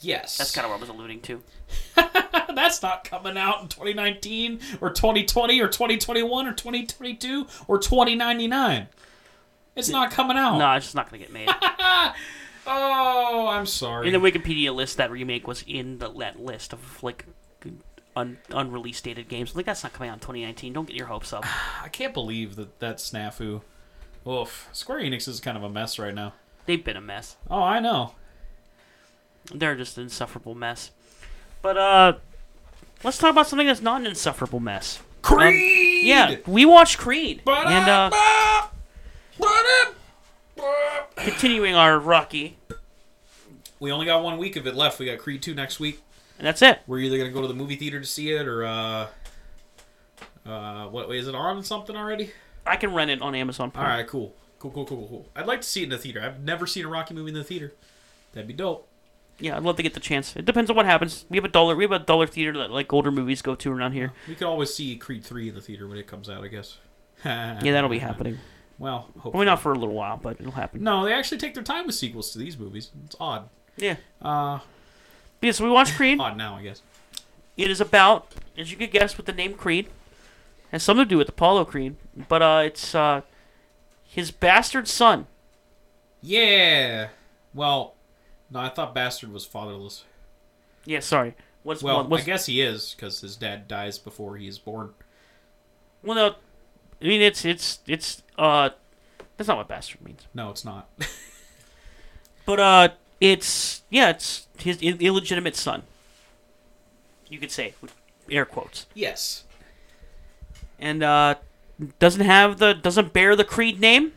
[SPEAKER 1] yes,
[SPEAKER 2] That's kind of what I was alluding to.
[SPEAKER 1] of that's not coming out in 2019 or 2020 or 2021 or 2022 or 2099. It's not coming out.
[SPEAKER 2] No, it's just not gonna get made.
[SPEAKER 1] Oh, I'm sorry.
[SPEAKER 2] In the Wikipedia list, that remake was in the that list of like un, unreleased dated games. Like that's not coming out in 2019. Don't get your hopes up.
[SPEAKER 1] I can't believe that that snafu. Oof. Square Enix is kind of a mess right now.
[SPEAKER 2] They've been a mess.
[SPEAKER 1] Oh, I know.
[SPEAKER 2] They're just an insufferable mess. But uh, let's talk about something that's not an insufferable mess.
[SPEAKER 1] Creed.
[SPEAKER 2] Yeah, we watched Creed, and uh, continuing our Rocky,
[SPEAKER 1] we only got one week of it left. We got Creed two next week.
[SPEAKER 2] and that's it.
[SPEAKER 1] We're either gonna go to the movie theater to see it or uh, uh, what is it on something already?
[SPEAKER 2] I can rent it on Amazon
[SPEAKER 1] All
[SPEAKER 2] Prime.
[SPEAKER 1] right, cool, cool, cool, cool, cool, cool. I'd like to see it in the theater. I've never seen a Rocky movie in the theater. That'd be dope.
[SPEAKER 2] Yeah, I'd love to get the chance. It depends on what happens. We have a dollar. We have a dollar theater that like older movies go to around here.
[SPEAKER 1] We could always see Creed three in the theater when it comes out. I guess.
[SPEAKER 2] Yeah, that'll be happening.
[SPEAKER 1] Well, hopefully.
[SPEAKER 2] Probably not for a little while, but it'll happen.
[SPEAKER 1] No, they actually take their time with sequels to these movies. It's odd.
[SPEAKER 2] Yeah.
[SPEAKER 1] Uh,
[SPEAKER 2] Yeah, so we watched Creed.
[SPEAKER 1] odd now, I guess.
[SPEAKER 2] It is about, as you could guess, with the name Creed. Has something to do with Apollo Creed, but uh, it's uh, his bastard son.
[SPEAKER 1] Yeah. Well, no, I thought Bastard was fatherless.
[SPEAKER 2] Yeah, sorry. What's
[SPEAKER 1] Well,
[SPEAKER 2] what's,
[SPEAKER 1] I guess he is because his dad dies before he is born.
[SPEAKER 2] well, no, I mean it's it's it's uh, that's not what bastard means.
[SPEAKER 1] No, it's not.
[SPEAKER 2] But uh, it's yeah, it's his i- illegitimate son. You could say, with air quotes,
[SPEAKER 1] yes.
[SPEAKER 2] and uh, doesn't have the doesn't bear the Creed name.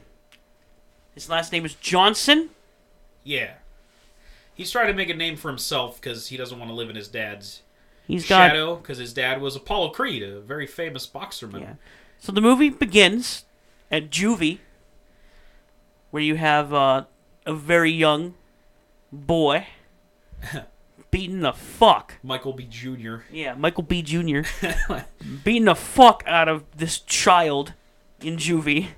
[SPEAKER 2] His last name is Johnson.
[SPEAKER 1] Yeah. He's trying to make a name for himself because he doesn't want to live in his dad's
[SPEAKER 2] He's got
[SPEAKER 1] shadow because his dad was Apollo Creed, a very famous boxerman.
[SPEAKER 2] Yeah. So the movie begins at juvie, where you have uh, a very young boy beating the fuck.
[SPEAKER 1] Michael B. Jr.
[SPEAKER 2] Yeah, Michael B. Jr. beating the fuck out of this child in juvie.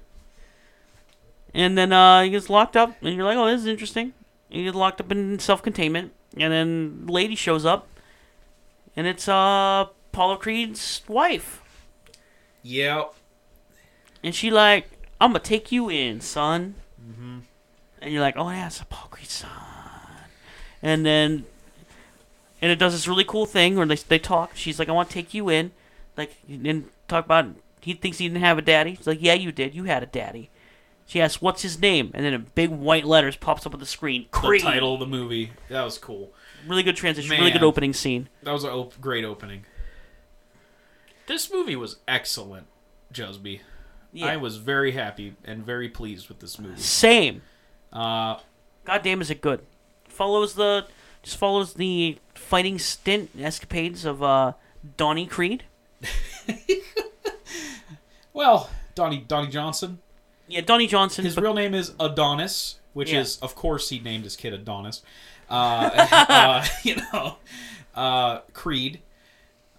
[SPEAKER 2] And then uh, he gets locked up, and you're like, oh, this is interesting. And he gets locked up in self containment. And then lady shows up, and it's uh Apollo Creed's wife,
[SPEAKER 1] Yep.
[SPEAKER 2] and she like, "I'm gonna take you in, son."
[SPEAKER 1] Mm-hmm.
[SPEAKER 2] And you're like, "Oh yeah, it's Apollo Creed's son." And then, and it does this really cool thing where they they talk. She's like, "I want to take you in," like, and talk about he thinks he didn't have a daddy. He's like, "Yeah, you did. You had a daddy." She asks, "What's his name?" And then in big white letters pops up on the screen. Creed.
[SPEAKER 1] The title of the movie. That was cool.
[SPEAKER 2] Really good transition. Really good
[SPEAKER 1] Man.
[SPEAKER 2] opening scene.
[SPEAKER 1] That was a op- great opening. This movie was excellent, Jusby.
[SPEAKER 2] Yeah.
[SPEAKER 1] I was very happy and very pleased with this movie.
[SPEAKER 2] Same.
[SPEAKER 1] Uh,
[SPEAKER 2] Goddamn, is it good? Follows the just follows the fighting stint and escapades of uh, Donnie Creed.
[SPEAKER 1] well, Donnie Donnie Johnson.
[SPEAKER 2] Yeah, Donnie Johnson.
[SPEAKER 1] His
[SPEAKER 2] but-
[SPEAKER 1] real name is Adonis, which
[SPEAKER 2] Yeah.
[SPEAKER 1] is, of course, he named his kid Adonis. Uh, uh, you know, uh, Creed,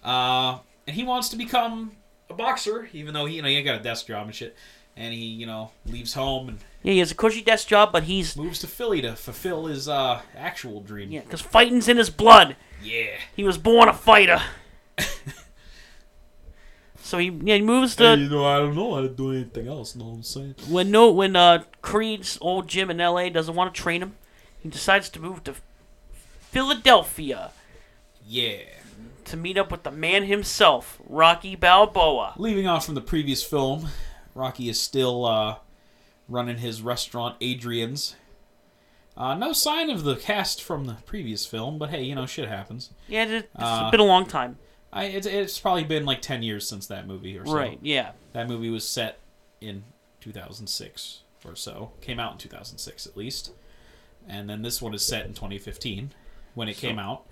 [SPEAKER 1] uh, and he wants to become a boxer, even though he, you know, he ain't got a desk job and shit. And he, you know, leaves home and
[SPEAKER 2] yeah, he has a cushy desk job, but he's
[SPEAKER 1] moves to Philly to fulfill his uh, actual dream.
[SPEAKER 2] yeah, because fighting's in his blood.
[SPEAKER 1] yeah.
[SPEAKER 2] He was born a fighter. so he yeah he moves to
[SPEAKER 1] know, I don't know how to do anything else. Know what I'm saying?
[SPEAKER 2] when no when uh Creed's old gym in L.A. doesn't want to train him, he decides to move to Philadelphia
[SPEAKER 1] Yeah.
[SPEAKER 2] to meet up with the man himself, Rocky Balboa.
[SPEAKER 1] Leaving off from the previous film, Rocky is still uh, running his restaurant, Adrian's. Uh, no sign of the cast from the previous film, but hey, you know, shit happens.
[SPEAKER 2] Yeah, it, it's
[SPEAKER 1] Uh,
[SPEAKER 2] been a long time.
[SPEAKER 1] I, it's, it's probably been like 10 years since that movie or so.
[SPEAKER 2] Right, yeah.
[SPEAKER 1] That movie was set in 2006 or so. Came out in 2006 at least. And then this one is set in 2015 when it came out.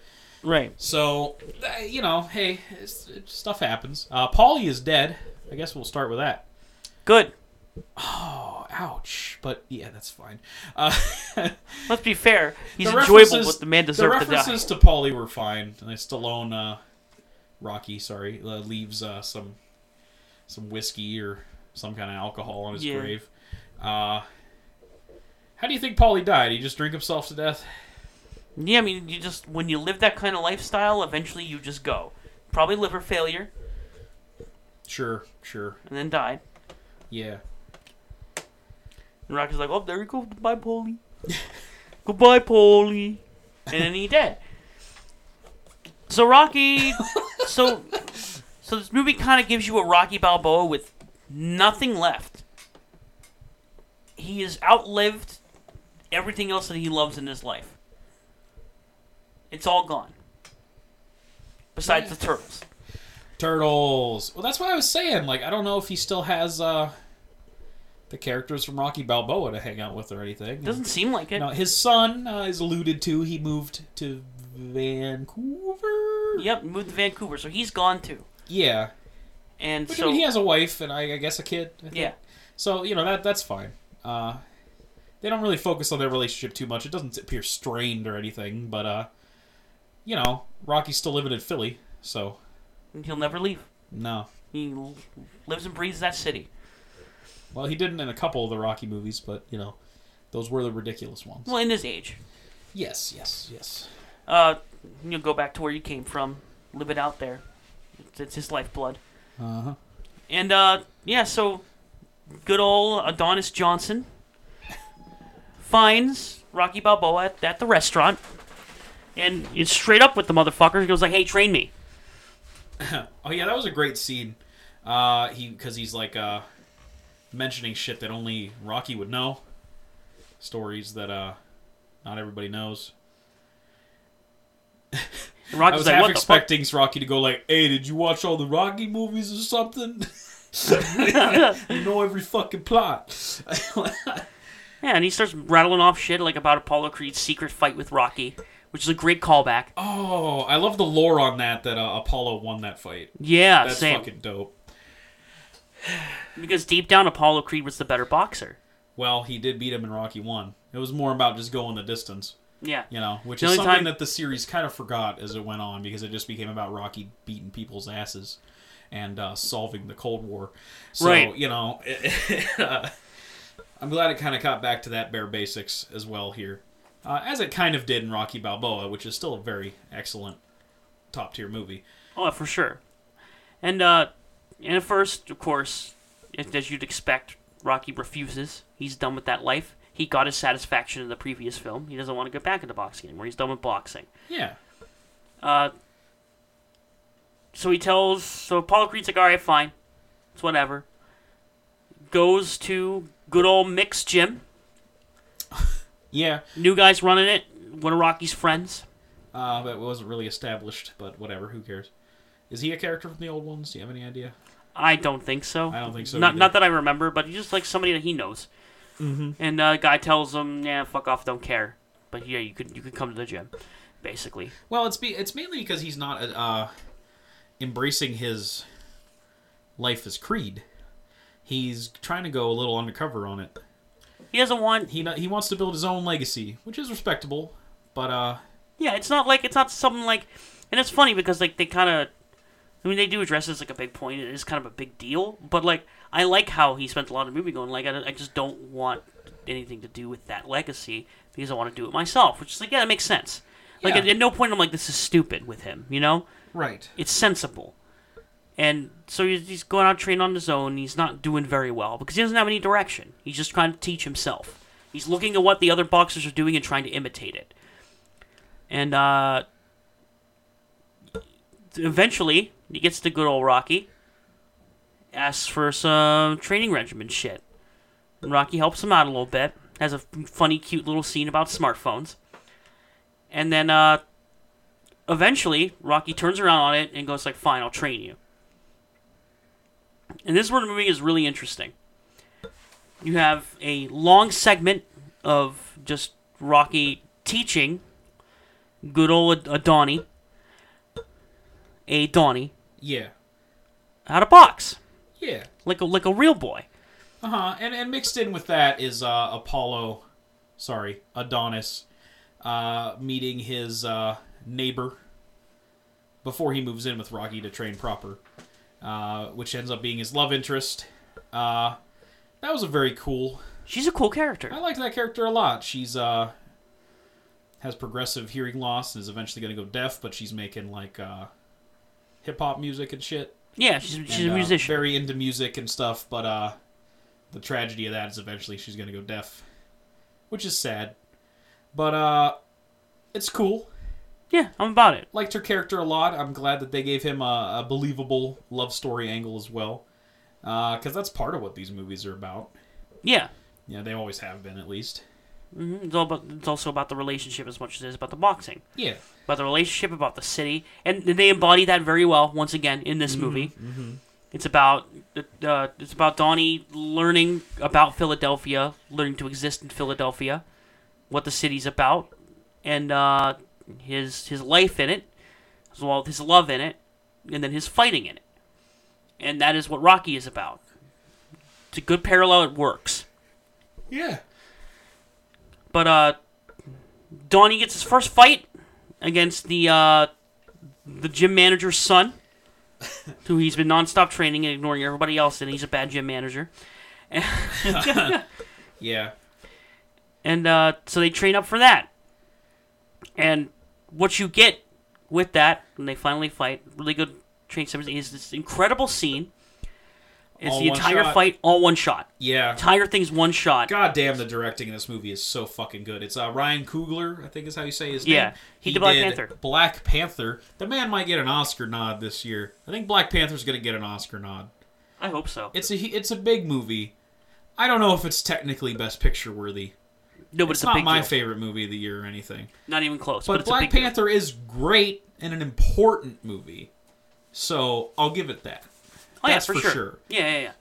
[SPEAKER 2] Right.
[SPEAKER 1] So, uh, you know, hey, it's, it, stuff happens. Uh, Paulie is dead. I guess we'll start with that.
[SPEAKER 2] Good.
[SPEAKER 1] Oh, ouch. But yeah, that's fine. Uh,
[SPEAKER 2] Let's be fair. He's
[SPEAKER 1] the
[SPEAKER 2] enjoyable,
[SPEAKER 1] references-
[SPEAKER 2] but the man
[SPEAKER 1] The
[SPEAKER 2] deserved to die.
[SPEAKER 1] references to Paulie were fine. And Stallone, uh, Rocky, sorry, uh, leaves uh, some some whiskey or some kind of alcohol on his
[SPEAKER 2] Yeah.
[SPEAKER 1] grave. Uh, how do you think Paulie died? He just drink himself to death?
[SPEAKER 2] Yeah, I mean, you just when you live that kind of lifestyle, eventually you just go. Probably liver failure
[SPEAKER 1] Sure, sure.
[SPEAKER 2] and then died.
[SPEAKER 1] Yeah.
[SPEAKER 2] And Rocky's like, "Oh, there you go. Goodbye, Polly. Goodbye, Polly." And then he dead. So Rocky, so so this movie kind of gives you a Rocky Balboa with nothing left. He has outlived everything else that he loves in his life. It's all gone. Besides the turtles.
[SPEAKER 1] Turtles. Well, that's what I was saying. Like, I don't know if he still has uh, the characters from Rocky Balboa to hang out with or anything.
[SPEAKER 2] Doesn't seem like it.
[SPEAKER 1] Now, his son uh, is alluded to. He moved to Vancouver.
[SPEAKER 2] Yep, moved to Vancouver, so he's gone too.
[SPEAKER 1] Yeah.
[SPEAKER 2] And
[SPEAKER 1] But
[SPEAKER 2] so
[SPEAKER 1] I mean, he has a wife and I, I guess a kid. I think.
[SPEAKER 2] yeah,
[SPEAKER 1] So you know that that's fine. Uh, they don't really focus on their relationship too much. It doesn't appear strained or anything. But uh, you know, Rocky's still living in Philly, so
[SPEAKER 2] he'll never leave.
[SPEAKER 1] no.
[SPEAKER 2] He l- lives and breathes that city.
[SPEAKER 1] Well, he didn't in a couple of the Rocky movies, but you know, those were the ridiculous ones.
[SPEAKER 2] Well, in his age,
[SPEAKER 1] Yes, yes, yes.
[SPEAKER 2] uh, you'll go back to where you came from, live it out there. It's, it's his lifeblood.
[SPEAKER 1] Uh huh.
[SPEAKER 2] And uh, yeah, so good old Adonis Johnson finds Rocky Balboa at, at the restaurant, and it's straight up with the motherfucker. He goes like, "Hey, train me."
[SPEAKER 1] Oh yeah, that was a great scene. Uh, he because he's like uh, mentioning shit that only Rocky would know, stories that uh, not everybody knows.
[SPEAKER 2] And
[SPEAKER 1] I
[SPEAKER 2] Rocky's
[SPEAKER 1] was
[SPEAKER 2] like,
[SPEAKER 1] half
[SPEAKER 2] "What
[SPEAKER 1] expecting Rocky to go like, "Hey, did you watch all the Rocky movies or something? you know every fucking plot."
[SPEAKER 2] the fuck?" Yeah, and he starts rattling off shit like about Apollo Creed's secret fight with Rocky, which is a great callback.
[SPEAKER 1] oh, I love the lore on that. That uh, Apollo won that fight.
[SPEAKER 2] Yeah,
[SPEAKER 1] That's
[SPEAKER 2] same.
[SPEAKER 1] fucking dope.
[SPEAKER 2] Because deep down, Apollo Creed was the better boxer.
[SPEAKER 1] Well, he did beat him in Rocky One. It was more about just going the distance,
[SPEAKER 2] Yeah.
[SPEAKER 1] you know, which
[SPEAKER 2] The
[SPEAKER 1] is
[SPEAKER 2] only
[SPEAKER 1] something
[SPEAKER 2] time-
[SPEAKER 1] that the series kind of forgot as it went on because it just became about Rocky beating people's asses and uh, solving the Cold War. So
[SPEAKER 2] Right.
[SPEAKER 1] you know, I'm glad it kind of caught back to that bare basics as well here. uh, as it kind of did in Rocky Balboa, which is still a very excellent top tier movie.
[SPEAKER 2] Oh, for sure. And uh, and at first, of course, as as you'd expect, Rocky refuses. He's done with that life. He got his satisfaction in the previous film. He doesn't want to go back into boxing anymore. He's done with boxing.
[SPEAKER 1] Yeah,
[SPEAKER 2] Uh, so he tells. So Apollo Creed's like, all right, fine, it's whatever. Goes to good old Mick's gym.
[SPEAKER 1] yeah,
[SPEAKER 2] New guy's running it. One of Rocky's friends.
[SPEAKER 1] uh, but it wasn't really established. But whatever, who cares? Is he a character from the old ones? Do you have any idea?
[SPEAKER 2] I don't think so.
[SPEAKER 1] I don't think so
[SPEAKER 2] Not,
[SPEAKER 1] either.
[SPEAKER 2] not that I remember, but he's just like somebody that he knows.
[SPEAKER 1] Mm-hmm.
[SPEAKER 2] And uh, guy tells him, "Yeah, fuck off, don't care." But yeah, you could you could come to the gym, basically.
[SPEAKER 1] Well, it's be it's mainly because he's not uh, embracing his life as Creed. He's trying to go a little undercover on it.
[SPEAKER 2] He doesn't want.
[SPEAKER 1] He he wants to build his own legacy, which is respectable, but uh,
[SPEAKER 2] Yeah, it's not like it's not something like. And it's funny because like they kind of, I mean, they do address this like a big point. It is kind of a big deal, but like I like how he spent a lot of the movie going like I, don't- I just don't want anything to do with that legacy because I want to do it myself, which is like yeah, that makes sense. Like
[SPEAKER 1] Yeah.
[SPEAKER 2] at, at no point I'm like this is stupid with him, you know.
[SPEAKER 1] right.
[SPEAKER 2] it's sensible. And so he's, he's going out training on his own. He's not doing very well because he doesn't have any direction. He's just trying to teach himself. He's looking at what the other boxers are doing and trying to imitate it. And uh, eventually, he gets to good old Rocky, asks for some training regimen shit. And Rocky helps him out a little bit, has a f- funny, cute little scene about smartphones. And then uh, eventually Rocky turns around on it and goes like, "Fine, I'll train you." And this is where the movie is really interesting. You have a long segment of just Rocky teaching good old Adani, a Donnie,
[SPEAKER 1] Yeah,
[SPEAKER 2] how to box
[SPEAKER 1] yeah.
[SPEAKER 2] like a like a real boy.
[SPEAKER 1] Uh huh. And and mixed in with that is uh, Apollo, sorry, Adonis, uh, meeting his uh, neighbor before he moves in with Rocky to train proper, uh, which ends up being his love interest. Uh, that was a very cool.
[SPEAKER 2] She's a cool character.
[SPEAKER 1] I liked that character a lot. She's uh, has progressive hearing loss and is eventually going to go deaf, but she's making like uh, hip hop music and shit
[SPEAKER 2] Yeah, she's she's
[SPEAKER 1] and,
[SPEAKER 2] a
[SPEAKER 1] uh,
[SPEAKER 2] musician.
[SPEAKER 1] very into music and stuff, but uh, the tragedy of that is eventually she's going to go deaf, which is sad. But uh, it's cool.
[SPEAKER 2] yeah, I'm about it.
[SPEAKER 1] Liked her character a lot. I'm glad that they gave him a, a believable love story angle as well, because that's part of what these movies are about.
[SPEAKER 2] Yeah.
[SPEAKER 1] Yeah, they always have been, at least.
[SPEAKER 2] hmm It's all about, it's also about the relationship as much as it is about the boxing.
[SPEAKER 1] Yeah,
[SPEAKER 2] about the relationship, about the city, and they embody that very well once again in this movie. It's about uh, it's about Donnie learning about Philadelphia, learning to exist in Philadelphia, what the city's about, and uh, his his life in it, as well as his love in it, and then his fighting in it, and that is what Rocky is about. It's a good parallel. It works.
[SPEAKER 1] yeah,
[SPEAKER 2] But uh Donnie gets his first fight against the uh the gym manager's son, who he's been nonstop training and ignoring everybody else, and he's a bad gym manager.
[SPEAKER 1] yeah.
[SPEAKER 2] And uh, so they train up for that. And what you get with that when they finally fight, really good train sequence is this incredible scene. It's
[SPEAKER 1] All
[SPEAKER 2] the
[SPEAKER 1] one
[SPEAKER 2] entire
[SPEAKER 1] shot.
[SPEAKER 2] fight all one shot.
[SPEAKER 1] Yeah,
[SPEAKER 2] Entire thing's one shot.
[SPEAKER 1] God damn, the directing in this movie is so fucking good. It's uh, Ryan Coogler, I think is how you say his name.
[SPEAKER 2] Yeah, he did Black Panther.
[SPEAKER 1] Black Panther. The man might get an Oscar nod this year. I think Black Panther's gonna get an Oscar nod.
[SPEAKER 2] I hope so.
[SPEAKER 1] It's a it's a big movie. I don't know if it's technically best picture worthy.
[SPEAKER 2] No, but
[SPEAKER 1] It's,
[SPEAKER 2] it's, a
[SPEAKER 1] not
[SPEAKER 2] big
[SPEAKER 1] my
[SPEAKER 2] deal.
[SPEAKER 1] favorite movie of the year or anything.
[SPEAKER 2] Not even close. But,
[SPEAKER 1] But,
[SPEAKER 2] it's a
[SPEAKER 1] Black
[SPEAKER 2] big deal.
[SPEAKER 1] Panther is great and an important movie. So I'll give it that.
[SPEAKER 2] Oh,
[SPEAKER 1] That's
[SPEAKER 2] yeah, for,
[SPEAKER 1] for
[SPEAKER 2] sure.
[SPEAKER 1] sure.
[SPEAKER 2] Yeah, yeah, yeah.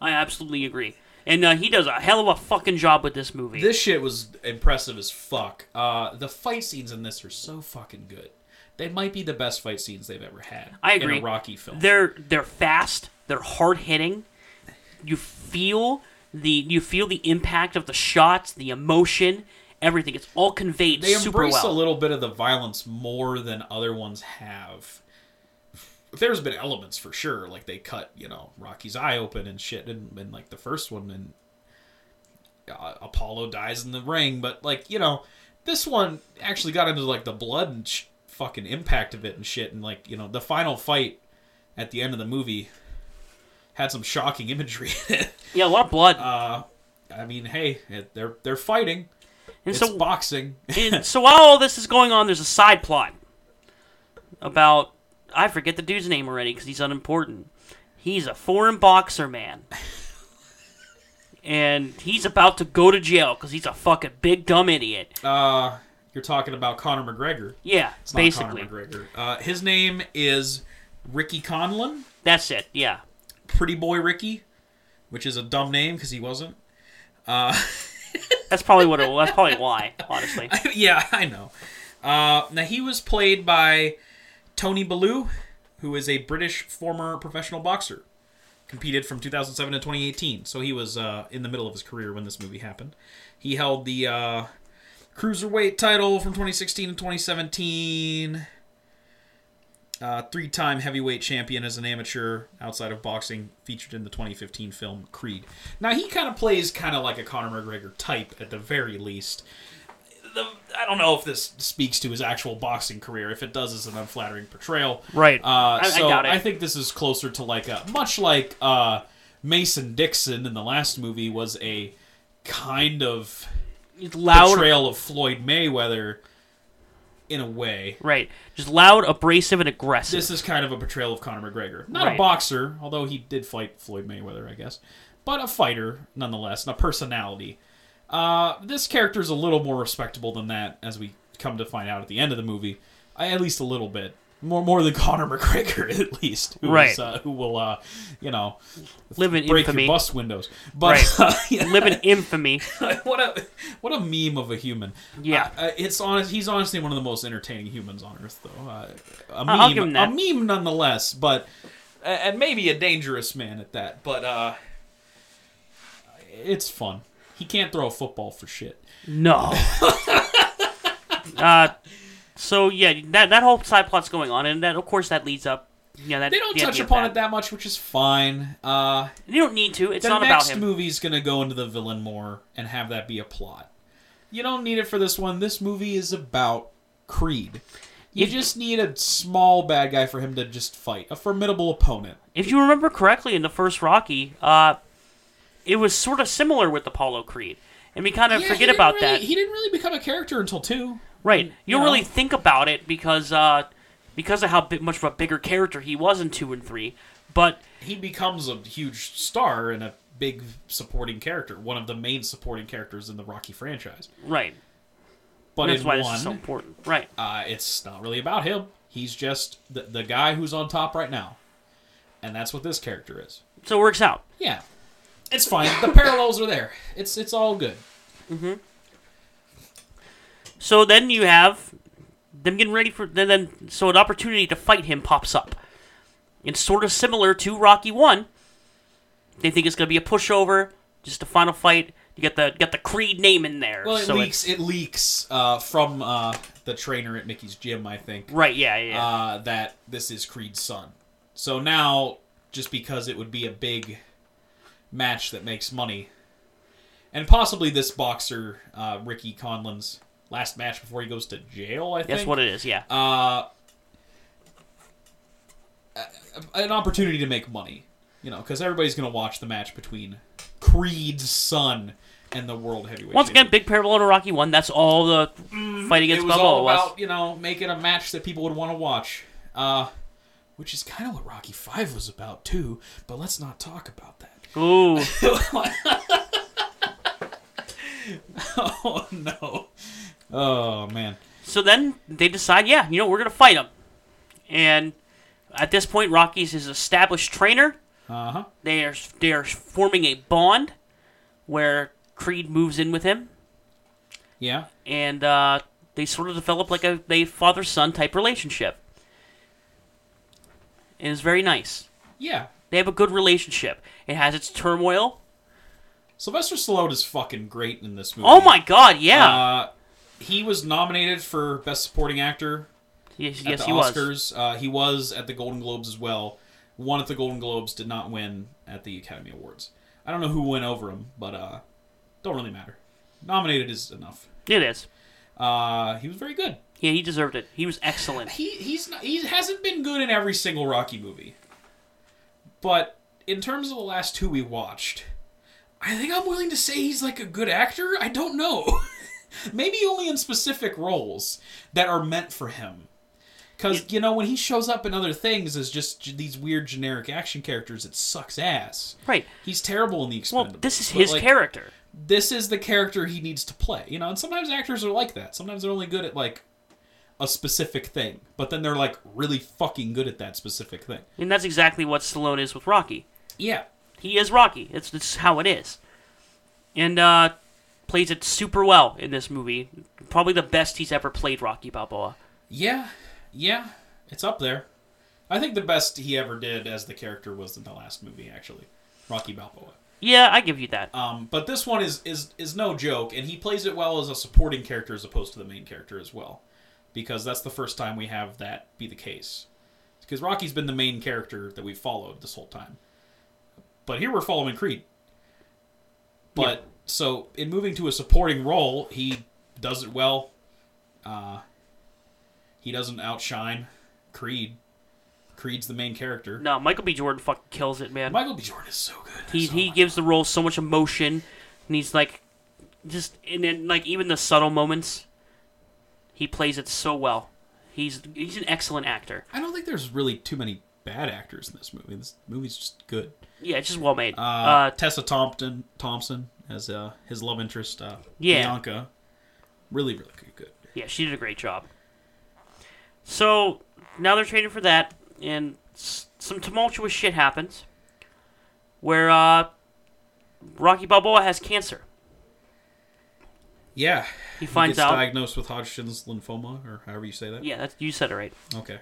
[SPEAKER 2] I absolutely agree. And uh, he does a hell of a fucking job with this movie.
[SPEAKER 1] This shit was impressive as fuck. Uh, the fight scenes in this are so fucking good. They might be the best fight scenes they've ever had.
[SPEAKER 2] I agree.
[SPEAKER 1] In a Rocky film.
[SPEAKER 2] they're they're fast. They're hard hitting. You feel the you feel the impact of the shots, the emotion, everything. It's all conveyed
[SPEAKER 1] they
[SPEAKER 2] super
[SPEAKER 1] embrace
[SPEAKER 2] well.
[SPEAKER 1] a little bit of the violence more than other ones have. There's been elements for sure, like they cut you know Rocky's eye open and shit, and, and like the first one, and uh, Apollo dies in the ring, but like you know This one actually got into like the blood and sh- fucking impact of it and shit, and like you know the final fight at the end of the movie had some shocking imagery. in it.
[SPEAKER 2] Yeah, a lot of blood.
[SPEAKER 1] Uh, I mean, hey, it, they're they're fighting.
[SPEAKER 2] and
[SPEAKER 1] It's
[SPEAKER 2] so,
[SPEAKER 1] boxing.
[SPEAKER 2] and so while all this is going on, there's a side plot about I forget the dude's name already because he's unimportant. He's a foreign boxer man, and he's about to go to jail because he's a fucking big dumb idiot.
[SPEAKER 1] Uh, you're talking about Conor McGregor.
[SPEAKER 2] Yeah,
[SPEAKER 1] It's not
[SPEAKER 2] basically,
[SPEAKER 1] Conor McGregor. Uh, his name is Ricky Conlon,
[SPEAKER 2] that's it. Yeah,
[SPEAKER 1] Pretty Boy Ricky, which is a dumb name because he wasn't.
[SPEAKER 2] that's probably what. It, that's probably why, honestly.
[SPEAKER 1] yeah, I know. Uh, now he was played by Tony Bellew, who is a British former professional boxer. Competed from 2007 to 2018, so he was uh, in the middle of his career when this movie happened. He held the uh, cruiserweight title from 2016 to 2017. Uh, three-time heavyweight champion as an amateur outside of boxing, featured in the 2015 film Creed. Now he kind of plays kind of like a Conor McGregor type at the very least the, I don't know if this speaks to his actual boxing career. If it does, it's an unflattering portrayal.
[SPEAKER 2] Right.
[SPEAKER 1] Uh,
[SPEAKER 2] I- I
[SPEAKER 1] so I,
[SPEAKER 2] doubt it.
[SPEAKER 1] think this is closer to like a much like uh, Mason Dixon in the last movie was a kind of
[SPEAKER 2] He's loud,
[SPEAKER 1] portrayal of Floyd Mayweather in a way.
[SPEAKER 2] right? Just loud, abrasive, and aggressive.
[SPEAKER 1] This is kind of a portrayal of Conor McGregor, not
[SPEAKER 2] Right.
[SPEAKER 1] a boxer, although he did fight Floyd Mayweather, I guess, but a fighter nonetheless, and a personality. Uh, this character is a little more respectable than that, as we come to find out at the end of the movie, uh, at least a little bit more more than Conor McGregor, at least, who is,
[SPEAKER 2] Right.
[SPEAKER 1] uh, who will, uh, you know,
[SPEAKER 2] live in
[SPEAKER 1] break
[SPEAKER 2] infamy.
[SPEAKER 1] your bus windows. But uh, yeah,
[SPEAKER 2] Live in infamy.
[SPEAKER 1] what a what a meme of a human.
[SPEAKER 2] Yeah.
[SPEAKER 1] Uh, uh, it's honest. He's honestly one of the most entertaining humans on Earth, though. Uh, a meme,
[SPEAKER 2] I'll give him that.
[SPEAKER 1] a meme nonetheless, but uh, and maybe a dangerous man at that. But uh, it's fun. He can't throw a football for shit.
[SPEAKER 2] No. uh, so yeah, that that whole side plot's going on, and that of course that leads up. Yeah, that
[SPEAKER 1] They don't
[SPEAKER 2] the
[SPEAKER 1] touch
[SPEAKER 2] idea of
[SPEAKER 1] upon it that much, which is fine. Uh,
[SPEAKER 2] You don't need to. It's
[SPEAKER 1] the
[SPEAKER 2] not about
[SPEAKER 1] next
[SPEAKER 2] him.
[SPEAKER 1] movie's gonna go into the villain more and have that be a plot. You don't need it for this one. This movie is about Creed. You
[SPEAKER 2] If-
[SPEAKER 1] just need a small bad guy for him to just fight a formidable opponent.
[SPEAKER 2] If you remember correctly, in the first Rocky, uh, it was sort of similar with Apollo Creed, and we kind of
[SPEAKER 1] Yeah, he
[SPEAKER 2] forget
[SPEAKER 1] didn't
[SPEAKER 2] about
[SPEAKER 1] really-
[SPEAKER 2] that.
[SPEAKER 1] He didn't really become a character until two.
[SPEAKER 2] right. You,
[SPEAKER 1] you
[SPEAKER 2] don't
[SPEAKER 1] know.
[SPEAKER 2] really think about it because uh, because of how big, much of a bigger character he was in two and three. But
[SPEAKER 1] He becomes a huge star and a big supporting character, one of the main supporting characters in the Rocky franchise.
[SPEAKER 2] right,
[SPEAKER 1] But
[SPEAKER 2] that's
[SPEAKER 1] in
[SPEAKER 2] why
[SPEAKER 1] one,
[SPEAKER 2] this is so important. Right.
[SPEAKER 1] uh, it's not really about him. He's just the, the guy who's on top right now, and that's what this character is.
[SPEAKER 2] So it works out.
[SPEAKER 1] Yeah, it's fine. The parallels are there. It's it's all good.
[SPEAKER 2] So then you have them getting ready for then, then so an opportunity to fight him pops up. It's sort of similar to Rocky One. They think it's gonna be a pushover, just a final fight. You got the got the Creed name in there.
[SPEAKER 1] Well, it
[SPEAKER 2] so
[SPEAKER 1] leaks.
[SPEAKER 2] it's
[SPEAKER 1] It leaks uh, from uh, the trainer at Mickey's gym, I think.
[SPEAKER 2] right, yeah, yeah. yeah.
[SPEAKER 1] uh, that this is Creed's son. So now, just because it would be a big match that makes money, and possibly this boxer uh, Ricky Conlon's last match before he goes to jail, I think
[SPEAKER 2] That's what it is, yeah.
[SPEAKER 1] uh, an opportunity to make money. You know, because everybody's going to watch the match between Creed's son and the world heavyweight.
[SPEAKER 2] Once again,
[SPEAKER 1] champion.
[SPEAKER 2] big parallel to Rocky One. That's all the fight
[SPEAKER 1] Mm-hmm. it
[SPEAKER 2] against
[SPEAKER 1] was all
[SPEAKER 2] Balboa
[SPEAKER 1] about
[SPEAKER 2] was.
[SPEAKER 1] you know making a match that people would want to watch. Uh, which is kind of what Rocky Five was about too. But let's not talk about that.
[SPEAKER 2] Ooh,
[SPEAKER 1] oh no. Oh man.
[SPEAKER 2] so then they decide, yeah, you know, we're gonna fight him. And at this point, Rocky's his established trainer.
[SPEAKER 1] Uh huh.
[SPEAKER 2] they are they are forming a bond where Creed moves in with him,
[SPEAKER 1] Yeah.
[SPEAKER 2] and uh, they sort of develop like a they father son type relationship. And it's very nice.
[SPEAKER 1] Yeah.
[SPEAKER 2] They have a good relationship. It has its turmoil.
[SPEAKER 1] Sylvester Stallone is fucking great in this movie.
[SPEAKER 2] Oh my god, yeah.
[SPEAKER 1] Uh, he was nominated for Best Supporting Actor
[SPEAKER 2] yes,
[SPEAKER 1] at
[SPEAKER 2] yes,
[SPEAKER 1] the
[SPEAKER 2] he was.
[SPEAKER 1] Oscars. Uh, he was at the Golden Globes as well. Won at the Golden Globes, did not win at the Academy Awards. I don't know who went over him, but uh, don't really matter. Nominated is enough.
[SPEAKER 2] It is.
[SPEAKER 1] Uh, he was very good.
[SPEAKER 2] Yeah, he deserved it. He was excellent.
[SPEAKER 1] He he's not, he hasn't been good in every single Rocky movie, but in terms of the last two we watched, I think I'm willing to say he's like a good actor. I don't know. Maybe only in specific roles that are meant for him. Because, you know, when he shows up in other things as just j- these weird generic action characters, it sucks ass.
[SPEAKER 2] Right.
[SPEAKER 1] He's terrible in the
[SPEAKER 2] Well,
[SPEAKER 1] Expendables.
[SPEAKER 2] this is
[SPEAKER 1] but,
[SPEAKER 2] his
[SPEAKER 1] like,
[SPEAKER 2] character.
[SPEAKER 1] This is the character he needs to play. You know, and sometimes actors are like that. Sometimes they're only good at, like, a specific thing. But then they're, like, really fucking good at that specific thing.
[SPEAKER 2] And that's exactly what Stallone is with Rocky.
[SPEAKER 1] Yeah.
[SPEAKER 2] He is Rocky. It's, it's how it is. And uh, plays it super well in this movie. Probably the best he's ever played Rocky Balboa.
[SPEAKER 1] Yeah. Yeah. It's up there. I think the best he ever did as the character was in the last movie, actually Rocky Balboa.
[SPEAKER 2] Yeah, I give you that.
[SPEAKER 1] Um, but this one is is is no joke, and he plays it well as a supporting character as opposed to the main character as well, because that's the first time we have that be the case. Because Rocky's been the main character that we've followed this whole time, but here we're following Creed. But so in moving to a supporting role, he does it well. Uh, he doesn't outshine Creed. Creed's the main character.
[SPEAKER 2] No, Michael B. Jordan fucking kills it, man.
[SPEAKER 1] Michael B. Jordan is so good.
[SPEAKER 2] he
[SPEAKER 1] So
[SPEAKER 2] he
[SPEAKER 1] much-
[SPEAKER 2] gives the role so much emotion, and he's like, just and then like even the subtle moments, he plays it so well. He's he's an excellent actor.
[SPEAKER 1] I don't think there's really too many bad actors in this movie. This movie's just good.
[SPEAKER 2] Yeah, it's just well made. Uh,
[SPEAKER 1] Uh, Tessa Thompson, Thompson as uh, his love interest, uh,
[SPEAKER 2] Yeah.
[SPEAKER 1] Bianca. Really, really good. good.
[SPEAKER 2] yeah, she did a great job. So now they're trading for that, and s- some tumultuous shit happens, where uh, Rocky Balboa has cancer.
[SPEAKER 1] Yeah, he
[SPEAKER 2] He finds
[SPEAKER 1] gets
[SPEAKER 2] out.
[SPEAKER 1] diagnosed with Hodgkin's lymphoma, or however you say that.
[SPEAKER 2] yeah, that's, you said it right.
[SPEAKER 1] Okay.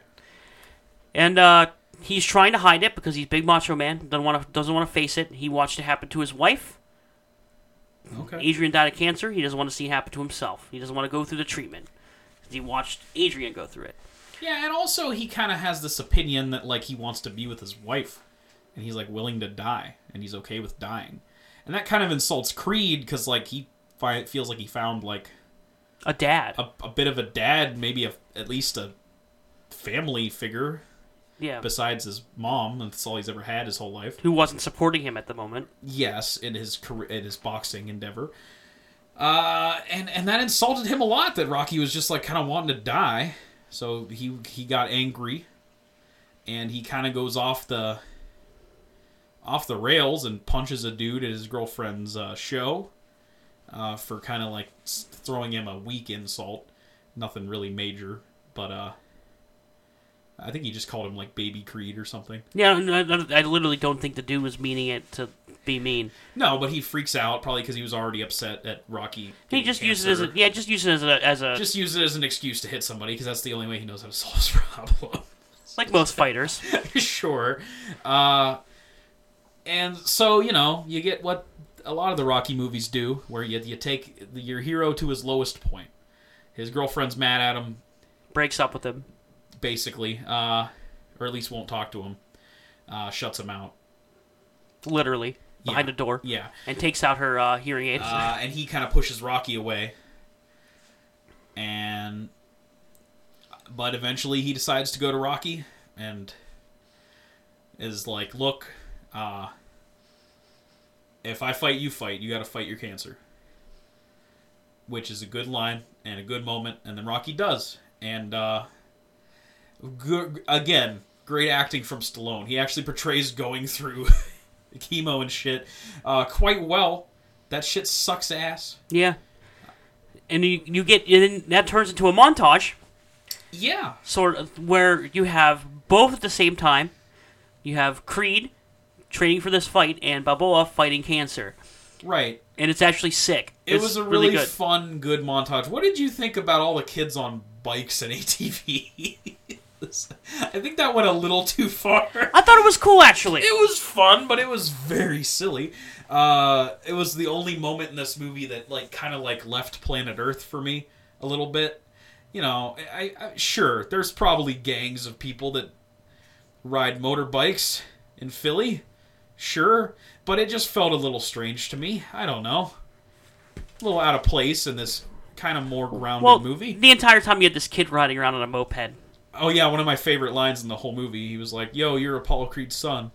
[SPEAKER 2] And uh, he's trying to hide it because he's big macho man. Doesn't want to doesn't want to face it. He watched it happen to his wife.
[SPEAKER 1] Okay.
[SPEAKER 2] Adrian died of cancer. He doesn't want to see it happen to himself. He doesn't want to go through the treatment. He watched Adrian go through it.
[SPEAKER 1] Yeah, and also he kind of has this opinion that like he wants to be with his wife, and he's like willing to die, and he's okay with dying, and that kind of insults Creed because like he fi- feels like he found like
[SPEAKER 2] A dad.
[SPEAKER 1] a, a bit of a dad, maybe a, at least a family figure
[SPEAKER 2] yeah.
[SPEAKER 1] besides his mom. and That's all he's ever had his whole life.
[SPEAKER 2] who wasn't supporting him at the moment.
[SPEAKER 1] Yes, in his career, in his boxing endeavor. Uh, and and that insulted him a lot. That Rocky was just like kind of wanting to die, so he he got angry, and he kind of goes off the off the rails and punches a dude at his girlfriend's uh, show uh, for kind of like s- throwing him a weak insult. Nothing really major, but uh, I think he just called him like Baby Creed or something.
[SPEAKER 2] Yeah, I, I- I literally don't think the dude was meaning it to be mean.
[SPEAKER 1] No, but he freaks out probably because he was already upset at Rocky.
[SPEAKER 2] He
[SPEAKER 1] getting
[SPEAKER 2] just uses it as
[SPEAKER 1] cancer.
[SPEAKER 2] a yeah, just uses it as a, as a
[SPEAKER 1] just uses it as an excuse to hit somebody because that's the only way he knows how to solve his problem.
[SPEAKER 2] like most fighters.
[SPEAKER 1] sure, uh, and so you know you get what a lot of the Rocky movies do, where you you take your hero to his lowest point. His girlfriend's mad at him,
[SPEAKER 2] Breaks up with him.
[SPEAKER 1] basically, uh, or at least won't talk to him, uh, shuts him out.
[SPEAKER 2] Literally. Behind
[SPEAKER 1] Yeah.
[SPEAKER 2] a door.
[SPEAKER 1] Yeah,
[SPEAKER 2] And takes out her uh, hearing aids.
[SPEAKER 1] uh, and he kind of pushes Rocky away. And but eventually he decides to go to Rocky and is like, "Look, uh, if I fight, you fight. You got to fight your cancer," which is a good line and a good moment. And then Rocky does, and uh, g- again, great acting from Stallone. He actually portrays going through chemo and shit uh, quite well. That shit sucks ass.
[SPEAKER 2] yeah. And you, you get and then that turns into a montage
[SPEAKER 1] Yeah.
[SPEAKER 2] sort of where you have both at the same time. You have Creed training for this fight and Balboa fighting cancer,
[SPEAKER 1] Right.
[SPEAKER 2] and it's actually sick.
[SPEAKER 1] It
[SPEAKER 2] It's
[SPEAKER 1] was a really,
[SPEAKER 2] good.
[SPEAKER 1] fun, good montage. What did you think about all the kids on bikes and ATVs? I think that went a little too far.
[SPEAKER 2] I thought it was cool actually.
[SPEAKER 1] It was fun, but it was very silly. Uh, it was the only moment in this movie that like kind of like left planet Earth for me a little bit. You know, I, I sure there's probably gangs of people that ride motorbikes in Philly. Sure, but it just felt a little strange to me. I don't know. A little out of place in this kind of more grounded
[SPEAKER 2] Well,
[SPEAKER 1] movie.
[SPEAKER 2] the entire time you had this kid riding around on a moped.
[SPEAKER 1] Oh yeah, one of my favorite lines in the whole movie. He was like, "Yo, you're Apollo Creed's son,"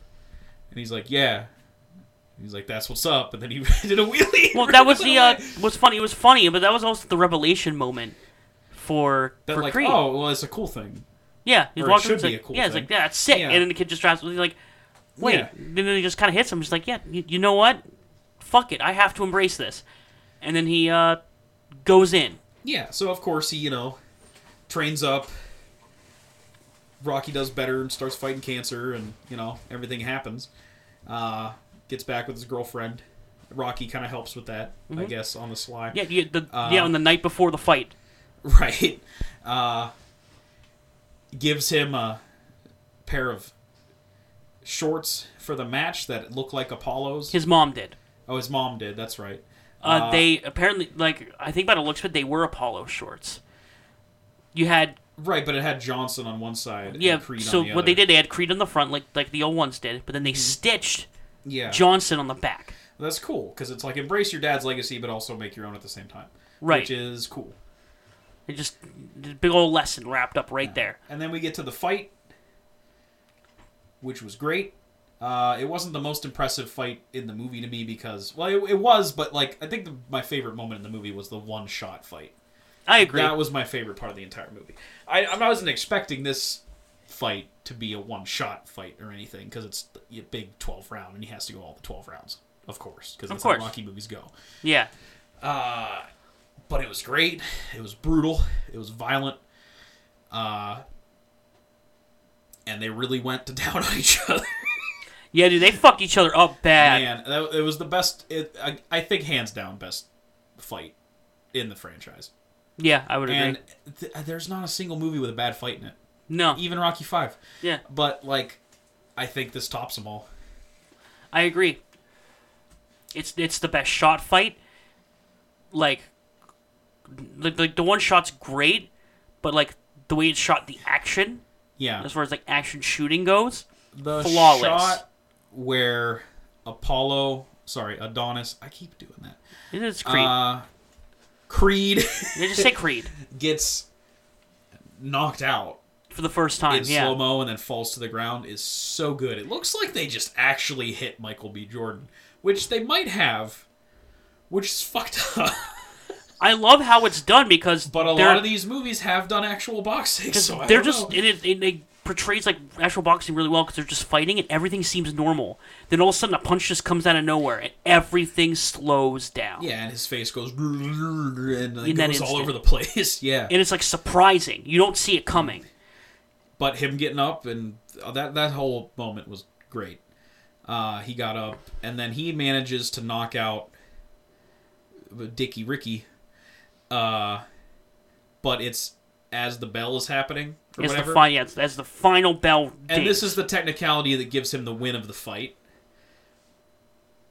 [SPEAKER 1] and he's like, "Yeah." And He's like, "That's what's up," and then he did a wheelie.
[SPEAKER 2] Well, that was the uh,
[SPEAKER 1] That's
[SPEAKER 2] what's funny. It was funny, but that was also the revelation moment for for
[SPEAKER 1] like,
[SPEAKER 2] Creed.
[SPEAKER 1] oh, well, it's a cool thing.
[SPEAKER 2] yeah, he's
[SPEAKER 1] or it
[SPEAKER 2] walking.
[SPEAKER 1] should
[SPEAKER 2] it's
[SPEAKER 1] be
[SPEAKER 2] like,
[SPEAKER 1] a cool
[SPEAKER 2] yeah, it's
[SPEAKER 1] thing.
[SPEAKER 2] like yeah, that's sick.
[SPEAKER 1] Yeah.
[SPEAKER 2] And then the kid just drives. He's like, wait.
[SPEAKER 1] Yeah.
[SPEAKER 2] And then he just kind of hits him. He's like, yeah, you, you know what? Fuck it, I have to embrace this. And then he uh, goes in.
[SPEAKER 1] Yeah, so of course he, you know, trains up. Rocky does better and starts fighting cancer, and you know everything happens. Uh, gets back with his girlfriend. Rocky kind of helps with that,
[SPEAKER 2] Mm-hmm.
[SPEAKER 1] I guess, on the sly.
[SPEAKER 2] Yeah, yeah, the,
[SPEAKER 1] Uh,
[SPEAKER 2] yeah, on the night before the fight.
[SPEAKER 1] Right. Uh, gives him a pair of shorts for the match that look like Apollo's.
[SPEAKER 2] His mom did.
[SPEAKER 1] oh, his mom did. That's right.
[SPEAKER 2] Uh, they apparently like I think by the looks of it, they were Apollo shorts. You had
[SPEAKER 1] Right, but it had Johnson on one side. and
[SPEAKER 2] yeah.
[SPEAKER 1] Creed
[SPEAKER 2] so
[SPEAKER 1] on the
[SPEAKER 2] what
[SPEAKER 1] other. Hmm.
[SPEAKER 2] they did, they had Creed on the front, like like the old ones did, but then they stitched
[SPEAKER 1] Yeah.
[SPEAKER 2] Johnson on the back.
[SPEAKER 1] That's cool because it's like embrace your dad's legacy, but also make your own at the same time.
[SPEAKER 2] Right.
[SPEAKER 1] which is cool.
[SPEAKER 2] It just a big old lesson wrapped up right there.
[SPEAKER 1] And then we get to the fight, which was great. Uh, it wasn't the most impressive fight in the movie to me because, well, it, it was, but like I think the, my favorite moment in the movie was the one shot fight.
[SPEAKER 2] I agree.
[SPEAKER 1] That was my favorite part of the entire movie. I, I wasn't expecting this fight to be a one shot fight or anything because it's a big twelve round and he has to go all the twelve rounds, of course, because that's
[SPEAKER 2] course.
[SPEAKER 1] how Rocky movies go.
[SPEAKER 2] yeah,
[SPEAKER 1] but it was great. It was brutal. It was violent. Uh, and they really went to town on each other.
[SPEAKER 2] yeah, dude, they fucked each other up bad.
[SPEAKER 1] Man, that, it was the best. It, I, I think hands down best fight in the franchise.
[SPEAKER 2] Yeah, I would agree.
[SPEAKER 1] And th- uh, there's not a single movie with a bad fight in it,
[SPEAKER 2] no,
[SPEAKER 1] even Rocky Five.
[SPEAKER 2] yeah,
[SPEAKER 1] But like, I think this tops them all.
[SPEAKER 2] I agree. It's it's the best shot fight. Like, like, like the one shot's great, but like the way it's shot, the action
[SPEAKER 1] Yeah,
[SPEAKER 2] as far as like action shooting goes,
[SPEAKER 1] the
[SPEAKER 2] flawless.
[SPEAKER 1] shot where Apollo, sorry, Adonis. I keep doing that.
[SPEAKER 2] it's Creed.
[SPEAKER 1] Uh, Creed.
[SPEAKER 2] they just say Creed
[SPEAKER 1] gets knocked out
[SPEAKER 2] for the first time.
[SPEAKER 1] in
[SPEAKER 2] yeah,
[SPEAKER 1] slow mo and then falls to the ground is so good. It looks like they just actually hit Michael B. Jordan, which they might have, which is fucked up.
[SPEAKER 2] I love how it's done because
[SPEAKER 1] But a
[SPEAKER 2] they're-
[SPEAKER 1] lot of these movies have done actual boxing, so I
[SPEAKER 2] they're
[SPEAKER 1] don't
[SPEAKER 2] just
[SPEAKER 1] know.
[SPEAKER 2] it, it, it, it portrays like actual boxing really well because they're just fighting and everything seems normal. Then all of a sudden a punch just comes out of nowhere and everything slows down.
[SPEAKER 1] yeah, and his face goes and like,
[SPEAKER 2] In that
[SPEAKER 1] goes all
[SPEAKER 2] instant.
[SPEAKER 1] over the place. Yeah,
[SPEAKER 2] And it's like surprising. You don't see it coming.
[SPEAKER 1] Mm. but him getting up and uh, that that whole moment was great. Uh, he got up and then he manages to knock out Dicky Ricky, uh, but it's as the bell is happening or
[SPEAKER 2] It's
[SPEAKER 1] whatever.
[SPEAKER 2] the fi- yeah, it's, that's the final bell.
[SPEAKER 1] and
[SPEAKER 2] dings.
[SPEAKER 1] this is the technicality that gives him the win of the fight.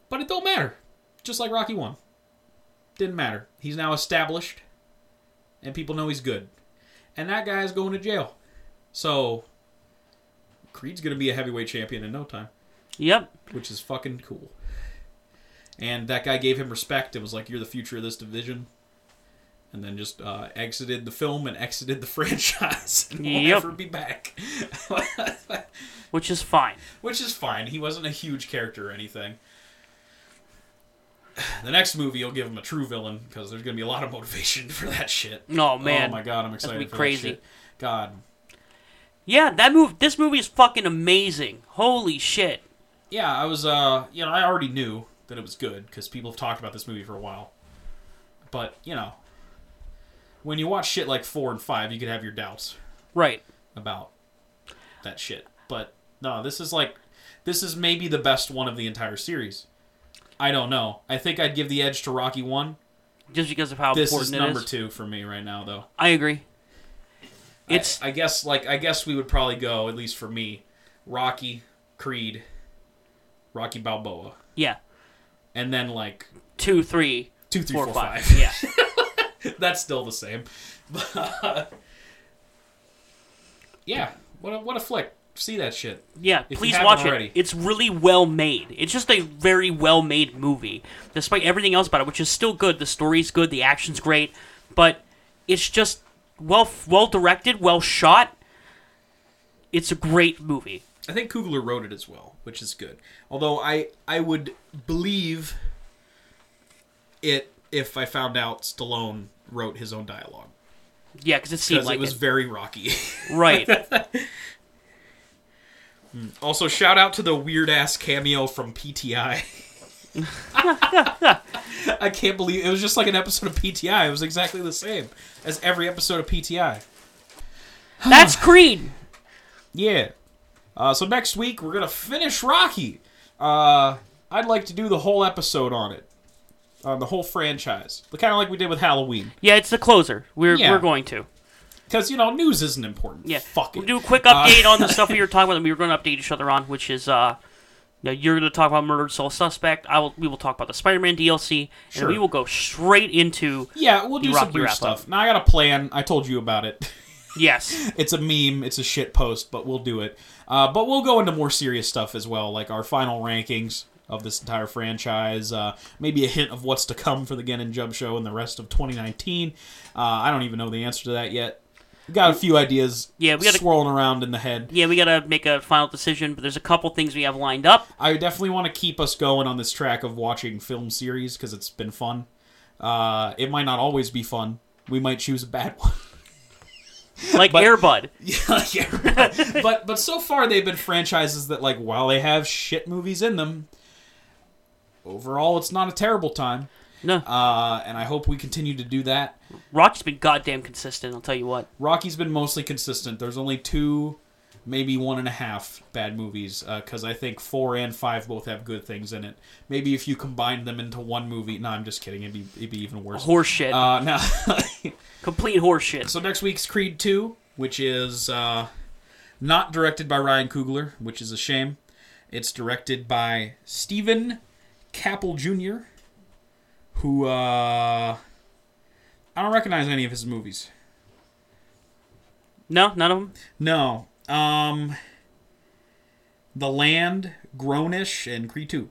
[SPEAKER 1] But it don't matter. Just like Rocky won. Didn't matter. He's now established and people know he's good. And that guy's going to jail. So Creed's going to be a heavyweight champion in no time,
[SPEAKER 2] Yep.
[SPEAKER 1] which is fucking cool. And that guy gave him respect and was like, "You're the future of this division." And then just uh, exited the film and exited the franchise and will
[SPEAKER 2] Yep.
[SPEAKER 1] never be back.
[SPEAKER 2] Which is fine.
[SPEAKER 1] which is fine. He wasn't a huge character or anything. The next movie, you'll give him a true villain because there's going to be a lot of motivation for that shit.
[SPEAKER 2] Oh, man.
[SPEAKER 1] Oh my god, I'm excited
[SPEAKER 2] be
[SPEAKER 1] for
[SPEAKER 2] crazy.
[SPEAKER 1] that shit. God,
[SPEAKER 2] Yeah, that move. This movie is fucking amazing. Holy shit.
[SPEAKER 1] yeah, I was, uh, you know, I already knew that it was good because people have talked about this movie for a while. But you know, when you watch shit like four and five, you could have your doubts
[SPEAKER 2] Right.
[SPEAKER 1] about that shit. But no, this is like this is maybe the best one of the entire series. I don't know. I think I'd give the edge to Rocky One.
[SPEAKER 2] Just because of how
[SPEAKER 1] This is
[SPEAKER 2] important it
[SPEAKER 1] number
[SPEAKER 2] is.
[SPEAKER 1] two for me right now, though.
[SPEAKER 2] I agree. It's
[SPEAKER 1] I guess like I guess we would probably go at least for me, Rocky, Creed, Rocky Balboa,
[SPEAKER 2] yeah.
[SPEAKER 1] and then like
[SPEAKER 2] Two, three,
[SPEAKER 1] two, three,
[SPEAKER 2] four,
[SPEAKER 1] four,
[SPEAKER 2] five.
[SPEAKER 1] five.
[SPEAKER 2] Yeah.
[SPEAKER 1] That's still the same. yeah, what a, what a flick. See that shit.
[SPEAKER 2] Yeah,
[SPEAKER 1] you
[SPEAKER 2] please
[SPEAKER 1] haven't
[SPEAKER 2] watch
[SPEAKER 1] already.
[SPEAKER 2] it. It's really well made. It's just a very well made movie, despite everything else about it, which is still good. The story's good, the action's great, but it's just well well directed, well shot. It's a great movie.
[SPEAKER 1] I think Kugler wrote it as well, which is good. Although I I would believe it if I found out Stallone wrote his own dialogue
[SPEAKER 2] Yeah, because it seemed
[SPEAKER 1] because
[SPEAKER 2] like
[SPEAKER 1] it was
[SPEAKER 2] it.
[SPEAKER 1] very rocky.
[SPEAKER 2] right.
[SPEAKER 1] also, shout out to the weird ass cameo from PTI. I can't believe it was just like an episode of PTI. It was exactly the same as every episode of PTI.
[SPEAKER 2] That's Creed.
[SPEAKER 1] Yeah. Uh, so next week we're gonna finish Rocky. Uh, I'd like to do the whole episode on it, on the whole franchise, kind of like we did with Halloween,
[SPEAKER 2] Yeah, it's the closer. We're
[SPEAKER 1] Yeah.
[SPEAKER 2] we're going to.
[SPEAKER 1] because you know news isn't important.
[SPEAKER 2] Yeah.
[SPEAKER 1] Fuck it. Uh,
[SPEAKER 2] We'll do a quick update on the stuff we were talking about that we were going to update each other on, which is uh you know, you're going to talk about Murdered Soul Suspect. I will. We will talk about the Spider-Man DLC,
[SPEAKER 1] Sure.
[SPEAKER 2] and we will go straight into
[SPEAKER 1] yeah, we'll do some
[SPEAKER 2] Rocky
[SPEAKER 1] weird
[SPEAKER 2] wrap-up.
[SPEAKER 1] stuff. Now I got a plan. I told you about it.
[SPEAKER 2] yes,
[SPEAKER 1] it's a meme. It's a shit post, but we'll do it. Uh, but we'll go into more serious stuff as well, like our final rankings of this entire franchise. Uh, maybe a hint of what's to come for the Gen and Jump Show and the rest of 2019. Uh, I don't even know the answer to that yet. We got a few ideas.
[SPEAKER 2] Yeah, we gotta-
[SPEAKER 1] swirling around in the head.
[SPEAKER 2] yeah. We got to make a final decision, but there's a couple things we have lined up.
[SPEAKER 1] I definitely want to keep us going on this track of watching film series because it's been fun. Uh, it might not always be fun. We might choose a bad one.
[SPEAKER 2] like
[SPEAKER 1] But-
[SPEAKER 2] Airbud.
[SPEAKER 1] Yeah, yeah. right. but but so far they've been franchises that like while they have shit movies in them, overall it's not a terrible time.
[SPEAKER 2] No,
[SPEAKER 1] Uh, and I hope we continue to do that.
[SPEAKER 2] Rocky's been goddamn consistent. I'll tell you what.
[SPEAKER 1] Rocky's been mostly consistent. There's only two, maybe one and a half bad movies because I think four and five both have good things in it. Maybe if you combined them into one movie. No, I'm just kidding. It'd be it'd be even worse.
[SPEAKER 2] Horseshit.
[SPEAKER 1] Uh, now.
[SPEAKER 2] Complete horseshit.
[SPEAKER 1] So next week's Creed 2, which is uh, not directed by Ryan Coogler, which is a shame. It's directed by Stephen Capel Jr., who uh, I don't recognize any of his movies.
[SPEAKER 2] No, none of them.
[SPEAKER 1] No. Um, the Land, Grownish, and Creed 2.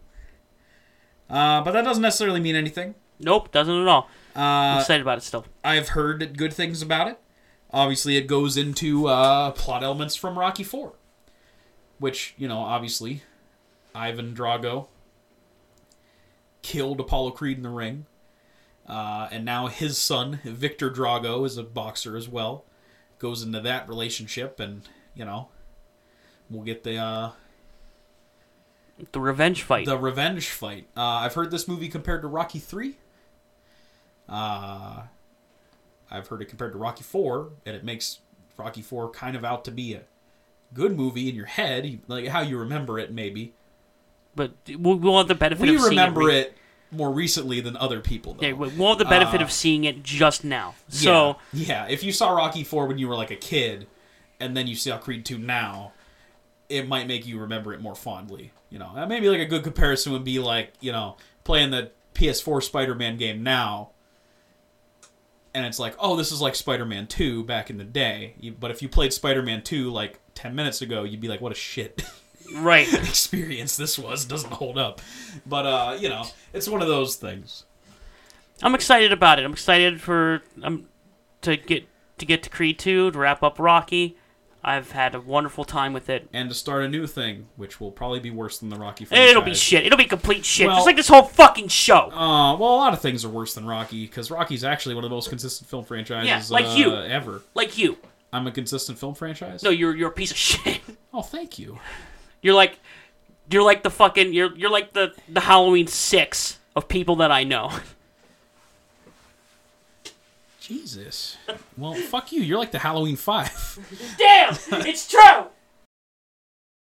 [SPEAKER 1] Uh, but that doesn't necessarily mean anything.
[SPEAKER 2] Nope, doesn't at all. I'm
[SPEAKER 1] Uh,
[SPEAKER 2] excited about it still.
[SPEAKER 1] I've heard good things about it. Obviously, it goes into uh, plot elements from Rocky Four, which you know, obviously, Ivan Drago killed Apollo Creed in the ring, uh, and now his son Victor Drago is a boxer as well. Goes into that relationship, and you know, we'll get the uh,
[SPEAKER 2] The revenge fight.
[SPEAKER 1] the revenge fight. Uh, I've heard this movie compared to Rocky Three. Uh, I've heard it compared to Rocky Four, and it makes Rocky Four kind of out to be a good movie in your head, like how you remember it. Maybe
[SPEAKER 2] but we'll, we'll have the benefit
[SPEAKER 1] we
[SPEAKER 2] of seeing
[SPEAKER 1] remember
[SPEAKER 2] re-
[SPEAKER 1] it more recently than other people. Though.
[SPEAKER 2] Yeah, we- we'll have the benefit of seeing it just now. So
[SPEAKER 1] Uh, yeah, yeah, if you saw Rocky Four when you were like a kid, and then you saw Creed Two now, it might make you remember it more fondly. You know, Uh, maybe like a good comparison would be like you know playing the PS4 Spider-Man game now, and it's like, oh, this is like Spider-Man Two back in the day. You- But if you played Spider-Man Two like ten minutes ago, you'd be like, what a shit.
[SPEAKER 2] right,
[SPEAKER 1] experience this was doesn't hold up but uh you know it's one of those things
[SPEAKER 2] I'm excited about it. I'm excited for um to get to get to Creed two to wrap up Rocky. I've had a wonderful time with it.
[SPEAKER 1] and to start a new thing which will probably be worse than the rocky franchise.
[SPEAKER 2] It'll be shit. It'll be complete shit.
[SPEAKER 1] Well-
[SPEAKER 2] just like this whole fucking show.
[SPEAKER 1] Uh, well, a lot of things are worse than Rocky because Rocky's actually one of the most consistent film franchises
[SPEAKER 2] Yeah, like
[SPEAKER 1] uh,
[SPEAKER 2] you.
[SPEAKER 1] ever.
[SPEAKER 2] like you.
[SPEAKER 1] I'm a consistent film franchise.
[SPEAKER 2] No, you're you're a piece of shit.
[SPEAKER 1] Oh, thank you.
[SPEAKER 2] You're like you're like the fucking you're you're like the the Halloween 6 of people that I know.
[SPEAKER 1] Jesus. Well, fuck you. You're like the Halloween Five.
[SPEAKER 2] Damn, it's true.